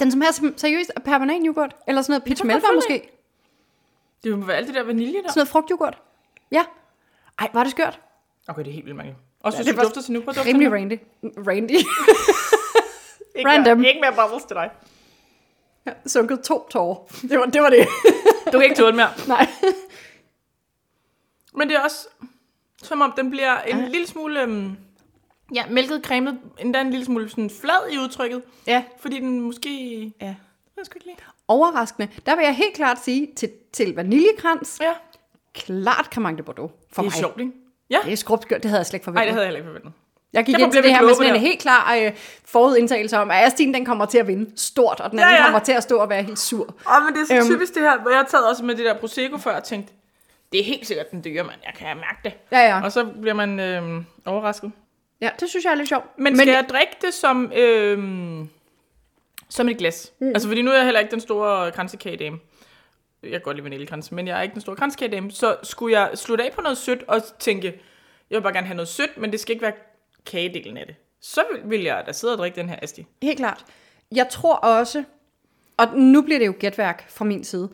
Speaker 1: den som her som- seriøst er per bananyoghurt, eller sådan noget peach
Speaker 2: kan jeg
Speaker 1: melba
Speaker 2: godt
Speaker 1: måske,
Speaker 2: følge Det må være alt det der vanilje der.
Speaker 1: sådan noget frugtyoghurt. Ja. Ej, var det skørt.
Speaker 2: Okay, det er helt vildt mange. Også
Speaker 1: Ja,
Speaker 2: hvis
Speaker 1: det
Speaker 2: du
Speaker 1: var
Speaker 2: dufter til nu på dufter
Speaker 1: Rimelig
Speaker 2: nu.
Speaker 1: randy. Randy. (laughs)
Speaker 2: Ikke
Speaker 1: random.
Speaker 2: Mere, ikke mere bubbles til dig.
Speaker 1: Sunket to tårer. Det var det. (laughs) Var det.
Speaker 2: Du kan ikke tåle mere.
Speaker 1: Nej.
Speaker 2: Men det er også, som om den bliver en
Speaker 1: Ah.
Speaker 2: lille smule... Øhm, ja, mælket cremet, endda en lille smule sådan flad i udtrykket.
Speaker 1: Ja.
Speaker 2: Fordi den måske...
Speaker 1: ja.
Speaker 2: Jeg skal ikke lide.
Speaker 1: Overraskende. Der vil jeg helt klart sige til, til vaniljekrans,
Speaker 2: Ja,
Speaker 1: klart Camargue de Bordeaux for
Speaker 2: det er
Speaker 1: mig.
Speaker 2: sjovt, ikke?
Speaker 1: Det er skrubskørt, det havde jeg slet ikke
Speaker 2: Nej,
Speaker 1: forventet.
Speaker 2: det havde jeg heller ikke forventet.
Speaker 1: Jeg gik
Speaker 2: Derfor
Speaker 1: ind til
Speaker 2: bliver
Speaker 1: det
Speaker 2: vi
Speaker 1: her med
Speaker 2: kloge
Speaker 1: sådan en
Speaker 2: på det
Speaker 1: helt klar øh, forudindtagelse om, at Astine den kommer til at vinde stort, og den
Speaker 2: Ja,
Speaker 1: anden ja,
Speaker 2: ja.
Speaker 1: ja. kommer til at stå og være helt sur.
Speaker 2: Åh, men det er så
Speaker 1: Øhm.
Speaker 2: øhm. typisk det her, hvor jeg har taget også med det der Prosecco før og tænkt, det er helt sikkert den dyre, mand. Jeg kan mærke det.
Speaker 1: Ja, ja.
Speaker 2: Og så bliver man øhm, overrasket.
Speaker 1: Ja, det synes jeg er lidt sjovt.
Speaker 2: Men skal men... jeg drikke det som, øhm, som et glas? Mm. Altså, fordi nu er jeg heller ikke den store kransekagedame. Jeg kan godt lide vaniljekranse, men jeg er ikke den store kransekagedame. Så skulle jeg slutte af på noget sødt og tænke, jeg vil bare gerne have noget sødt, men det skal ikke være kagedelen af det. Så vil- vil jeg da sidde og drikke den her Asti.
Speaker 1: Helt klart. Jeg tror også, og nu bliver det jo gætværk fra min side,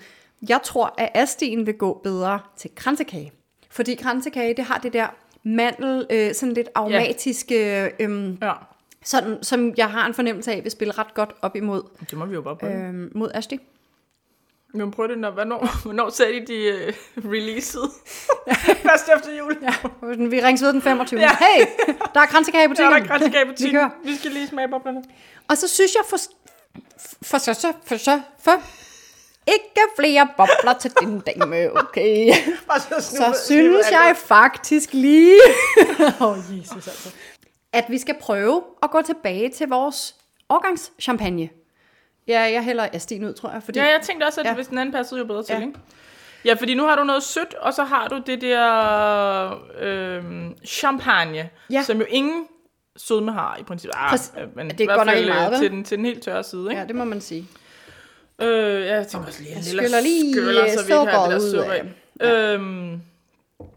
Speaker 1: jeg tror, at Astien vil gå bedre til kransekage. Fordi kransekage, det har det der mandel, øh, sådan lidt aromatiske, øh, øhm,
Speaker 2: Ja,
Speaker 1: sådan, som jeg har en fornemmelse af, vil spille ret godt op imod,
Speaker 2: det må vi jo bare prøve. Øh.
Speaker 1: øh, mod Asti.
Speaker 2: Men prøv det, når, hvornår, (laughs) hvornår sagde de, de øh, (laughs) releasede? Først efter jul. Ja,
Speaker 1: Vi rings ved den 25. Ja.
Speaker 2: Ja.
Speaker 1: Hey, der er kransekage
Speaker 2: der
Speaker 1: i
Speaker 2: er
Speaker 1: butikken.
Speaker 2: der kransekage på
Speaker 1: kører.
Speaker 2: Vi skal lige smage boblerne.
Speaker 1: Og så synes jeg for, for så, så, for så, for ikke flere bobler til den dame, okay?
Speaker 2: Bare så, snuppe-
Speaker 1: Så synes jeg faktisk lige,
Speaker 2: (laughs) Åh, oh, Jesus altså.
Speaker 1: at vi skal prøve at gå tilbage til vores årgangschampagne. Ja, jeg hælder Astin ud, tror jeg, fordi
Speaker 2: Ja, jeg tænkte også, at
Speaker 1: Ja.
Speaker 2: ja. hvis den anden passede jo bedre til,
Speaker 1: Ja.
Speaker 2: ja. ikke? Ja, fordi nu har du noget sødt, og så har du det der øh, champagne,
Speaker 1: Ja.
Speaker 2: ja. som jo ingen sødme har i princippet. Ah,
Speaker 1: Præcis.
Speaker 2: men
Speaker 1: Det er
Speaker 2: i hvert
Speaker 1: godt nok
Speaker 2: fald,
Speaker 1: ikke meget,
Speaker 2: øh,
Speaker 1: vel?
Speaker 2: til den, til den helt tørre side, ikke?
Speaker 1: Ja, det må man sige.
Speaker 2: Ja. Øh, jeg tænker også lige, en lille
Speaker 1: skyller lige, øh,
Speaker 2: så vi ikke har det der
Speaker 1: sukkeret ud
Speaker 2: sukker
Speaker 1: af.
Speaker 2: i. Øhm,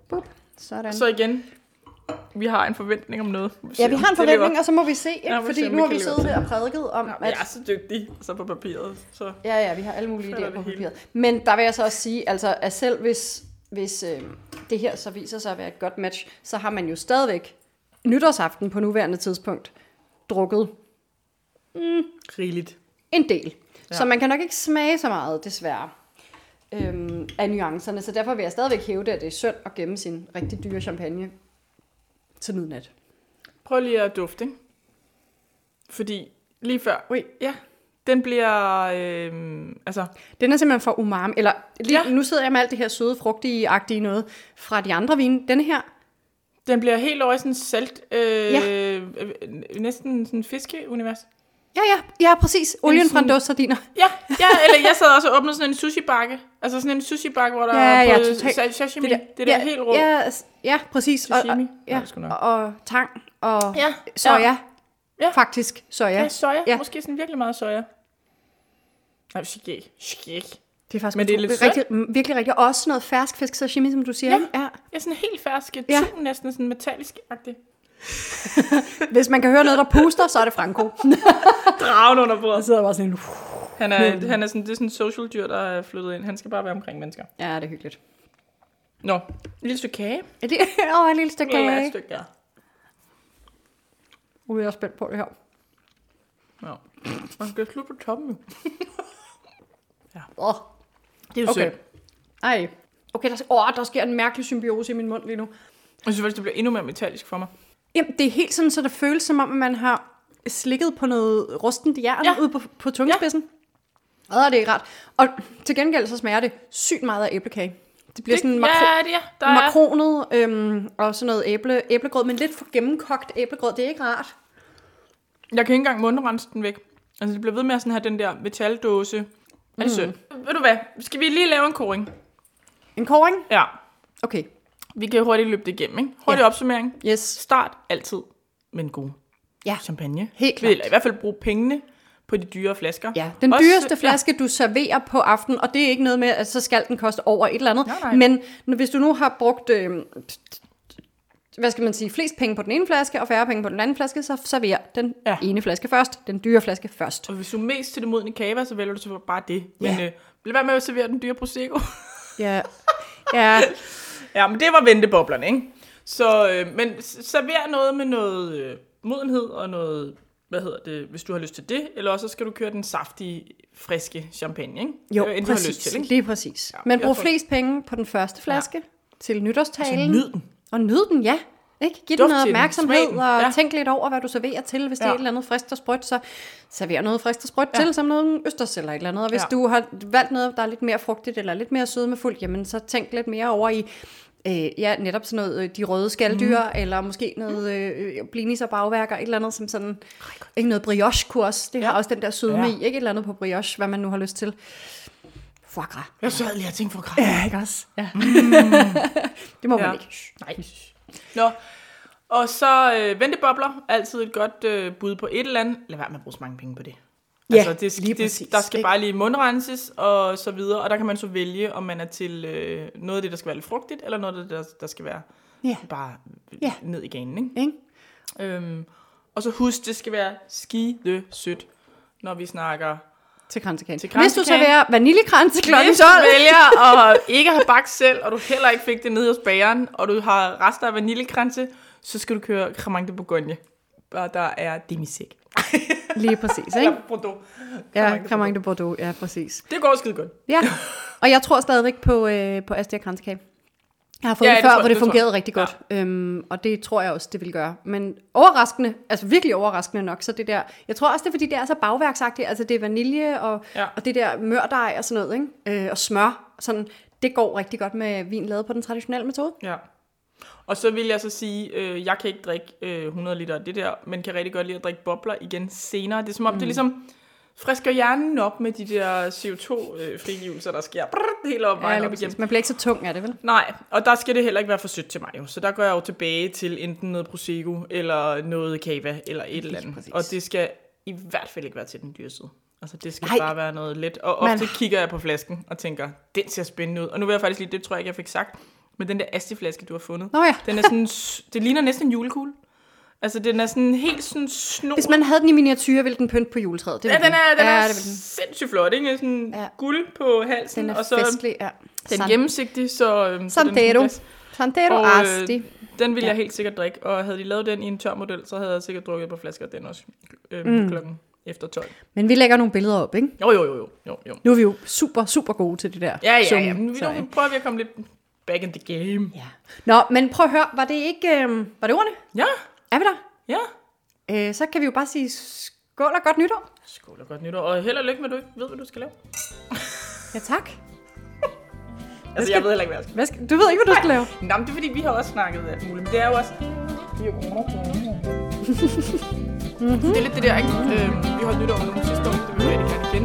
Speaker 1: Bup. Sådan.
Speaker 2: så igen, vi har en forventning om noget. må
Speaker 1: Ja,
Speaker 2: se,
Speaker 1: vi
Speaker 2: om
Speaker 1: har en
Speaker 2: det
Speaker 1: forventning,
Speaker 2: lever-
Speaker 1: og så må vi se, ikke?
Speaker 2: Ja, må vi se,
Speaker 1: fordi
Speaker 2: om
Speaker 1: nu
Speaker 2: vi
Speaker 1: har
Speaker 2: kan
Speaker 1: vi
Speaker 2: leve
Speaker 1: siddet her og prædiket om,
Speaker 2: Nå, men
Speaker 1: at...
Speaker 2: Jeg er så dygtig, og så på papiret, så...
Speaker 1: Ja, ja, vi har alle mulige
Speaker 2: Falder
Speaker 1: idéer på
Speaker 2: det hele.
Speaker 1: papiret. Men der vil jeg så også sige, altså, at selv hvis, hvis øh, det her så viser sig at være et godt match, så har man jo stadigvæk nytårsaften på nuværende tidspunkt drukket
Speaker 2: Rigeligt.
Speaker 1: en del. Ja.
Speaker 2: Ja.
Speaker 1: Så man kan nok ikke smage så meget, desværre, øhm, af nuancerne. Så derfor vil jeg stadigvæk hæve det, at det er synd at gemme sin rigtig dyre champagne til midnat.
Speaker 2: Prøv lige at dufte, ikke? Fordi lige før,
Speaker 1: Ui.
Speaker 2: ja, den bliver, øh, altså,
Speaker 1: Den er simpelthen for umami. Eller lige, ja.
Speaker 2: Ja.
Speaker 1: nu sidder jeg med alt det her søde, frugtige-agtige noget fra de andre vine. Den her,
Speaker 2: den bliver helt over i sådan salt, øh,
Speaker 1: Ja.
Speaker 2: øh, næsten sådan fiskeunivers.
Speaker 1: ja ja, ja præcis. Olien fra en
Speaker 2: sådan-
Speaker 1: dåse sardiner.
Speaker 2: Ja, ja, eller jeg sad også og åbnede sådan en sushi-bakke. Altså sådan en sushi-bakke, hvor der
Speaker 1: Ja,
Speaker 2: er
Speaker 1: ja,
Speaker 2: både
Speaker 1: totalt.
Speaker 2: sa- sashimi. Det der, det der
Speaker 1: ja,
Speaker 2: helt rå
Speaker 1: Ja, s- ja præcis. Og, og,
Speaker 2: sashimi.
Speaker 1: ja,
Speaker 2: det skulle nok.
Speaker 1: og, og tang og ja.
Speaker 2: ja,
Speaker 1: soja. Ja.
Speaker 2: Ja.
Speaker 1: Faktisk soja.
Speaker 2: Ja, ja soja.
Speaker 1: Ja.
Speaker 2: Ja. Måske sådan virkelig meget soja. Nej, shigek. Shigek.
Speaker 1: Det er faktisk
Speaker 2: Men det er
Speaker 1: utroligt.
Speaker 2: lidt
Speaker 1: rigtig, virkelig rigtigt. Og også sådan noget fersk fisk sashimi, som du siger.
Speaker 2: Ja.
Speaker 1: ja.
Speaker 2: Ja, sådan helt fersk.
Speaker 1: Ja.
Speaker 2: Ja. Tun næsten sådan metallisk-agtig.
Speaker 1: Hvis man kan høre noget, der puster, så er det
Speaker 2: (laughs)
Speaker 1: Franco.
Speaker 2: Dragen under bordet.
Speaker 1: sidder bare sådan en...
Speaker 2: Han er, han er sådan, det er sådan en social dyr, der er flyttet ind. Han skal bare være omkring mennesker.
Speaker 1: Ja, det er hyggeligt.
Speaker 2: Nå, et lille stykke kage.
Speaker 1: Er det... (laughs) Åh, et lille stykke
Speaker 2: Okay. Et
Speaker 1: kage.
Speaker 2: stykke, ja.
Speaker 1: Ude, Uh, jeg er spændt på det her.
Speaker 2: Nå. Man skal slutte på toppen jo.
Speaker 1: Åh,
Speaker 2: Det er jo
Speaker 1: okay.
Speaker 2: okay. sødt.
Speaker 1: Ej. Okay, der, åh, der sker en mærkelig symbiose i min mund lige nu.
Speaker 2: Jeg synes faktisk, det bliver endnu mere metallisk for mig.
Speaker 1: Jamen, det er helt sådan, så det føles som om, at man har slikket på noget rustent jern ja.
Speaker 2: Ja.
Speaker 1: ude på, på tungespidsen. Ja. Åh, det er ikke rart. Og til gengæld så smager det sygt meget af æblekage. Det bliver det, sådan makro,
Speaker 2: Ja, det er. Der
Speaker 1: ja,
Speaker 2: er
Speaker 1: makronet øhm, og sådan noget æble, æblegrød, men lidt for gennemkogt æblegrød. Det er ikke rart.
Speaker 2: Jeg kan ikke engang mundrense den væk. Altså, det bliver ved med at sådan have den der metaldåse. Er
Speaker 1: Mm.
Speaker 2: det sødt? Ved du hvad? Skal vi lige lave en koring?
Speaker 1: En koring?
Speaker 2: Ja.
Speaker 1: Okay,
Speaker 2: Vi kan hurtigt løbe det igennem, ikke? Hurtig ja. opsummering.
Speaker 1: yes.
Speaker 2: Start altid med en god
Speaker 1: Ja.
Speaker 2: champagne.
Speaker 1: Helt klart.
Speaker 2: Eller i hvert fald bruge pengene på de dyre flasker.
Speaker 1: Ja, den
Speaker 2: Også-
Speaker 1: dyreste flaske, du serverer på aften, og det er ikke noget med, at så skal den koste over et eller andet.
Speaker 2: Nej, nej.
Speaker 1: Men når- hvis du nu har brugt, øh, hvad skal man sige, flest penge på den ene flaske, og færre penge på den anden flaske, så server den ja.
Speaker 2: Ja.
Speaker 1: ene flaske først, den dyre flaske først.
Speaker 2: Og hvis du er mest til det modne kava, så vælger du så bare det.
Speaker 1: Ja.
Speaker 2: Men øh, lad være med at servere den dyre prosecco. (laughs)
Speaker 1: Ja, ja.
Speaker 2: ja, men det var venteboblerne, ikke? Så, øh, men s- server noget med noget øh, modenhed og noget, hvad hedder det, hvis du har lyst til det. Eller også så skal du køre den saftige, friske champagne, ikke?
Speaker 1: jo,
Speaker 2: Det er jo, en, du har lyst
Speaker 1: præcis.
Speaker 2: til, ikke?
Speaker 1: Lige præcis.
Speaker 2: Ja,
Speaker 1: Men
Speaker 2: jeg
Speaker 1: brug
Speaker 2: tror-
Speaker 1: flest penge på den første flaske ja. til nytårstalen.
Speaker 2: Så nyd den.
Speaker 1: Og nyd den, ja. Ikke? Giv den
Speaker 2: Duft
Speaker 1: noget
Speaker 2: til den,
Speaker 1: opmærksomhed,
Speaker 2: smag den,
Speaker 1: og ja.
Speaker 2: ja.
Speaker 1: tænk lidt over, hvad du serverer til. Hvis ja. det er
Speaker 2: Ja.
Speaker 1: et eller andet frisk og sprødt, så server noget frisk og sprødt ja.
Speaker 2: Ja.
Speaker 1: til, som noget østers eller et eller andet. Og hvis ja.
Speaker 2: Ja.
Speaker 1: du har valgt noget, der er lidt mere frugtigt eller lidt mere sødmefuldt, jamen så tænk lidt mere over i øh, ja, netop sådan noget, øh, de røde skaldyr,
Speaker 2: Mhm.
Speaker 1: mm. eller måske noget øh, øh, blinis og bagværker, et eller andet som sådan, ikke noget brioche-kurs. Det har
Speaker 2: Ja.
Speaker 1: også den der sødme
Speaker 2: Ja.
Speaker 1: i, ikke et eller andet på brioche, hvad man nu har lyst til. Foie gras.
Speaker 2: Jeg sad lige og tænkte for kraft. Ja, ikke også? Mm.
Speaker 1: (laughs) Det må ja.
Speaker 2: Ja.
Speaker 1: man ikke. Shh.
Speaker 2: Nej. Nå, og så øh, ventebobler. Altid et godt øh, bud på et eller andet. Lad være med at bruge så mange penge på det. Altså,
Speaker 1: Ja,
Speaker 2: det, skal-
Speaker 1: lige
Speaker 2: det,
Speaker 1: præcis,
Speaker 2: Der skal
Speaker 1: ikke?
Speaker 2: bare lige mundrenses og så videre. Og der kan man så vælge, om man er til øh, noget af det, der skal være lidt frugtigt, eller noget af det, der, der skal være
Speaker 1: Ja.
Speaker 2: bare øh,
Speaker 1: Ja.
Speaker 2: ned i ganen. Ikke?
Speaker 1: Ikke?
Speaker 2: Øhm, og så husk, det skal være skide sødt, når vi snakker.
Speaker 1: Til kransekagen.
Speaker 2: Til
Speaker 1: Hvis du
Speaker 2: kransekagen.
Speaker 1: serverer vaniljekranse kl. 12.
Speaker 2: Hvis du vælger at ikke have bagt selv, og du heller ikke fik det nede hos bageren, og du har rester af vaniljekranse, så skal du køre cremant de bourgogne. Og der er demisek.
Speaker 1: Lige præcis, ikke?
Speaker 2: Eller Bordeaux.
Speaker 1: Ja,
Speaker 2: de
Speaker 1: Cremant de Bordeaux, ja, præcis.
Speaker 2: Det går skide godt.
Speaker 1: Ja, og jeg tror stadigvæk på, øh, på Astia Kransekage. Jeg har fået
Speaker 2: Ja,
Speaker 1: ja, det
Speaker 2: det
Speaker 1: før,
Speaker 2: tror jeg,
Speaker 1: hvor det
Speaker 2: det tror
Speaker 1: fungerede
Speaker 2: jeg.
Speaker 1: rigtig godt, ja. øhm, og det tror jeg også, det vil gøre. Men overraskende, altså virkelig overraskende nok, så det der, jeg tror også, det er, fordi det er så bagværksagtigt, altså det er vanilje og, ja.
Speaker 2: Ja.
Speaker 1: og det der mørdej og sådan noget, ikke? Øh, og smør, sådan, det går rigtig godt med vin lavet på den traditionelle metode.
Speaker 2: Ja. Og så vil jeg så sige, øh, jeg kan ikke drikke øh, 100 liter af det der, men kan rigtig godt lide at drikke bobler igen senere. Det er som om, mm. det er ligesom, frisker hjernen op med de der CO2-frigivelser, øh, der sker brrr, hele op, vejen
Speaker 1: lige
Speaker 2: op igen.
Speaker 1: præcis. Man bliver ikke så tung af det, vel?
Speaker 2: Nej, og der skal det heller ikke være for sødt til mig jo. Så der går jeg jo tilbage til enten noget Prosecco, eller noget Cava, eller et eller andet.
Speaker 1: præcis.
Speaker 2: Og det skal i hvert fald ikke være til den dyre side. Altså det skal
Speaker 1: Nej.
Speaker 2: Nej. bare være noget let. Og
Speaker 1: Man-
Speaker 2: ofte Man... kigger jeg på flasken og tænker, den ser spændende ud. Og nu vil jeg faktisk lige, det tror jeg ikke, jeg fik sagt, men den der Asti-flaske, du har fundet,
Speaker 1: Nå ja.
Speaker 2: den er sådan, s- det ligner næsten en julekugle. Altså den er sådan helt sådan snor.
Speaker 1: Hvis man havde den i miniatyr, ville den pynte på juletræet. Det
Speaker 2: Ja,
Speaker 1: ville
Speaker 2: den er, den
Speaker 1: ja,
Speaker 2: er,
Speaker 1: det ville den.
Speaker 2: sindssygt flot, ikke? Sådan
Speaker 1: Ja.
Speaker 2: ja. guld på halsen,
Speaker 1: Den er
Speaker 2: og så
Speaker 1: festlig, ja.
Speaker 2: den
Speaker 1: San-
Speaker 2: gennemsigtig, så... Øhm, så den er sådan
Speaker 1: Sandero.
Speaker 2: glas.
Speaker 1: Sandero
Speaker 2: Og, øh,
Speaker 1: Asti.
Speaker 2: Den ville
Speaker 1: Ja.
Speaker 2: ja. jeg helt sikkert drikke, og havde de lavet den i en tør model, så havde jeg sikkert drukket på flasker af den også øhm, mm. klokken efter 12.
Speaker 1: Men vi lægger nogle billeder op, ikke?
Speaker 2: Jo, jo, jo, jo, jo, jo.
Speaker 1: Nu er vi jo super, super gode til det der.
Speaker 2: Ja, ja,
Speaker 1: Zoom.
Speaker 2: ja. Men vi,
Speaker 1: Så,
Speaker 2: nu prøver vi at komme lidt back in the game.
Speaker 1: ja. Nå, men prøv at høre, var det ikke... Øhm, var det ordene?
Speaker 2: Ja,
Speaker 1: Er vi der?
Speaker 2: ja.
Speaker 1: Øh, så kan vi jo bare sige skål og godt nytår.
Speaker 2: Skål og godt nytår, og held og lykke med, at du ikke ved, hvad du skal lave.
Speaker 1: Ja, tak.
Speaker 2: Altså, jeg ved heller ikke, hvad jeg skal.
Speaker 1: Hvad skal, du ved ikke, hvad du skal lave.
Speaker 2: Nå, men det er fordi, vi har også snakket alt muligt, men det er jo også... Det er lidt det der, ikke? Øhm, vi holdt nytår nu sidste år, det vil vi rigtig gerne igen. øh,